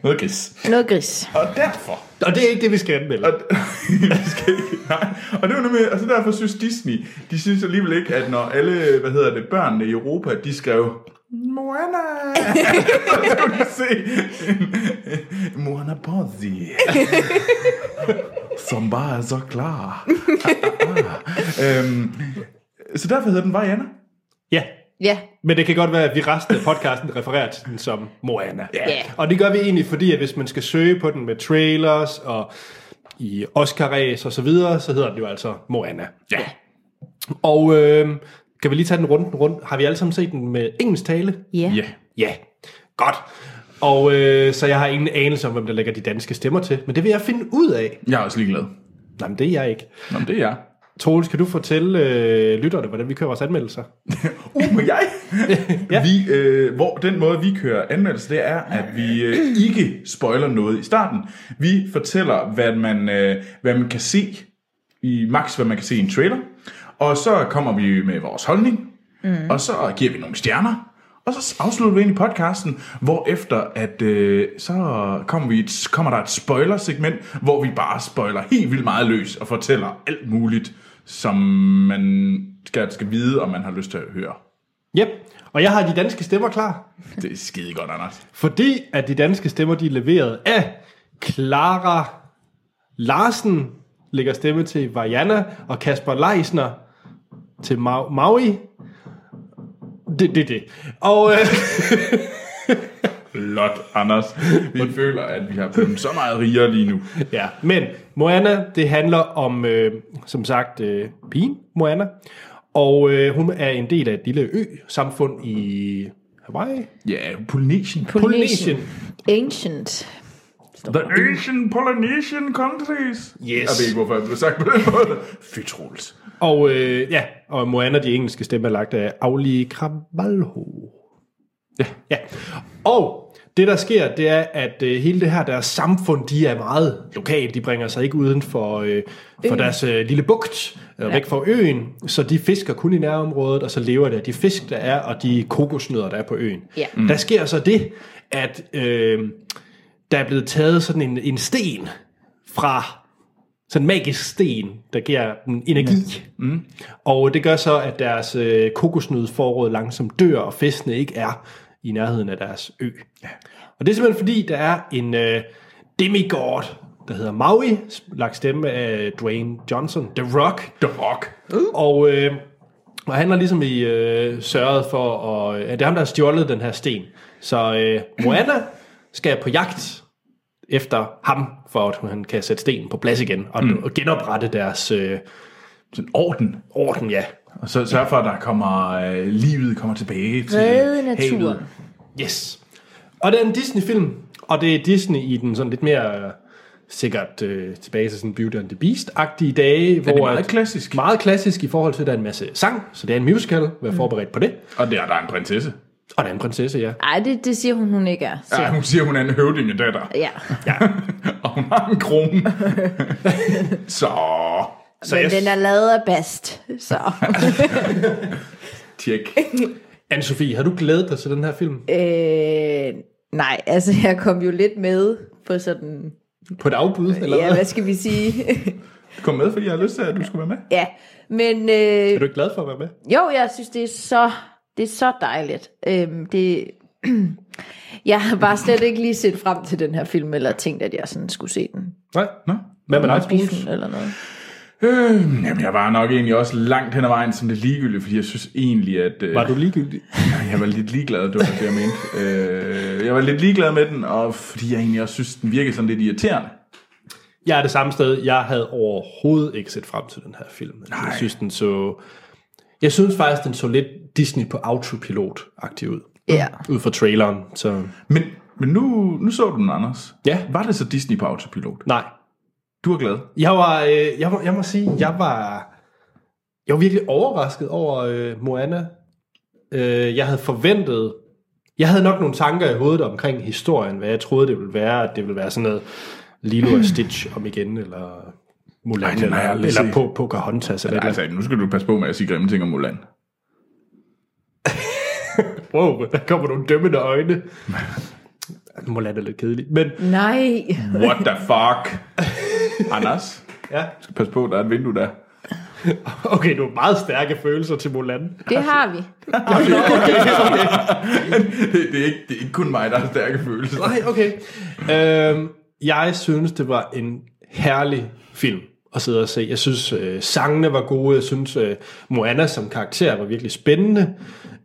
[SPEAKER 2] Noget gris.
[SPEAKER 3] Noget gris.
[SPEAKER 2] Og derfor...
[SPEAKER 1] Og det er ikke det, vi skal anmelde.
[SPEAKER 2] Og, vi skal ikke- nej. og det var nemlig, altså derfor synes Disney, de synes alligevel ikke, at når alle, hvad hedder det, børnene i Europa, de skrev Moana, [laughs] så skulle de se en- en Moana Pozzi. [laughs] Som bare er så klar. [laughs] øhm, så derfor hedder den Vajana.
[SPEAKER 1] Ja.
[SPEAKER 3] Ja,
[SPEAKER 1] Men det kan godt være, at vi resten af podcasten refererer til den som Moana.
[SPEAKER 3] Ja.
[SPEAKER 1] Og det gør vi egentlig, fordi at hvis man skal søge på den med trailers og i Oscar-ræs og så videre, så hedder den jo altså Moana. Ja. Og øh, kan vi lige tage den runden rundt? Har vi alle sammen set den med engelsk tale?
[SPEAKER 3] ja.
[SPEAKER 2] Ja.
[SPEAKER 1] Ja, godt. Og øh, så jeg har ingen anelse om, hvem der lægger de danske stemmer til, men det vil jeg finde ud af.
[SPEAKER 2] Jeg er også ligeglad.
[SPEAKER 1] Nej, men det er jeg ikke.
[SPEAKER 2] Nå, men det er jeg.
[SPEAKER 1] Troels, kan du fortælle øh, lytterne, hvordan vi kører vores anmeldelser?
[SPEAKER 2] Uh, men jeg? ja. vi, øh, hvor den måde, vi kører anmeldelse, det er, at vi øh, ikke spoiler noget i starten. Vi fortæller, hvad man, øh, hvad man kan se, i max, hvad man kan se i en trailer. Og så kommer vi med vores holdning, mm. og så giver vi nogle stjerner. Og så afslutter vi ind i podcasten, hvor efter at øh, så kommer, vi et, kommer der et spoiler-segment, hvor vi bare spoiler helt vildt meget løs og fortæller alt muligt, som man skal, skal vide, om man har lyst til at høre.
[SPEAKER 1] Yep. Og jeg har de danske stemmer klar.
[SPEAKER 2] Det er skide godt, Anders.
[SPEAKER 1] Fordi at de danske stemmer, de er leveret af Clara Larsen, lægger stemme til Vajana, og Kasper Leisner til Ma- Maui. Det, det, det. Og øh,
[SPEAKER 2] Flot, Anders. Vi [laughs] føler, at vi har blevet så meget rigere lige nu.
[SPEAKER 1] ja, men Moana, det handler om, øh, som sagt, øh, pigen Moana. Og øh, hun er en del af et lille ø-samfund i Hawaii.
[SPEAKER 2] Ja, Polynesien.
[SPEAKER 1] Polynesien.
[SPEAKER 3] Ancient.
[SPEAKER 2] The Asian Polynesian Countries. Yes. Jeg ved ikke, hvorfor jeg blev sagt på den måde. Fy Troels.
[SPEAKER 1] Og øh, ja, og Moana, de engelske stemmer, er lagt af Auli Kravalho. Ja. ja. Og det, der sker, det er, at øh, hele det her, deres samfund, de er meget lokalt. De bringer sig ikke uden for, øh, for deres øh, lille bugt, øh, væk fra øen. Så de fisker kun i nærområdet, og så lever det af de fisk, der er, og de kokosnødder, der er på øen.
[SPEAKER 3] Ja.
[SPEAKER 1] Mm. Der sker så det, at øh, der er blevet taget sådan en, en sten fra sådan en magisk sten, der giver dem energi. Mm. Og det gør så, at deres øh, kokosnødforråd langsomt dør, og fiskene ikke er i nærheden af deres ø. Ja. Og det er simpelthen fordi, der er en øh, demigod, der hedder Maui, lagt stemme af Dwayne Johnson, The Rock.
[SPEAKER 2] The Rock.
[SPEAKER 1] Og, øh, og han har ligesom i øh, sørget for, at øh, det er ham, der har stjålet den her sten. Så øh, Moana skal på jagt efter ham, for at han kan sætte stenen på plads igen, og, mm. og genoprette deres øh,
[SPEAKER 2] Sådan orden.
[SPEAKER 1] orden, ja.
[SPEAKER 2] Og så sørg for, at der kommer, øh, livet kommer tilbage til
[SPEAKER 3] Redde naturen.
[SPEAKER 2] havet.
[SPEAKER 1] Yes. Og det er en Disney-film, og det er Disney i den sådan lidt mere øh, sikkert øh, tilbage til sådan Beauty and the Beast-agtige dage. hvor
[SPEAKER 2] det er meget
[SPEAKER 1] at-
[SPEAKER 2] klassisk.
[SPEAKER 1] Meget klassisk i forhold til, at der er en masse sang, så det er en musical, vær
[SPEAKER 2] Mm.
[SPEAKER 1] forberedt på det.
[SPEAKER 2] Og der, der er en prinsesse.
[SPEAKER 1] Og der er en prinsesse, ja.
[SPEAKER 3] Ej, det, det siger hun, hun ikke er. Så,
[SPEAKER 2] Ja, hun siger, hun er en høvdingedatter.
[SPEAKER 3] ja.
[SPEAKER 2] Og hun har en krone. så
[SPEAKER 1] Så
[SPEAKER 3] Men den er lavet af bast, så...
[SPEAKER 2] tjek.
[SPEAKER 1] Anne-Sophie, har du glædet dig til den her film?
[SPEAKER 3] Øh, nej, altså [laughs] jeg kom jo lidt med på sådan...
[SPEAKER 1] På et afbud, eller
[SPEAKER 3] Ja,
[SPEAKER 1] hvad?
[SPEAKER 3] hvad skal vi sige? [laughs]
[SPEAKER 2] Kom med, fordi jeg har lyst til, at du skulle være med.
[SPEAKER 3] ja, men... Øh,
[SPEAKER 1] Er du ikke glad for at være med?
[SPEAKER 3] Jo, jeg synes, det er så, det er så dejligt. Øhm, det, [clears throat] jeg har bare slet ikke lige set frem til den her film, eller tænkt, at jeg sådan skulle se den.
[SPEAKER 1] Nej.
[SPEAKER 2] Nå?
[SPEAKER 1] Hvad med dig,
[SPEAKER 3] i
[SPEAKER 1] Troels?
[SPEAKER 3] biffen eller noget.
[SPEAKER 2] Øh, jamen, jeg var nok egentlig også langt hen ad vejen, som det ligegyldige, fordi jeg synes egentlig, at... Øh,
[SPEAKER 1] Var du ligegyldig?
[SPEAKER 2] [laughs] Jeg var lidt ligeglad, det var det, jeg mente. Øh, jeg var lidt ligeglad med den, og fordi jeg egentlig også synes, den virkede sådan lidt irriterende.
[SPEAKER 1] Jeg er det samme sted. Jeg havde overhovedet ikke set frem til den her film. Nej. Jeg synes, den så... Jeg synes faktisk, den så lidt Disney på autopilot-agtig ud.
[SPEAKER 3] Ja.
[SPEAKER 1] Ud fra traileren, så...
[SPEAKER 2] Men, men nu, nu så du den, Anders.
[SPEAKER 1] Ja.
[SPEAKER 2] Var det så Disney på autopilot?
[SPEAKER 1] Nej.
[SPEAKER 2] Du er glad.
[SPEAKER 1] Jeg var... Øh, jeg, må, jeg må sige, jeg var... Jeg var virkelig overrasket over øh, Moana. Øh, jeg havde forventet... Jeg havde nok nogle tanker i hovedet omkring historien, hvad jeg troede, det ville være. At det ville være sådan noget Lilo og Stitch om igen, eller Mulan,
[SPEAKER 2] Ej,
[SPEAKER 1] Ej,
[SPEAKER 2] den har
[SPEAKER 1] eller,
[SPEAKER 2] jeg aldrig
[SPEAKER 1] eller
[SPEAKER 2] set.
[SPEAKER 1] på, Pocahontas. Eller et eller
[SPEAKER 2] Altså, nu skal du passe på med at sige grimme ting om Mulan. altså-
[SPEAKER 1] andet. Wow, der kommer nogle dømmende
[SPEAKER 2] [laughs]
[SPEAKER 1] øjne. Mulan er lidt kedelig. Men
[SPEAKER 3] Nej.
[SPEAKER 2] What the fuck? [laughs] Anders,
[SPEAKER 1] ja,
[SPEAKER 2] du skal passe på, der er et vindue der.
[SPEAKER 1] okay, du har meget stærke følelser til Mulan.
[SPEAKER 3] Det har
[SPEAKER 1] [laughs]
[SPEAKER 3] vi.
[SPEAKER 2] Det, det, er, ikke, det er ikke kun mig, der har stærke følelser.
[SPEAKER 1] Nej, okay. Øhm, jeg synes, det var en herlig film at sidde og se. Jeg synes, øh, sangene var gode. Jeg synes, øh, Moana som karakter var virkelig spændende.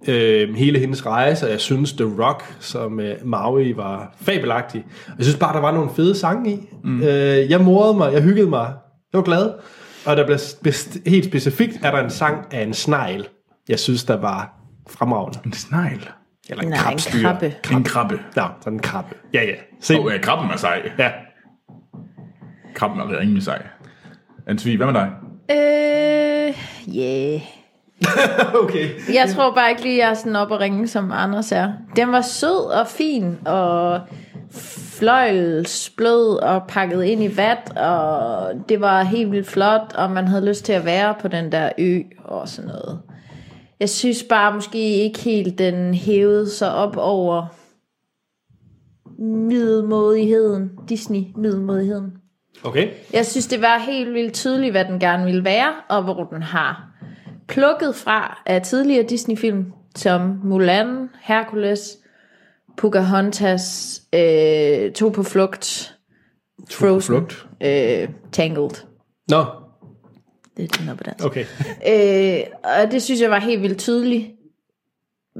[SPEAKER 1] Øh, hele hendes rejse, og jeg synes, The Rock som øh, Maui var fabelagtig. Jeg synes bare, der var nogle fede sange i. Mm. Øh, jeg morede mig, jeg hyggede mig, jeg var glad. Og der blev best- helt specifikt, er der en sang af en snegl, jeg synes, der var fremragende.
[SPEAKER 2] En snegl.
[SPEAKER 1] Eller en
[SPEAKER 3] Nej, en
[SPEAKER 1] krabstyr.
[SPEAKER 3] krabbe.
[SPEAKER 2] En krabbe.
[SPEAKER 1] Nå, sådan en krabbe. Ja, ja. Se.
[SPEAKER 2] Åh, oh, ja, krabben er sej.
[SPEAKER 1] Ja. [laughs]
[SPEAKER 2] Krabben er rimelig sej. Antvi, hvad med dig?
[SPEAKER 3] Øh, yeah.
[SPEAKER 1] Okay.
[SPEAKER 3] Jeg tror bare ikke lige, jeg er sådan op og ringe, som Anders er. Den var sød og fin, og fløjlsblød og pakket ind i vat, og det var helt vildt flot, og man havde lyst til at være på den der ø og sådan noget. Jeg synes bare måske ikke helt, den hævede sig op over middelmodigheden, Disney-middelmodigheden.
[SPEAKER 1] Okay.
[SPEAKER 3] Jeg synes, det var helt vildt tydeligt, hvad den gerne ville være, og hvor den har plukket fra af tidligere Disney-film, som Mulan, Hercules, Pocahontas, øh, To på flugt, Frozen,
[SPEAKER 2] flugt.
[SPEAKER 3] Øh, Tangled.
[SPEAKER 1] Nå,
[SPEAKER 3] Det er den op på dansk.
[SPEAKER 1] okay.
[SPEAKER 3] Øh, og det synes jeg var helt vildt tydeligt,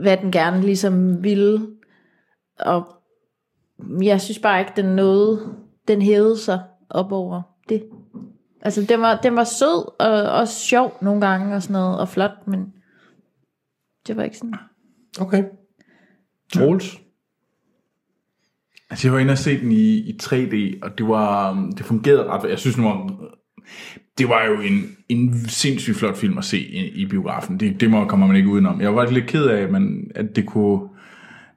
[SPEAKER 3] hvad den gerne ligesom ville. Og jeg synes bare ikke, den nåede, den hævede sig op over det. Altså, den var, den var sød og også sjov nogle gange og sådan noget, og flot, men det var ikke sådan.
[SPEAKER 1] Okay. Troels.
[SPEAKER 2] Altså, jeg var inde og se den i, i 3D, og det var um, det fungerede ret. Jeg synes, det var, det var jo en, en sindssygt flot film at se i, i biografen. Det, det må kommer man ikke udenom. Jeg var lidt ked af, men, at det kunne...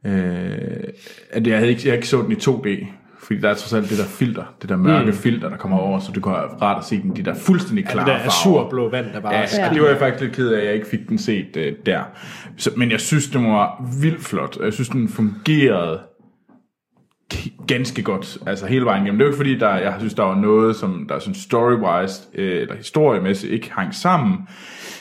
[SPEAKER 2] Øh, at jeg havde ikke, jeg ikke så den i 2D, fordi der er trods alt det der filter, det der mørke mm. filter, der kommer over, så det kunne være rart at se den, de der fuldstændig klare
[SPEAKER 1] Det der
[SPEAKER 2] farver.
[SPEAKER 1] azurblå vand, der bare...
[SPEAKER 2] Ja,
[SPEAKER 1] Ja.
[SPEAKER 2] ja. det var jeg faktisk lidt ked af, at jeg ikke fik den set øh, der. Så, men jeg synes, den var vildt flot, og jeg synes, den fungerede g- ganske godt, altså hele vejen igennem. Det er jo ikke fordi, der, jeg synes, der var noget, som der sådan story-wise, øh, eller historiemæssigt, ikke hang sammen.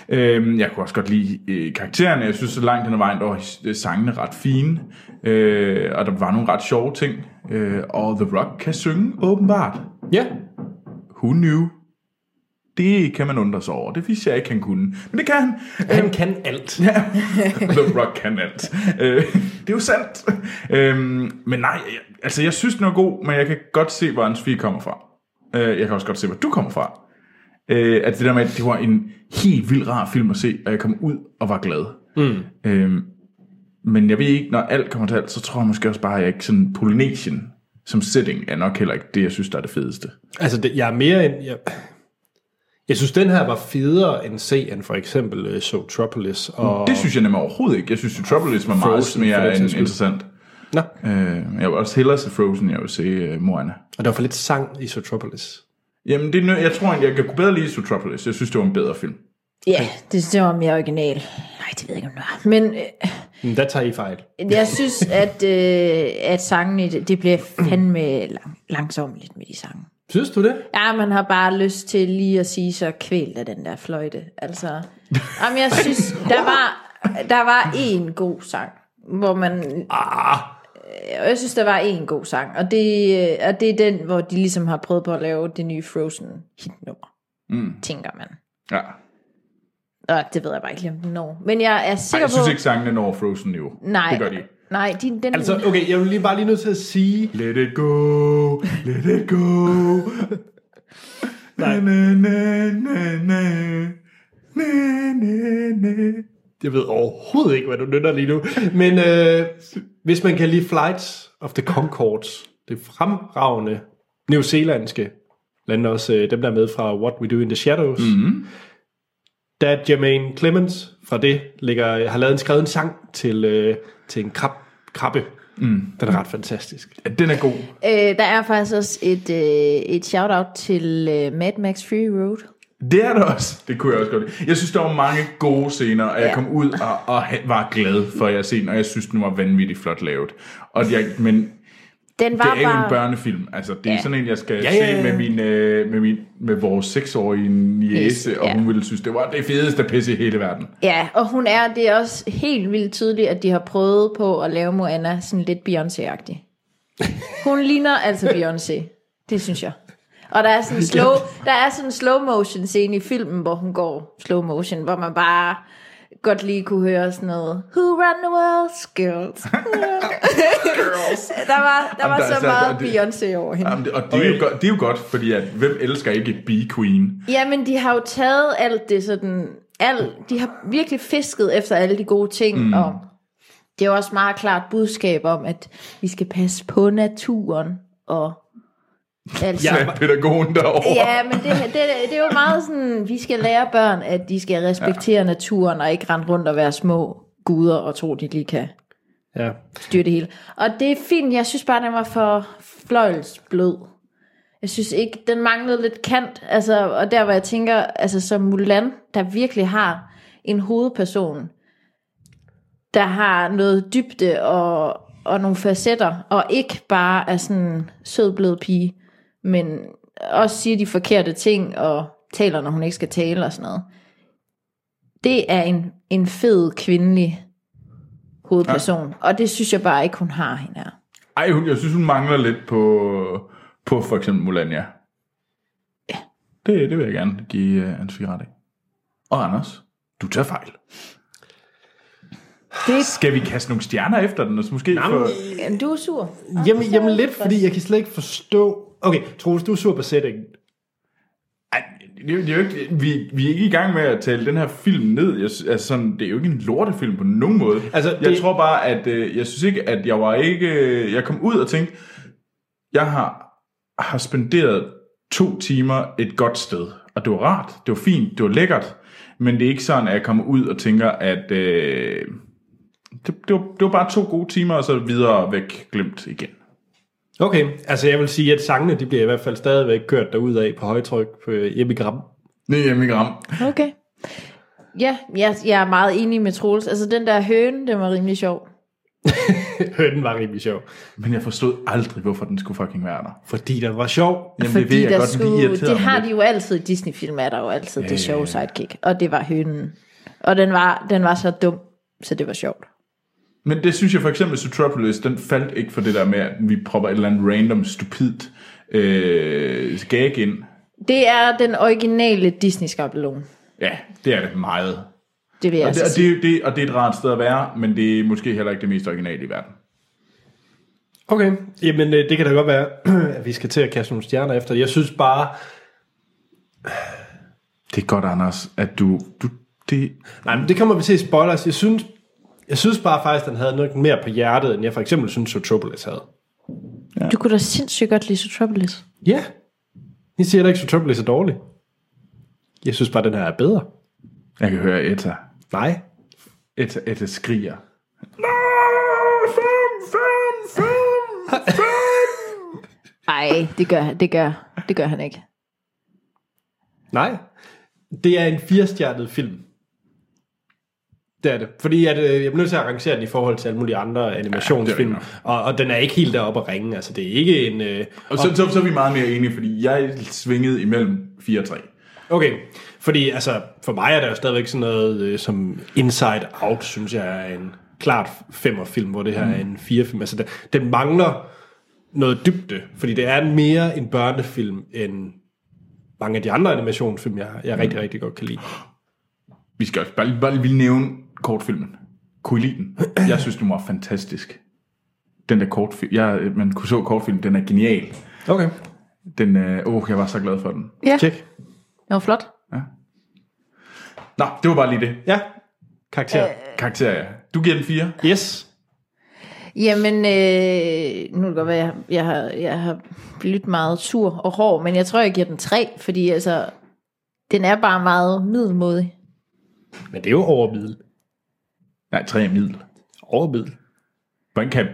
[SPEAKER 2] Øhm, jeg kunne også godt lide øh, karaktererne. Jeg synes, så langt den ad vejen, der var his- øh, sangene ret fine. Øh, og der var nogle ret sjove ting. Øh, og The Rock kan synge, åbenbart.
[SPEAKER 1] ja.
[SPEAKER 2] Who knew? Det kan man undre sig over. Det vidste jeg ikke, han kunne. Men det kan han. [laughs]
[SPEAKER 1] Han kan alt.
[SPEAKER 2] Ja. The Rock kan alt. Øh, det er jo sandt. Øhm, men nej, jeg- altså jeg synes, den er god, men jeg kan godt se, hvor Hans Fie kommer fra. Øh, jeg kan også godt se, hvor du kommer fra. Øh, at det der med, at det var en helt vildt rar film at se, og jeg kom ud og var glad. Mm. Øhm, men jeg ved ikke, når alt kommer til alt, så tror jeg måske også bare, at jeg ikke sådan Polynesien som setting er nok heller ikke det, jeg synes, der er det fedeste.
[SPEAKER 1] Altså, det, jeg er mere end... Jeg, jeg synes, den her var federe end C, end for eksempel uh, Zootropolis. Og...
[SPEAKER 2] Det synes jeg nemlig overhovedet ikke. Jeg synes, Metropolis var meget
[SPEAKER 1] Frozen, for den
[SPEAKER 2] mere end
[SPEAKER 1] sags skyld.
[SPEAKER 2] interessant.
[SPEAKER 1] Nå.
[SPEAKER 2] Øh, jeg vil også hellere se Frozen, end jeg vil se øh, Moana.
[SPEAKER 1] Og der var for lidt sang i Zootropolis.
[SPEAKER 2] Jamen, det er, nø- jeg tror egentlig, jeg kan kunne bedre lide Zootropolis. Jeg synes, det var en bedre film.
[SPEAKER 3] Ja, yeah, det, det var mere original. Nej, det ved jeg ikke, om det var. Men
[SPEAKER 1] Men der tager I fejl.
[SPEAKER 3] øh, jeg synes, at, øh, at sangene, det, det bliver fandme lang, langsomt lidt med de sange.
[SPEAKER 1] Synes du det?
[SPEAKER 3] Ja, man har bare lyst til lige at sige så kvælt af den der fløjte. Altså, jamen jeg
[SPEAKER 2] [laughs]
[SPEAKER 3] synes, der var, der var en god sang, hvor man... Ah. Jeg synes, der var en god sang, og det, øh, og det er den, hvor de ligesom har prøvet på at lave det nye Frozen hitnummer, mm. tænker man.
[SPEAKER 2] Ja.
[SPEAKER 3] Og det ved jeg bare ikke lige, om den når. Men jeg er
[SPEAKER 2] Ej,
[SPEAKER 3] sikker
[SPEAKER 2] jeg synes
[SPEAKER 3] på...
[SPEAKER 2] ikke, sangene når Frozen niveau.
[SPEAKER 3] nej,
[SPEAKER 2] Det gør de ikke.
[SPEAKER 3] Nej, de, den,
[SPEAKER 1] Altså, okay, jeg er lige bare lige nødt til at sige...
[SPEAKER 2] Let it go, let it
[SPEAKER 1] [laughs]
[SPEAKER 2] go. na, na, na, na, na. Na, na, na.
[SPEAKER 1] Jeg ved overhovedet ikke, hvad du nytter lige nu. Men øh, hvis man kan lide Flights of the Concords, det fremragende neozelandske, blandt andet også øh, dem, der er med fra What We Do in the Shadows, mm-hmm. da Jermaine Clemens fra det ligger, har lavet en, skrevet en sang til, øh, til en krab, krabbe. Mm. Den er ret fantastisk.
[SPEAKER 2] Ja, Den er god.
[SPEAKER 3] Øh, der er faktisk også et, øh, et shout-out til øh, Mad Max Free Road.
[SPEAKER 2] Det er det også. Det kunne jeg også godt lide. Jeg synes, der var mange gode scener, og jeg
[SPEAKER 3] Ja.
[SPEAKER 2] kom ud og, og ha- var glad for, at jeg scenen, og jeg synes, den var vanvittigt flot lavet. Og jeg, men
[SPEAKER 3] Den
[SPEAKER 2] det
[SPEAKER 3] var
[SPEAKER 2] er jo en
[SPEAKER 3] bare...
[SPEAKER 2] børnefilm. Altså, det er
[SPEAKER 3] Ja.
[SPEAKER 2] sådan en, jeg skal
[SPEAKER 1] Ja,
[SPEAKER 2] ja,
[SPEAKER 1] ja, ja,
[SPEAKER 2] se
[SPEAKER 1] ja.
[SPEAKER 2] med, min, øh, med, min, med vores seksårige niece, og
[SPEAKER 3] ja.
[SPEAKER 2] hun ville synes, det var det fedeste pisse i hele verden.
[SPEAKER 3] Ja, og hun er, det er også helt vildt tydeligt, at de har prøvet på at lave Moana sådan lidt Beyoncé-agtig.
[SPEAKER 2] [laughs]
[SPEAKER 3] Hun ligner altså Beyoncé, det synes jeg. Og der er sådan en slow, der er sådan en slow motion scene i filmen, hvor hun går slow motion, hvor man bare godt lige kunne høre sådan noget, Who run the world, girls.
[SPEAKER 2] [laughs]
[SPEAKER 3] [laughs] der var, der var
[SPEAKER 2] der er-
[SPEAKER 3] så
[SPEAKER 2] der-
[SPEAKER 3] meget
[SPEAKER 2] der-
[SPEAKER 3] Beyoncé over hende.
[SPEAKER 2] Jamen, det, og det er, jo godt, det er jo godt, fordi at, hvem elsker ikke Bee Queen?
[SPEAKER 3] Jamen, de har jo taget alt det sådan... Alt, de har virkelig fisket efter alle de gode ting, mm. og det er jo også meget klart budskab om, at vi skal passe på naturen, og... Altså,
[SPEAKER 2] Ja.
[SPEAKER 3] ja.
[SPEAKER 2] Af [laughs] pædagogen derovre.
[SPEAKER 3] ja, men det, det, det er jo meget sådan, vi skal lære børn, at de skal respektere ja. naturen, og ikke rende rundt og være små guder, og tro, de lige kan
[SPEAKER 1] Ja.
[SPEAKER 3] styre det hele. Og det er fint, jeg synes bare, den var for fløjelsblød. Jeg synes ikke, den manglede lidt kant, altså, og der hvor jeg tænker, altså som Mulan, der virkelig har en hovedperson, der har noget dybde og, og nogle facetter, og ikke bare er sådan en sød blød pige, men også siger de forkerte ting, og taler, når hun ikke skal tale og sådan noget. Det er en, en fed kvindelig hovedperson, ja. og det synes jeg bare ikke, hun har hende her.
[SPEAKER 2] Ej, hun, jeg synes, hun mangler lidt på, på for eksempel Mulan, ja. Det, det vil jeg gerne give uh, Anne ret af. Og Anders, du tager fejl.
[SPEAKER 3] Det-
[SPEAKER 2] Skal vi kaste nogle stjerner efter den, og så måske få...
[SPEAKER 3] Jamen, du er sur.
[SPEAKER 1] Jamen, jamen lidt, fordi jeg kan slet ikke forstå... Okay, Troels, du er sur på settingen.
[SPEAKER 2] Ej, det, er jo- det er jo ikke, vi, vi er ikke i gang med at tale den her film ned. Jeg, sy- altså, sådan, det er jo ikke en lortefilm på nogen måde.
[SPEAKER 1] Altså,
[SPEAKER 2] jeg
[SPEAKER 1] det-
[SPEAKER 2] tror bare, at øh, jeg synes ikke, at jeg var ikke... øh, Jeg kom ud og tænkte, jeg har, har spenderet to timer et godt sted. Og det var rart, det var fint, det var lækkert. Men det er ikke sådan, at jeg kommer ud og tænker, at øh, det, det, var, det var bare to gode timer, og så videre væk glemt igen.
[SPEAKER 1] Okay, altså jeg vil sige, at sangene de bliver i hvert fald stadigvæk kørt derudad på højtryk på [laughs] Epigram.
[SPEAKER 2] Nej, jeg er ikke ramt.
[SPEAKER 3] Okay. Ja, jeg, jeg er meget enig med Troels. Altså, den der høne, den var rimelig sjov.
[SPEAKER 1] Hønnen var rimelig sjov,
[SPEAKER 2] Men jeg forstod aldrig, hvorfor den skulle fucking være der.
[SPEAKER 1] fordi den var sjov.
[SPEAKER 2] Jamen, det ved jeg
[SPEAKER 3] der
[SPEAKER 2] godt, men de irriterer
[SPEAKER 3] det
[SPEAKER 2] mig
[SPEAKER 3] har
[SPEAKER 2] lidt.
[SPEAKER 3] de jo altid i Disney-film, er der jo altid det sjove sidekick. Og det var hønen. Og den var, den var så dum, så det var sjovt.
[SPEAKER 2] Men det synes jeg for eksempel, Zootropolis, den faldt ikke for det der med, at vi propper et eller andet random, stupidt øh, gag ind.
[SPEAKER 3] Det er den originale Disney-skabelon.
[SPEAKER 2] Ja, det er det meget.
[SPEAKER 3] Det vil jeg
[SPEAKER 2] Og det,
[SPEAKER 3] altså
[SPEAKER 2] og,
[SPEAKER 3] sige.
[SPEAKER 2] det, er jo det, og det er et rart sted at være, men det er måske heller ikke det mest originale i verden.
[SPEAKER 1] [laughs] Okay, jamen øh, det kan da godt være, [clears throat] at vi skal til at kaste nogle stjerner efter. Jeg synes bare,
[SPEAKER 2] Det er godt, Anders, at du... du det,
[SPEAKER 1] nej, men det kommer vi til i spoilers. Jeg synes, jeg synes bare faktisk, at den havde noget mere på hjertet, end jeg for eksempel synes, Zootropolis havde.
[SPEAKER 3] Du kunne da sindssygt godt lide Zootropolis.
[SPEAKER 1] Ja, jeg siger da ikke, Zootropolis er dårlig. Jeg synes bare, den her er bedre.
[SPEAKER 2] jeg kan høre Etta.
[SPEAKER 1] Nej.
[SPEAKER 2] Etta, Etta skriger. Nej, fem, fem, fem, fem.
[SPEAKER 3] Nej, det gør, han- det, gør, det gør han ikke.
[SPEAKER 1] Nej. Det er en firestjernet film. Det er det. Fordi at, øh, jeg er nødt til at arrangere den i forhold til alle mulige andre animationsfilm. Ja,
[SPEAKER 2] rigtigt
[SPEAKER 1] og, og den er ikke helt deroppe at ringe. Altså, det er ikke en... Øh,
[SPEAKER 2] Og så, så, så er vi meget mere enige, fordi jeg svingede imellem 4 og 3.
[SPEAKER 1] okay, fordi altså, for mig er der jo stadigvæk sådan noget øh, som Inside Out, synes jeg er en klart femmerfilm, hvor det her mm. er en firefilm. Altså, den, den mangler noget dybde, fordi det er mere en børnefilm end mange af de andre animationsfilm, jeg, jeg rigtig, rigtig godt kan lide.
[SPEAKER 2] Vi skal også bare, lige- bare lige ville nævne kortfilmen. Kunne I lide den? Jeg synes, den var fantastisk. Den der kortfilm, jeg, man kunne så kortfilm, den er genial.
[SPEAKER 1] Okay.
[SPEAKER 2] Den, øh, åh, jeg var så glad for den.
[SPEAKER 3] Ja,
[SPEAKER 1] Tjek.
[SPEAKER 3] det var flot.
[SPEAKER 2] Nå, det var bare lige det.
[SPEAKER 1] Ja. Karakter. Øh.
[SPEAKER 2] Karakterer, ja. Du giver den 4.
[SPEAKER 1] Yes.
[SPEAKER 3] Jamen, øh, nu kan det godt være, jeg, jeg, har, jeg har lyttet meget sur og hård, men jeg tror, jeg giver den tre, fordi altså, den er bare meget middelmodig.
[SPEAKER 1] Men det er jo over middel.
[SPEAKER 2] Nej, tre er middel.
[SPEAKER 1] Over middel.
[SPEAKER 2] Hvordan kan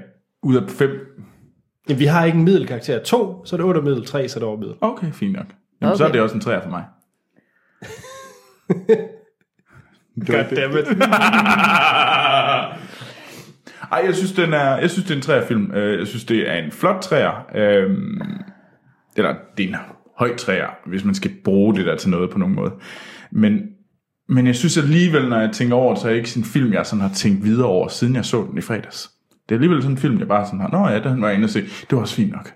[SPEAKER 2] ud af fem?
[SPEAKER 1] Jamen, vi har ikke en middelkarakter 2, så er det under middel 3, så er det over middel.
[SPEAKER 2] Okay, fint nok. Jamen, okay. så er
[SPEAKER 3] Okay.
[SPEAKER 2] det også en træer for mig.
[SPEAKER 1] Goddammit.
[SPEAKER 2] Ej, jeg synes, den er, jeg synes, det er en træerfilm. Øh, Jeg synes, det er en flot træer. Øhm, eller det er en høj træer, hvis man skal bruge det der til noget på nogen måde. Men, men jeg synes alligevel, når jeg tænker over det, så er det ikke sådan en film, jeg sådan har tænkt videre over, siden jeg så den i fredags. Det er alligevel sådan en film, jeg bare sådan har, nå ja, den var jeg inde og se. Det var også fint nok.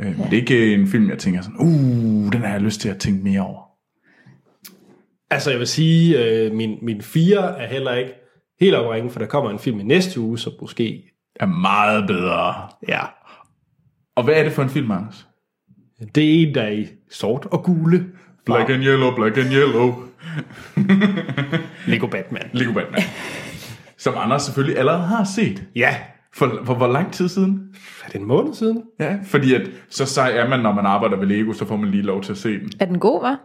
[SPEAKER 2] Øh, men det er ikke en film, jeg tænker sådan, uh, den har jeg lyst til at tænke mere over.
[SPEAKER 1] [laughs] Altså, jeg vil sige, øh, min, min 4 er heller ikke helt op at ringe, for der kommer en film i næste uge, så måske...
[SPEAKER 2] Er meget bedre.
[SPEAKER 1] Ja.
[SPEAKER 2] Og hvad er det for en film, Anders?
[SPEAKER 1] Det er en, der er i sort og gule.
[SPEAKER 2] Black and yellow, black and yellow.
[SPEAKER 1] Lego Batman.
[SPEAKER 2] Lego Batman. Som Anders selvfølgelig allerede har set.
[SPEAKER 1] Ja.
[SPEAKER 2] For, for hvor lang tid siden?
[SPEAKER 1] Er det en måned siden?
[SPEAKER 2] Ja, fordi at, så sej er man, når man arbejder ved Lego, så får man lige lov til at se den.
[SPEAKER 3] Er den god, var?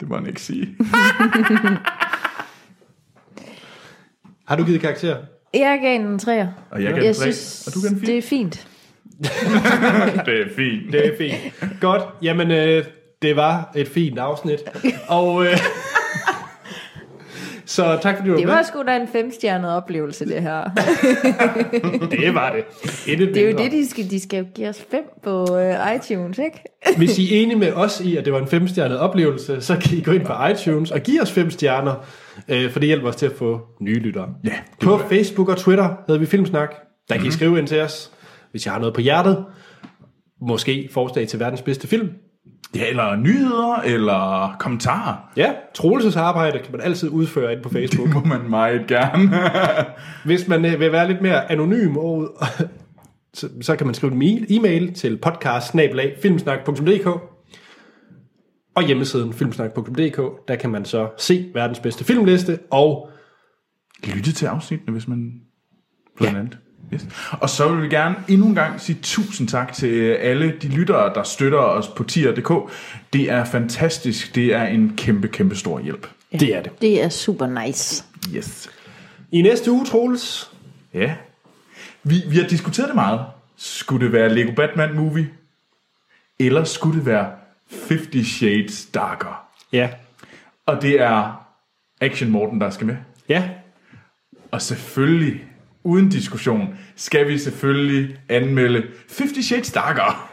[SPEAKER 2] Det må han ikke sige.
[SPEAKER 1] Har du givet karakter?
[SPEAKER 3] Jeg gav den en træer.
[SPEAKER 2] Og jeg gav den
[SPEAKER 3] Jeg
[SPEAKER 2] tre,
[SPEAKER 3] synes,
[SPEAKER 2] og du gav den fire.
[SPEAKER 3] det er fint.
[SPEAKER 2] Det er fint.
[SPEAKER 1] Det er fint. [laughs] Godt. Jamen, øh, det var et fint afsnit. Og... Øh, [laughs] så tak fordi du var
[SPEAKER 3] Det
[SPEAKER 1] med.
[SPEAKER 3] var sgu da en femstjernet oplevelse,
[SPEAKER 2] [laughs]
[SPEAKER 3] det her.
[SPEAKER 1] Det var det. Intet
[SPEAKER 3] Det er jo
[SPEAKER 1] mindre.
[SPEAKER 3] det, de skal, de skal jo give os fem på øh, iTunes, ikke?
[SPEAKER 1] Hvis I er enige med os i, at det var en femstjernet oplevelse, så kan I gå ind på iTunes og give os fem stjerner, øh, for det hjælper os til at få nye lyttere.
[SPEAKER 2] Ja, det
[SPEAKER 1] på
[SPEAKER 2] kunne Mhm.
[SPEAKER 1] Facebook og Twitter hedder vi Filmsnak. Der kan mm-hmm. I skrive ind til os, hvis I har noget på hjertet. Måske forslag til verdens bedste film.
[SPEAKER 2] Ja, eller nyheder, eller kommentarer.
[SPEAKER 1] Ja, Troelses arbejde kan man altid udføre ind på Facebook.
[SPEAKER 2] Det må man meget gerne.
[SPEAKER 1] Hvis man øh, vil være lidt mere anonym, og, [laughs] så, så kan man skrive en mail- e-mail til podcast-filmsnak.dk og hjemmesiden filmsnak.dk, der kan man så se verdens bedste filmliste, og
[SPEAKER 2] Lytte til afsnittene, hvis man... Blandt andet. Yes. Og så vil vi gerne endnu en gang sige tusind tak til alle de lyttere, der støtter os på tier.dk. Det er fantastisk. Det er en kæmpe, kæmpe stor hjælp.
[SPEAKER 1] det er det.
[SPEAKER 3] Det er super nice.
[SPEAKER 2] Yes.
[SPEAKER 1] I næste uge, Troels,
[SPEAKER 2] Ja. Vi, vi har diskuteret det meget. Skulle det være Lego Batman Movie? Eller skulle det være 50 Shades Darker?
[SPEAKER 1] ja,
[SPEAKER 2] Og det er Action Morten, der skal med.
[SPEAKER 1] ja,
[SPEAKER 2] Og selvfølgelig, uden diskussion, skal vi selvfølgelig anmelde 50 Shades Darker.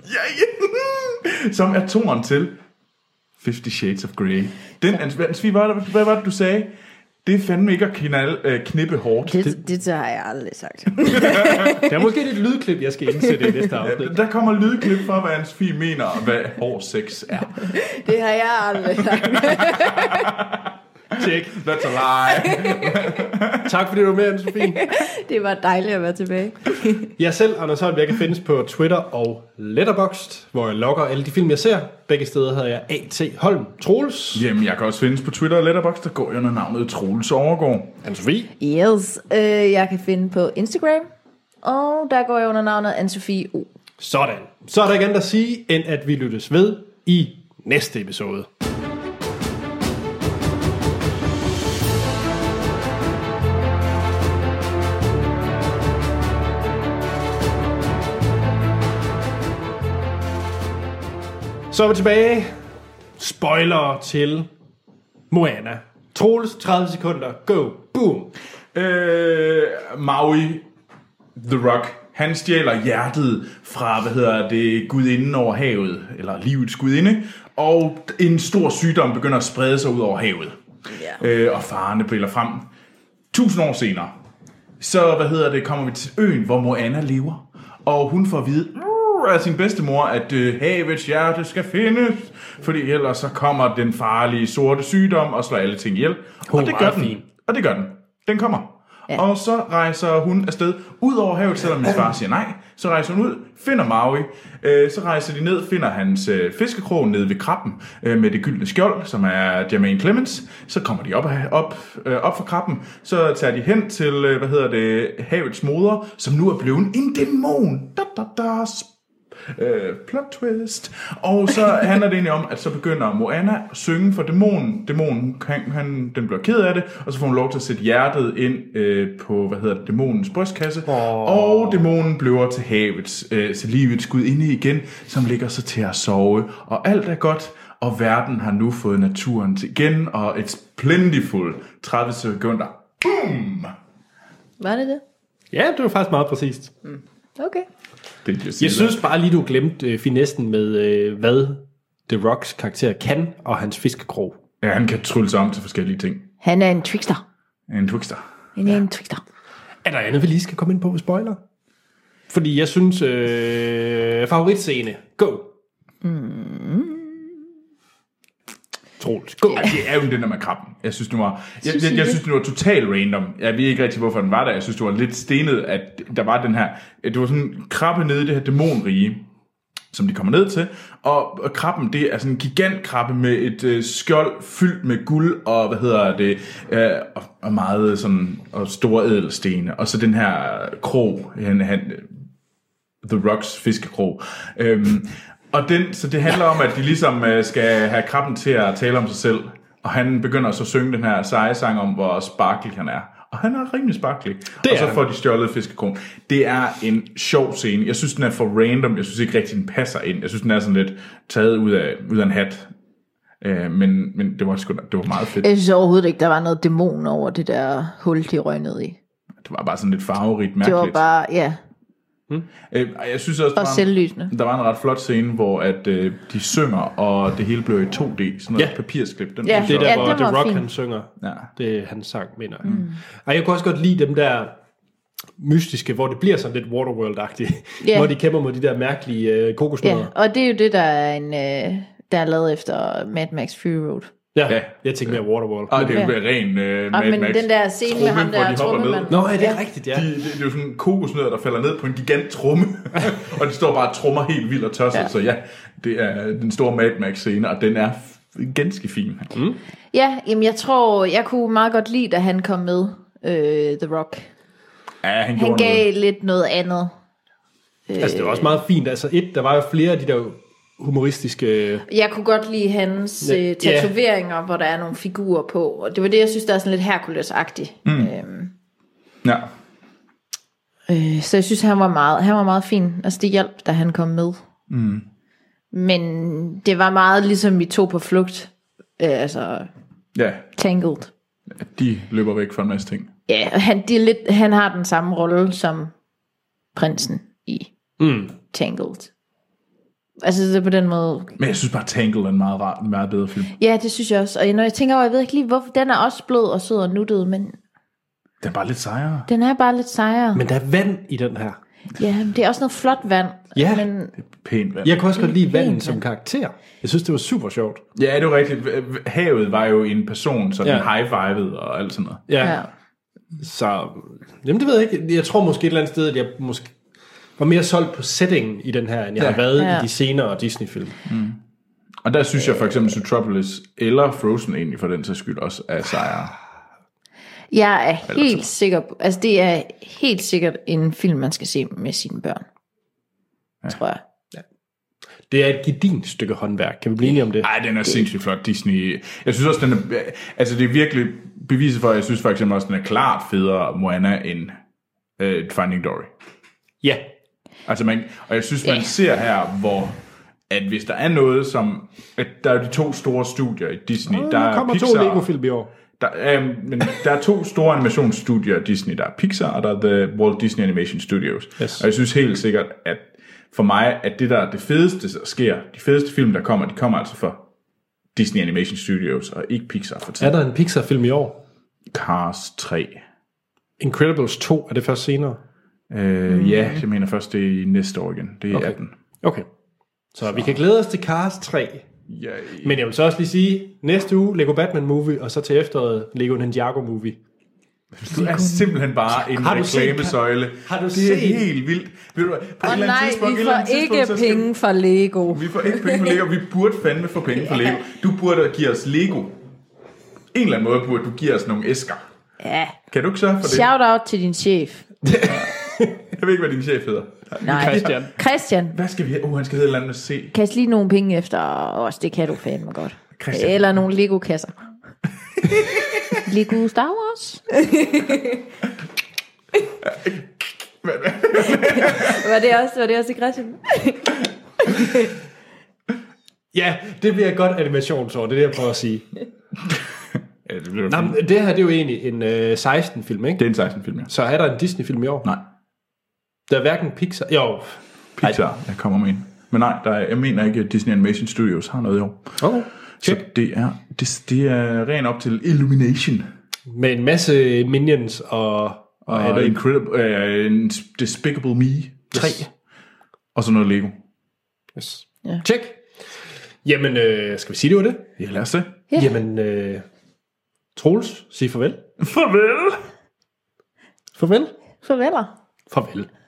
[SPEAKER 2] Yeah! [laughs] Som er toren til 50 Shades of Grey. Den, Ans- Svi, hvad, hvad var det, du sagde? Det er fandme ikke at knalde, øh, knippe hårdt.
[SPEAKER 3] Det, det, det har jeg aldrig sagt. [laughs]
[SPEAKER 1] der er måske et lydklip, jeg skal indsætte i næste [laughs] afsnit.
[SPEAKER 2] Der kommer lydklip fra, hvad hans fi mener, og hvad hård sex er.
[SPEAKER 3] Det har jeg aldrig sagt.
[SPEAKER 1] Tjek.
[SPEAKER 2] That's a lie.
[SPEAKER 1] Tak fordi du var med, Anne-Sophie.
[SPEAKER 3] Det var dejligt at være tilbage.
[SPEAKER 1] Jeg selv, Anders Holm, jeg kan findes på Twitter og Letterboxd, hvor jeg logger alle de film, jeg ser. Begge steder hedder jeg A.T. Holm Troels.
[SPEAKER 2] [laughs] Jamen, jeg kan også findes på Twitter og Letterboxd, der går jeg under navnet Troels Overgaard.
[SPEAKER 1] Anne-Sophie.
[SPEAKER 3] Yes. Øh, jeg kan finde på Instagram, og der går jeg under navnet Anne-Sophie O.
[SPEAKER 1] Sådan. Så er der ikke andet at sige, end at vi lyttes ved i næste episode. Så er vi tilbage. Spoiler til Moana. Troels, 30 sekunder. Go. Boom.
[SPEAKER 2] Øh, Maui, The Rock, han stjæler hjertet fra, hvad hedder det, gudinden over havet, eller livets gudinde, og en stor sygdom begynder at sprede sig ud over havet.
[SPEAKER 3] Ja.
[SPEAKER 2] Øh, og farerne briller frem. Tusind år senere, så, hvad hedder det, kommer vi til øen, hvor Moana lever, og hun får at vide "Uh," af sin bedstemor, at øh, havets hjerte skal findes, fordi ellers så kommer den farlige sorte sygdom og slår alle ting ihjel.
[SPEAKER 1] Hun er
[SPEAKER 2] og det gør
[SPEAKER 1] meget
[SPEAKER 2] den.
[SPEAKER 1] fin.
[SPEAKER 2] Og det gør den. Den kommer. Ja. Og så rejser hun afsted ud over havet, selvom min far siger nej. Så rejser hun ud, finder Maui. Øh, så rejser de ned, finder hans øh, fiskekrog nede ved krabben øh, med det gyldne skjold, som er Jermaine Clemens. Så kommer de op, op, øh, op fra krabben. Så tager de hen til, øh, hvad hedder det, havets moder, som nu er blevet en dæmon. Da, da, da, Øh, plot twist. Og så handler det egentlig om, at så begynder Moana at synge for dæmonen. Dæmonen, han, han, den bliver ked af det, og så får hun lov til at sætte hjertet ind øh, på, hvad hedder det, dæmonens brystkasse. Oh. Og dæmonen bliver til havets, øh, til livets gud inde igen, som ligger så til at sove. Og alt er godt, og verden har nu fået naturen til igen, og it's plentiful. 30 sekunder. Boom!
[SPEAKER 3] Var det det?
[SPEAKER 1] Ja, det var faktisk meget præcist.
[SPEAKER 3] Okay.
[SPEAKER 2] Det er
[SPEAKER 1] Jeg synes bare lige, du glemte øh, finessen med, øh, hvad The Rocks karakter kan, og hans fiskekrog.
[SPEAKER 2] Ja, han kan trylle sig om til forskellige ting.
[SPEAKER 3] Han er en trickster.
[SPEAKER 2] En twixter.
[SPEAKER 3] Han er ja. en trickster.
[SPEAKER 1] Er der andet, vi lige skal komme ind på med spoiler? Fordi jeg synes, øh, favoritscene, go! Mm. Troels, go!
[SPEAKER 2] Det er jo den der med krabben. Jeg synes, den var, jeg, jeg, jeg synes, den var totalt random. Jeg ved ikke rigtig, hvorfor den var der. Jeg synes, det var lidt stenet, at der var den her... Det var sådan en krabbe nede i det her dæmonrige, som de kommer ned til. Og, og krabben, det er sådan en gigantkrabbe med et øh, skjold fyldt med guld og, hvad hedder det, øh, og, og meget sådan, og store ædelstene. Og så den her krog, han, han, The Rocks fiskekrog. Øhm, og den, så det handler om, at de ligesom øh, skal have krabben til at tale om sig selv. Og han begynder så at synge den her seje sang om, hvor sparklig han er. Og han er rimelig sparklig. Det og
[SPEAKER 1] er
[SPEAKER 2] så
[SPEAKER 1] han.
[SPEAKER 2] får de stjålet fiskekron. Det er en sjov scene. Jeg synes, den er for random. Jeg synes ikke rigtig, den passer ind. Jeg synes, den er sådan lidt taget ud af, ud af en hat. Øh, men, men det var sgu, det var meget fedt.
[SPEAKER 3] Jeg synes overhovedet ikke, der var noget dæmon over det der hul, de røg ned i.
[SPEAKER 2] Det var bare sådan lidt farverigt,
[SPEAKER 3] Det
[SPEAKER 2] mærkeligt.
[SPEAKER 3] var bare, ja,
[SPEAKER 2] Øh, og jeg synes også, der
[SPEAKER 3] og
[SPEAKER 2] var en-
[SPEAKER 3] selvlysende.
[SPEAKER 2] Der var en ret flot scene, hvor at, øh, de synger, og det hele blev i 2D. Sådan noget
[SPEAKER 1] Ja.
[SPEAKER 2] ja. papirsklip. Den
[SPEAKER 3] Ja.
[SPEAKER 2] synes
[SPEAKER 1] Det er
[SPEAKER 2] jeg
[SPEAKER 1] der,
[SPEAKER 3] Ja,
[SPEAKER 1] ja, hvor
[SPEAKER 3] den var
[SPEAKER 1] The Rock
[SPEAKER 3] fin.
[SPEAKER 1] han synger.
[SPEAKER 2] Ja.
[SPEAKER 1] Det er hans sang, mener jeg. Mm. Ej, jeg kunne også godt lide dem der mystiske, hvor det bliver sådan lidt Waterworld-agtigt.
[SPEAKER 3] Ja.
[SPEAKER 1] Hvor de kæmper mod de der mærkelige øh, kokosnødder.
[SPEAKER 3] Ja, og det er jo det, der er, en, øh, der er lavet efter Mad Max Fury Road.
[SPEAKER 1] Ja,
[SPEAKER 2] Ja.
[SPEAKER 1] jeg tænkte mere Waterworld.
[SPEAKER 2] Og det er jo ren øh,
[SPEAKER 3] Og,
[SPEAKER 2] Mad
[SPEAKER 3] Ah, men
[SPEAKER 2] Max.
[SPEAKER 3] den der scene med ham
[SPEAKER 2] Trommen, hvor de
[SPEAKER 3] der
[SPEAKER 2] hopper
[SPEAKER 3] trommemand.
[SPEAKER 2] ned.
[SPEAKER 1] Nå, er det ja. rigtigt, ja.
[SPEAKER 2] De, det, det er jo sådan en kokosnød, der falder ned på en gigant
[SPEAKER 1] [laughs]
[SPEAKER 2] tromme, og de står bare og trummer helt vildt og tosset.
[SPEAKER 3] Ja.
[SPEAKER 2] Ja. Så ja, det er den store Mad Max-scene, og den er f- ganske fin. Mm.
[SPEAKER 3] Ja, jamen jeg tror, jeg kunne meget godt lide, da han kom med, øh, The Rock.
[SPEAKER 2] Ja, han,
[SPEAKER 3] Han
[SPEAKER 2] gjorde
[SPEAKER 3] gav
[SPEAKER 2] noget.
[SPEAKER 3] lidt noget andet.
[SPEAKER 1] Altså, det var også meget fint. Altså, et, der var jo flere af de der humoristiske...
[SPEAKER 3] Jeg kunne godt lide hans
[SPEAKER 1] Ja.
[SPEAKER 3] øh, tatoveringer, hvor der er nogle figurer på. Og det var det, jeg synes, der er sådan lidt Hercules-agtigt. Mm. Øhm,
[SPEAKER 2] Ja.
[SPEAKER 3] øh, så jeg synes, han var meget, han var meget fin. Altså det hjalp, da han kom med. Mm. Men det var meget ligesom vi to på flugt. Øh, altså
[SPEAKER 2] ja,
[SPEAKER 3] Tangled.
[SPEAKER 2] de løber væk fra en masse ting.
[SPEAKER 3] Ja, og han, det er lidt, han har den samme rolle som prinsen i
[SPEAKER 1] Mm.
[SPEAKER 3] Tangled. Altså det er på den måde.
[SPEAKER 2] Men jeg synes bare, Tangle er en meget, rar, en meget bedre film.
[SPEAKER 3] Ja, det synes jeg også. Og når jeg tænker over, jeg ved ikke lige, hvorfor den er også blød og sød og nuttet, men
[SPEAKER 2] Den er bare lidt sejere.
[SPEAKER 3] den er bare lidt sejere.
[SPEAKER 1] Men der er vand i den her.
[SPEAKER 3] Ja, men det er også noget flot vand.
[SPEAKER 1] Ja.
[SPEAKER 3] Men
[SPEAKER 2] Pænt vand.
[SPEAKER 1] Jeg kunne også godt lide vandet
[SPEAKER 3] fint,
[SPEAKER 1] som karakter. Jeg synes, det var super sjovt.
[SPEAKER 2] Ja, det er jo rigtigt. Havet var jo en person, så den
[SPEAKER 1] Ja.
[SPEAKER 2] high-fivede og alt sådan noget.
[SPEAKER 1] Ja.
[SPEAKER 3] ja.
[SPEAKER 1] ja. Så, jamen det ved jeg ikke. Jeg tror måske et eller andet sted, at jeg måske var mere solgt på settingen i den her, end jeg
[SPEAKER 2] Ja.
[SPEAKER 1] har været
[SPEAKER 3] Ja.
[SPEAKER 1] i de senere Disney-film.
[SPEAKER 2] Og der synes jeg for eksempel Zootropolis eller Frozen egentlig for den sags skyld også er sejre.
[SPEAKER 3] Jeg er helt sikker på, altså det er helt sikkert en film, man skal se med sine børn. Ja. Tror jeg.
[SPEAKER 1] Det er et gedint stykke håndværk. Kan vi blive enige om det?
[SPEAKER 2] Ej, den er sindssygt flot, Disney. Jeg synes også, den er... Altså, det er virkelig beviset for, at jeg synes for eksempel også, den er klart federe Moana end uh, Finding Dory.
[SPEAKER 1] Ja.
[SPEAKER 2] Altså man, og jeg synes, man ser her, hvor at hvis der er noget, som... At der er de to store studier i Disney. der
[SPEAKER 1] Der
[SPEAKER 2] er
[SPEAKER 1] kommer
[SPEAKER 2] Pixar,
[SPEAKER 1] to Lego-film i år.
[SPEAKER 2] Der, øh, men der er to store animationsstudier i Disney. Der er Pixar, og der er The Walt Disney Animation Studios.
[SPEAKER 1] Yes.
[SPEAKER 2] Og jeg synes helt sikkert, at for mig, at det der er det fedeste, der sker, de fedeste film, der kommer, de kommer altså fra Disney Animation Studios, og ikke Pixar for
[SPEAKER 1] Er
[SPEAKER 2] tiden.
[SPEAKER 1] der en Pixar-film i år?
[SPEAKER 2] Cars 3.
[SPEAKER 1] Incredibles 2 er det først senere.
[SPEAKER 2] Øh, mm. Ja, jeg mener først, det er næste år igen. Det er okay. 18.
[SPEAKER 1] Okay. Så, vi kan glæde os til Cars 3.
[SPEAKER 2] Ja,
[SPEAKER 1] Men jeg vil så også lige sige, næste uge Lego Batman Movie, og så til efteråret Lego Ninjago Movie.
[SPEAKER 2] du er simpelthen bare en
[SPEAKER 1] Har du set-
[SPEAKER 2] reklamesøjle.
[SPEAKER 1] har du
[SPEAKER 2] det er
[SPEAKER 1] set-
[SPEAKER 2] helt vildt. Ved du, hvad, på et
[SPEAKER 3] Og
[SPEAKER 2] eller andet
[SPEAKER 3] nej,
[SPEAKER 2] tidspunkt, et
[SPEAKER 3] vi
[SPEAKER 2] eller andet
[SPEAKER 3] får
[SPEAKER 2] tidspunkt,
[SPEAKER 3] ikke
[SPEAKER 2] så skal-
[SPEAKER 3] penge fra Lego.
[SPEAKER 2] Vi får ikke penge for Lego. Vi burde fandme få penge for Lego. Du burde give os Lego. En eller anden måde burde du give os nogle æsker.
[SPEAKER 3] Ja.
[SPEAKER 2] Kan du ikke sørge for det?
[SPEAKER 3] Shout out til din chef.
[SPEAKER 2] Jeg ved ikke, hvad din chef hedder.
[SPEAKER 3] Nej.
[SPEAKER 7] Christian.
[SPEAKER 3] Christian.
[SPEAKER 2] Hvad skal vi have? Oh, han skal hedde et eller andet med C.
[SPEAKER 3] Kast lige nogle penge efter os, det kan du fandme godt.
[SPEAKER 2] Christian.
[SPEAKER 3] Eller nogle Lego-kasser. Lego Star Wars. var, det også, var det også i Christian?
[SPEAKER 1] Ja, det bliver et godt animationsår, det er det, jeg prøver at sige.
[SPEAKER 2] Ja, det, bliver
[SPEAKER 1] Nå, men det her det er jo egentlig en øh, 16-film, ikke?
[SPEAKER 2] det er en 16 film, ja.
[SPEAKER 1] Så er der en Disney-film i år?
[SPEAKER 2] Nej,
[SPEAKER 1] Der er hverken Pixar... Jo,
[SPEAKER 2] Pixar. Jeg kommer med en. Men nej, der er, jeg mener ikke, at Disney Animation Studios har noget i år.
[SPEAKER 1] okay.
[SPEAKER 2] Så det er, det, det er ren op til Illumination.
[SPEAKER 1] Med en masse Minions og...
[SPEAKER 2] Og er det Incredible, uh, Despicable Me 3. Og så noget Lego.
[SPEAKER 1] Yes.
[SPEAKER 3] Ja.
[SPEAKER 1] Check. Jamen, øh, skal vi sige, det var det?
[SPEAKER 2] Ja, lad os det.
[SPEAKER 3] Ja.
[SPEAKER 1] Jamen, øh, Troels, sig farvel.
[SPEAKER 2] Farvel!
[SPEAKER 1] Farvel.
[SPEAKER 3] Farveler.
[SPEAKER 1] Farvel.